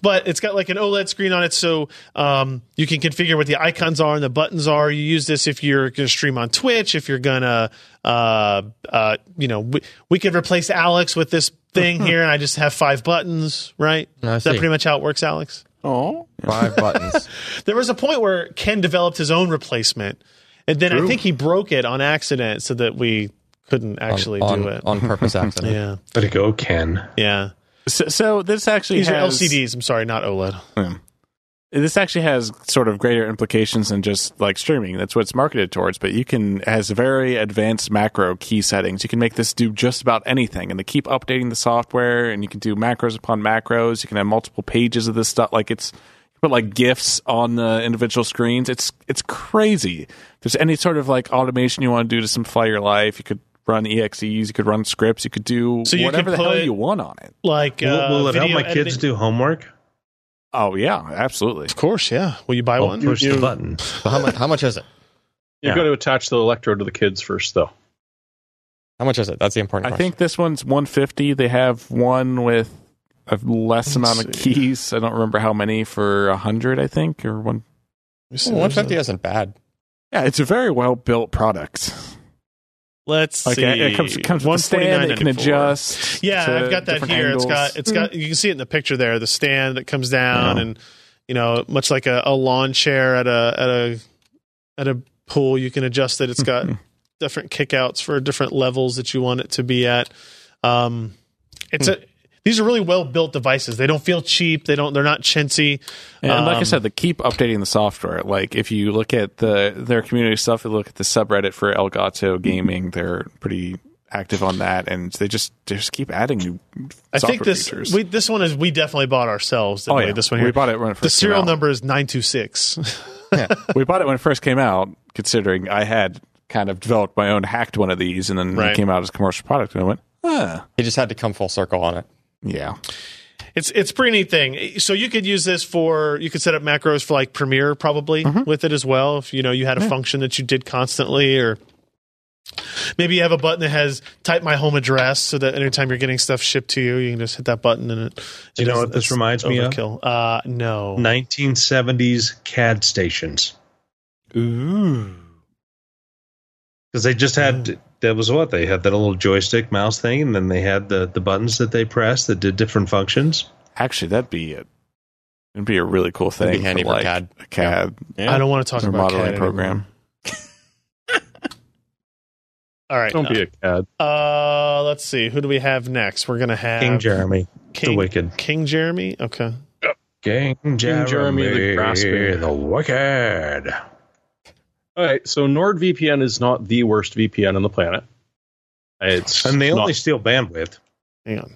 S1: But it's got like an OLED screen on it, so um, you can configure what the icons are and the buttons are. You use this if you're going to stream on Twitch, if you're gonna, uh, uh, you know, we, we could replace Alex with this thing here, and I just have five buttons, right?
S4: I
S1: is that
S4: see.
S1: pretty much how it works, Alex?
S6: Oh,
S4: Five buttons.
S1: There was a point where Ken developed his own replacement, and then I think he broke it on accident so that we couldn't actually
S4: on,
S1: do it.
S4: on purpose accident.
S1: yeah,
S3: Let it go, Ken.
S1: yeah.
S6: so, so this actually
S1: These are
S6: has
S1: LCDs. I'm sorry, not E OLED.
S6: This actually has sort of greater implications than just like streaming. That's what it's marketed towards. But you can it has very advanced macro key settings. You can make this do just about anything, and they keep updating the software. And you can do macros upon macros. You can have multiple pages of this stuff. Like it's put like gifs on the individual screens. It's it's crazy. If there's any sort of like automation you want to do to simplify your life, you could run exes, you could run scripts, you could do
S1: So you
S6: whatever
S1: could
S6: the hell
S1: put-
S6: you want on it.
S1: Like,
S3: Will-
S1: uh,
S3: will, it help
S1: video
S3: my kids
S1: editing-
S3: do homework?
S6: Oh yeah, absolutely.
S1: Of course, yeah. Will you buy
S6: Oh,
S3: I'll
S1: one?
S3: Oh, push
S2: You-
S3: the button.
S4: So how much? How much is it?
S2: You've
S3: Yeah.
S2: got to attach the electrode to the kids first, though.
S4: How much is it? That's the important
S6: I
S4: question.
S6: think this one's 150. They have one with a less amount of
S1: see.
S6: keys. I don't remember how many for 100, I think, or one.
S4: Well, 150 isn't bad.
S6: Yeah, it's a very well built product.
S1: Let's
S6: Like
S1: see.
S6: it, it comes, it comes with a stand. It can
S1: 149.94.
S6: adjust.
S1: Yeah,
S6: to
S1: I've got that
S6: different
S1: here.
S6: angles.
S1: It's got it's got you can see it in the picture there, the stand that comes down
S6: Yeah.
S1: and you know, much like a, a lawn chair at a at a at a pool, you can adjust it. It's got different kickouts for different levels that you want it to be at. Um it's a these are really well built devices. They don't feel cheap. They don't. They're not chintzy.
S6: And like I
S1: Um,
S6: said, they keep updating the software. Like if you look at the their community stuff, you look at the subreddit for Elgato Gaming. They're pretty active on that, and they just they just keep adding new.
S1: I
S6: software
S1: think this
S6: features.
S1: we, this one is we definitely bought ourselves. Didn't
S6: oh yeah,
S1: we? This one here.
S6: we bought it when it first
S1: the
S6: came
S1: serial
S6: out.
S1: number is nine two six.
S6: we bought it when it first came out, considering I had kind of developed my own hacked one of these, and then
S1: Right.
S6: it came out as a commercial product, and I went, huh,
S4: He just had to come full circle on it.
S6: yeah,
S1: It's it's a pretty neat thing. So you could use this for you could set up macros for like Premiere probably
S3: Mm-hmm.
S1: with it as well. If you know you had a function that you did constantly, or maybe you have a button that has type my home address, so that anytime you're getting stuff shipped to you, you can just hit that button and it.
S3: Do you know what this reminds me of?
S1: Overkill. Uh, no.
S3: 1970s CAD stations. Ooh. Because they just had that was what they had that little joystick mouse thing, and then they had the the buttons that they pressed that did different functions.
S6: actually that'd be it. It'd be a really cool thing
S4: That'd be handy for
S6: like
S4: CAD.
S6: a CAD
S4: Yeah.
S1: I don't want to talk
S6: or
S1: about
S6: modeling
S1: CAD anymore.
S6: program.
S1: All right.
S2: Don't be a cad.
S1: Uh, let's see. Who do we have next? We're gonna have
S3: King Jeremy, the
S1: King,
S3: Wicked.
S1: King Jeremy. Okay.
S3: King Jeremy,
S2: the Grasping.
S3: the Wicked.
S2: All right, so NordVPN is not the worst VPN on the planet. It's
S3: And they
S2: not-
S3: only steal bandwidth.
S1: Hang on.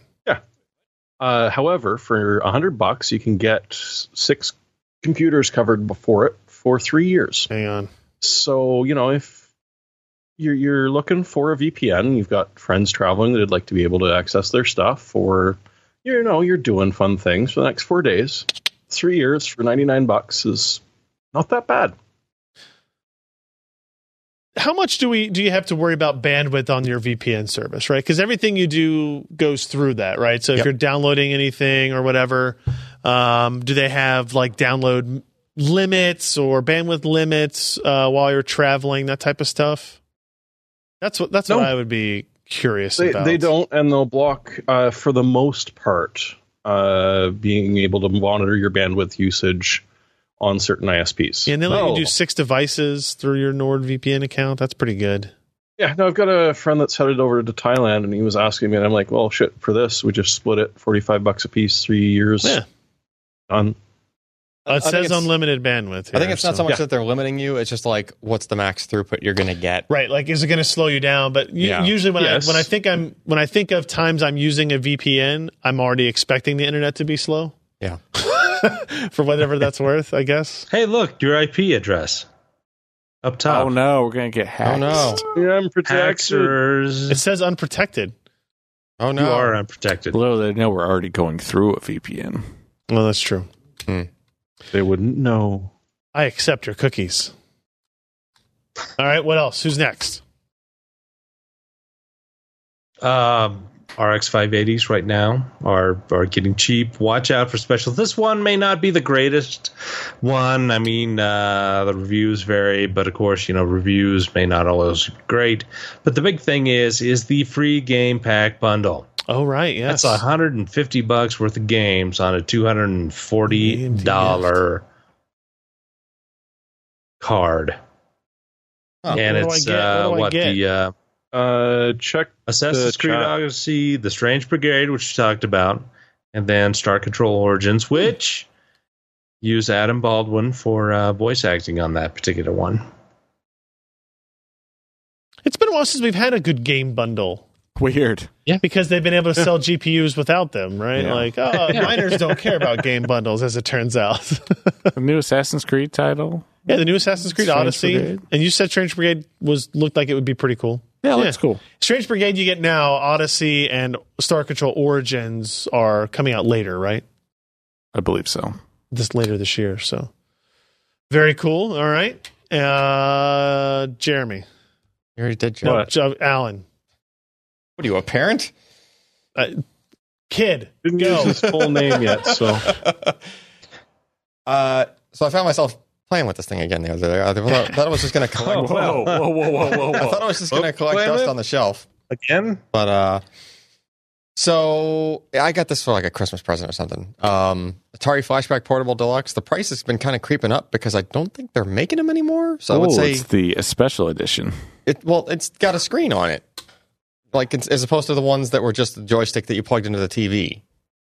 S2: Uh, however, for a hundred bucks, you can get six computers covered before it for three years.
S1: Hang on.
S2: So you know if you're you're looking for a VPN, you've got friends traveling that'd like to be able to access their stuff, or you know you're doing fun things for the next four days. Three years for ninety nine bucks is not that bad.
S1: how much do we do you have to worry about bandwidth on your VPN service, right? Because everything you do goes through that, right? So if
S4: Yep.
S1: you're downloading anything or whatever, um, do they have like download limits or bandwidth limits uh, while you're traveling, that type of stuff? That's what that's
S2: No.
S1: what I would be curious
S2: They
S1: about.
S2: they don't, and they'll block uh, for the most part uh, being able to monitor your bandwidth usage on certain ISPs.
S1: Yeah, and they let
S2: Oh.
S1: you do six devices through your NordVPN account. That's pretty good.
S2: Yeah, no, I've got a friend that's headed over to Thailand, and he was asking me, and I'm like, "Well, shit, for this, we just split it, forty-five bucks a piece, three years."
S1: Yeah.
S2: done.
S1: Uh,
S4: I
S1: it
S4: think
S1: says
S4: it's-
S1: unlimited bandwidth.
S4: I think it's not
S1: so
S4: so much that they're limiting you. It's just like, what's the max throughout you're going to get?
S1: Right, like is it going to slow you down? But u-
S4: Yeah.
S1: usually when
S2: Yes.
S1: I when I think I'm when I think of times I'm using a VPN, I'm already expecting the internet to be slow.
S4: Yeah.
S1: For whatever that's worth, I guess.
S3: Hey, look, your IP address up top.
S6: Oh no, we're gonna get hacked.
S4: Oh no!
S2: Yeah, I'm protected.
S3: Hackers,
S1: It says unprotected.
S4: Oh
S3: you are
S4: no!
S3: unprotected.
S6: Little they know we're already going through a VPN.
S1: Well, that's true.
S4: Hmm.
S2: They wouldn't know.
S1: I accept your cookies. All right, what else? Who's next?
S3: Um, RX 580s right now are are getting cheap. Watch out for specials. This one may not be the greatest one. I mean, uh, the reviews vary, but of course, you know, reviews may not always be great. But the big thing is is the free game pack bundle.
S1: Oh, right, yes.
S3: That's 150 bucks worth of games on a $240 dollar card.
S4: Huh.
S3: And
S1: What do I
S3: it's
S1: get? What
S3: uh,
S1: do I
S3: what
S1: get?
S3: the uh,
S2: Uh, check.
S3: Assassin's
S2: The
S3: Creed
S2: chat.
S3: Odyssey, The Strange Brigade, which you talked about, and then Star Control Origins, which use Adam Baldwin for uh, voice acting on that particular one.
S1: it's been a while since we've had a good game bundle
S6: Weird.
S1: because they've been able to sell GPUs without them, right?
S6: Yeah.
S1: Like, oh, miners don't care about game bundles, as it turns out.
S6: The new Assassin's Creed title.
S1: yeah, the new Assassin's Creed
S6: Strange
S1: Odyssey,
S6: Brigade.
S1: and you said Strange Brigade was looked like it would be pretty cool.
S6: Yeah, looks cool.
S1: Strange Brigade you get now, Odyssey and Star Control Origins are coming out later, right?
S6: I believe so.
S1: This later this year, so very cool. All right, uh, Jeremy,
S4: You already did,
S1: no,
S4: Joe. What?
S1: Jo- Alan,
S4: are you, a parent?
S1: Kid,
S2: Didn't
S1: go.
S2: use his full name yet, so
S4: uh, so I found myself playing with this thing again the other day. I thought, thought I was just going to collect.
S6: Whoa, whoa, whoa, whoa, whoa,
S4: I thought I was just going to collect
S3: Wait a
S4: dust
S3: minute.
S4: on the shelf.
S3: Again?
S4: But uh so I got this for like a Christmas present or something. Um Atari Flashback Portable Deluxe. The price has been kind of creeping up because I don't think they're making them anymore. So I would
S6: oh,
S4: say
S6: it's the special edition.
S4: it well, it's got a screen on it. Like it's, as opposed to the ones that were just the joystick that you plugged into the TV,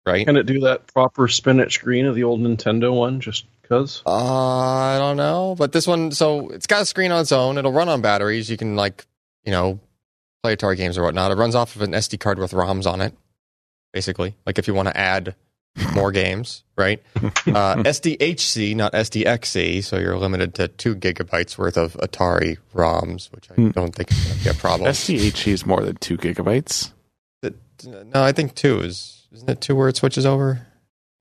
S4: right?
S2: can it do that proper spinach green of the old Nintendo one? Just because
S4: Uh, I don't know, but this one, so it's got a screen on its own. It'll run on batteries. You can like, you know, play Atari games or whatnot. It runs off of an SD card with ROMs on it, basically. Like if you want to add more games, right? Uh, SDHC, not SDXC, so you're limited to two gigabytes worth of Atari ROMs, which I
S6: Hmm.
S4: don't think is going to be a problem.
S6: SDHE is more than two gigabytes.
S4: no, I think two is isn't it two where it switches over?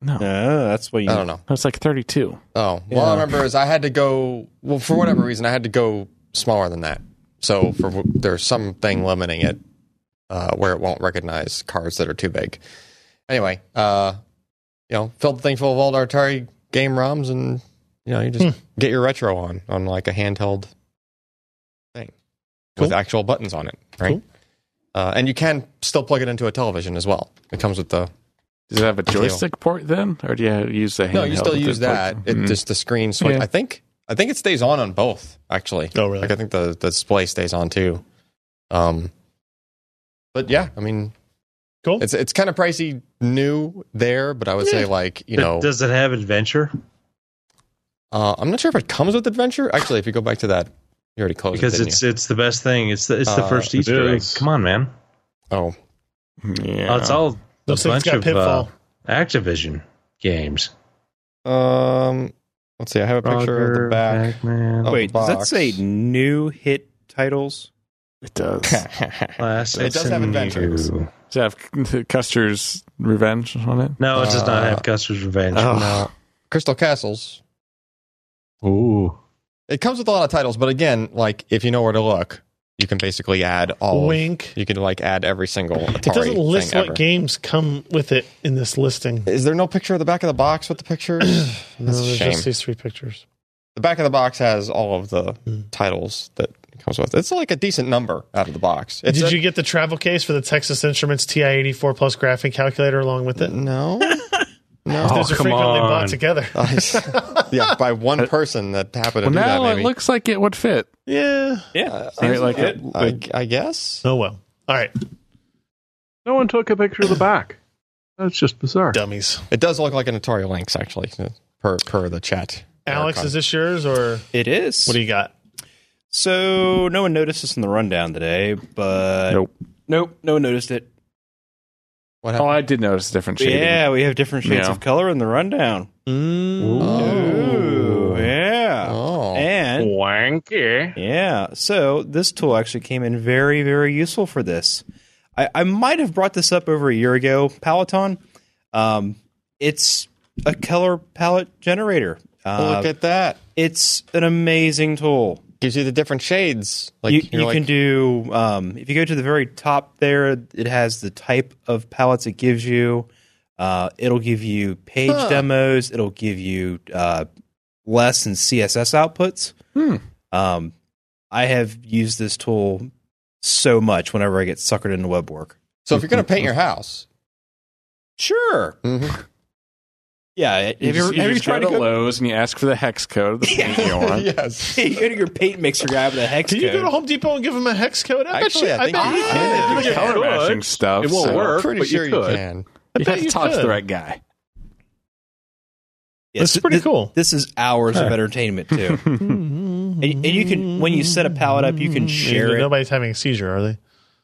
S6: No,
S5: No, that's what you.
S4: I don't know.
S6: that's like thirty-two.
S4: Oh, well, all I
S5: Yeah.
S4: remember is I had to go. Well, for whatever reason, I had to go smaller than that. So for wh- there's something limiting it uh, where it won't recognize cards that are too big. Anyway, uh, you know, filled the thing full of old Atari game ROMs, and you know, you just
S1: Hmm.
S4: get your retro on on like a handheld thing with
S1: Cool.
S4: actual buttons on it, right?
S1: Cool.
S4: Uh, and you can still plug it into a television as well. It comes with the
S6: Does it have a
S4: Deal.
S6: joystick port then, or do you use the handheld?
S4: no. You still
S6: with the
S4: use
S6: port?
S4: that. It
S6: Mm.
S4: just the screen switch.
S6: Yeah.
S4: I think I think it stays on on both actually.
S1: oh really?
S4: Like I think the, the display stays on too. Um, but yeah, I mean,
S1: Cool.
S4: It's it's kind of pricey new there, but I would say like you
S3: But
S4: know,
S3: Does it have adventure?
S4: uh, I'm not sure if it comes with adventure. Actually, if you go back to that, you already closed
S3: Because
S4: it, didn't
S3: it's it's the best thing. It's the, it's the
S4: Uh,
S3: first
S2: it
S3: Easter egg.
S2: is.
S3: Come on, man.
S4: you? oh,
S6: yeah.
S3: Uh, it's all a
S1: Looks like it's
S3: bunch
S1: got
S3: of uh,
S1: Pitfall.
S3: Activision games.
S4: um, let's see. I have a picture of the
S3: Frogger,
S4: back.
S3: Pac-Man,
S4: Oh,
S5: Wait, does that
S4: box.
S5: say new hit titles?
S6: It does. does
S3: Classics
S4: It does have
S3: and
S4: adventures.
S3: new.
S6: it have Custer's Revenge on it?
S3: No, it does not
S4: Uh,
S3: have Custer's Revenge.
S6: Oh.
S4: no, Crystal Castles.
S2: ooh,
S4: It comes with a lot of titles, but again, like if you know where to look, you can basically add all. of-
S1: Wink.
S4: you can like add every single. Atari
S1: It doesn't list
S4: thing
S1: what
S4: ever.
S1: games come with it in this listing.
S4: Is there no picture of the back of the box with the pictures? That's
S1: No,
S4: a
S1: there's
S4: shame.
S1: Just these three pictures.
S4: the back of the box has all of the
S1: Hmm.
S4: titles that it comes with. It's like a decent number out of the box. It's
S1: Did
S4: a-
S1: you get the travel case for the Texas Instruments TI-84 Plus graphing calculator along with it?
S4: No.
S3: Oh,
S4: no.
S1: Those are
S3: come
S1: frequently
S3: on.
S1: bought together.
S4: I- yeah, by one person that happened to
S6: Well,
S4: do that.
S6: now
S4: Maybe.
S6: it looks like it would fit.
S1: yeah.
S5: Yeah,
S6: Right, like it-
S4: I, I guess.
S1: Oh well. All right,
S2: no one took a picture of the back. That's just bizarre.
S1: dummies.
S4: It does look like an Atari Lynx, actually, per per the chat.
S1: Alex, is this yours or
S5: it is.
S1: what do you got?
S5: so no one noticed this in the rundown today, but
S6: Nope.
S5: nope, no one noticed it.
S4: What
S6: Oh,
S4: happened?
S6: I did notice a different shading.
S5: Yeah, we have different shades
S6: Yeah.
S5: of color in the rundown. Mm.
S4: Oh.
S5: Ooh, yeah,
S4: Oh.
S5: and
S2: Wanky.
S5: Yeah. So this tool actually came in very, very useful for this. I, I might have brought this up over a year ago, Peloton. Um, it's a color palette generator. Uh,
S4: Look at that.
S5: it's an amazing tool.
S4: Gives you the different shades. Like
S5: you
S4: you're
S5: you
S4: like,
S5: can do um, if you go to the very top there, it has the type of palettes it gives you. Uh, it'll give you page demos. It'll give you uh, less and CSS outputs.
S6: Hmm.
S5: Um, I have used this tool so much whenever I get suckered into web work.
S4: So if you're gonna paint your house,
S5: Sure.
S4: Mhm.
S5: Yeah. Have you,
S6: You just,
S5: ever-
S6: you
S5: have you
S6: just go
S5: tried
S6: to
S5: to go,
S6: Lowe's and you ask for the hex code of the paint you want.
S4: yes.
S5: you go to your paint mixer guy with a hex
S1: Can you
S5: code?
S1: go to Home Depot and give them a hex code? I
S4: Actually,
S1: bet you,
S4: I think
S1: bet
S4: you
S1: you
S4: can.
S1: can.
S6: They do
S2: Yeah.
S6: color matching
S2: Could.
S6: stuff.
S2: It won't
S6: so
S2: work.
S4: I'm pretty
S2: but you
S4: sure you,
S2: could.
S4: can.
S1: I
S6: You
S1: bet
S6: have to
S1: you
S6: talk to the
S1: could.
S6: right guy.
S5: Yes,
S1: That's pretty
S5: thi-
S1: cool.
S5: This is hours of entertainment too. and, and you can when you set a palette up, you can
S1: Mm-hmm.
S5: share it.
S1: Nobody's having a seizure, are they?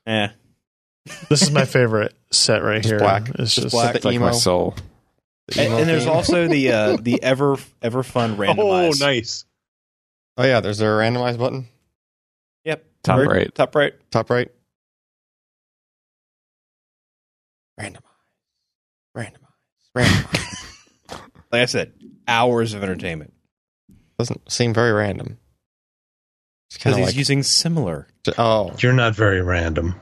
S5: Eh.
S1: This is my favorite set right here.
S4: black.
S1: It's just,
S4: black.
S6: It's like
S4: Emo.
S6: my soul.
S4: The
S5: And,
S4: emo
S5: and there's
S4: theme.
S5: also the uh, the ever ever fun randomize.
S2: Oh, nice.
S4: oh yeah, there's a randomized button
S5: Yep.
S6: Top
S5: Very-
S6: right.
S5: Top right.
S4: top right. Randomize. Randomize. Randomize.
S5: Like I said, hours of entertainment
S4: Doesn't seem very random. It's
S5: because
S4: kind of
S5: he's
S4: like
S5: using similar.
S4: oh
S3: You're not very random.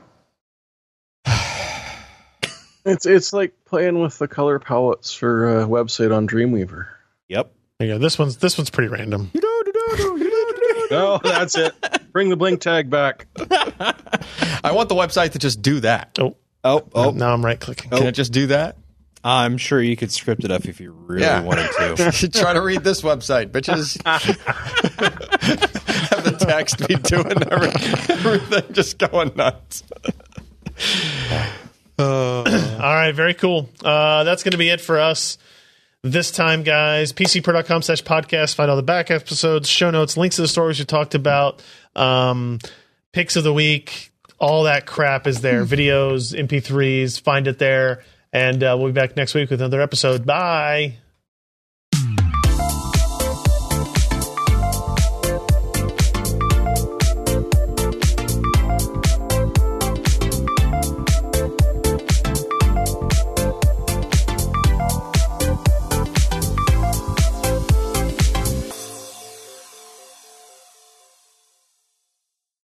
S2: It's it's like playing with the color palettes for a website on Dreamweaver.
S5: Yep.
S1: there you go. This one's this one's pretty random.
S2: Oh, that's it. Bring the blink tag back.
S4: I want the website to just do that.
S1: Oh,
S5: Oh oh.
S1: now I'm right clicking.
S4: Can it just do that?
S5: I'm sure you could script it up if you really
S4: Yeah.
S5: wanted to.
S4: should try to read this website, bitches. Have the text be doing every, everything, just going nuts.
S1: All right, very cool. Uh, that's going to be it for us this time, guys. PCPro.com slash podcast. Find all the back episodes, show notes, links to the stories we talked about, um, picks of the week, all that crap is there. Videos, MP3s, find it there. And uh, we'll be back next week with another episode. Bye.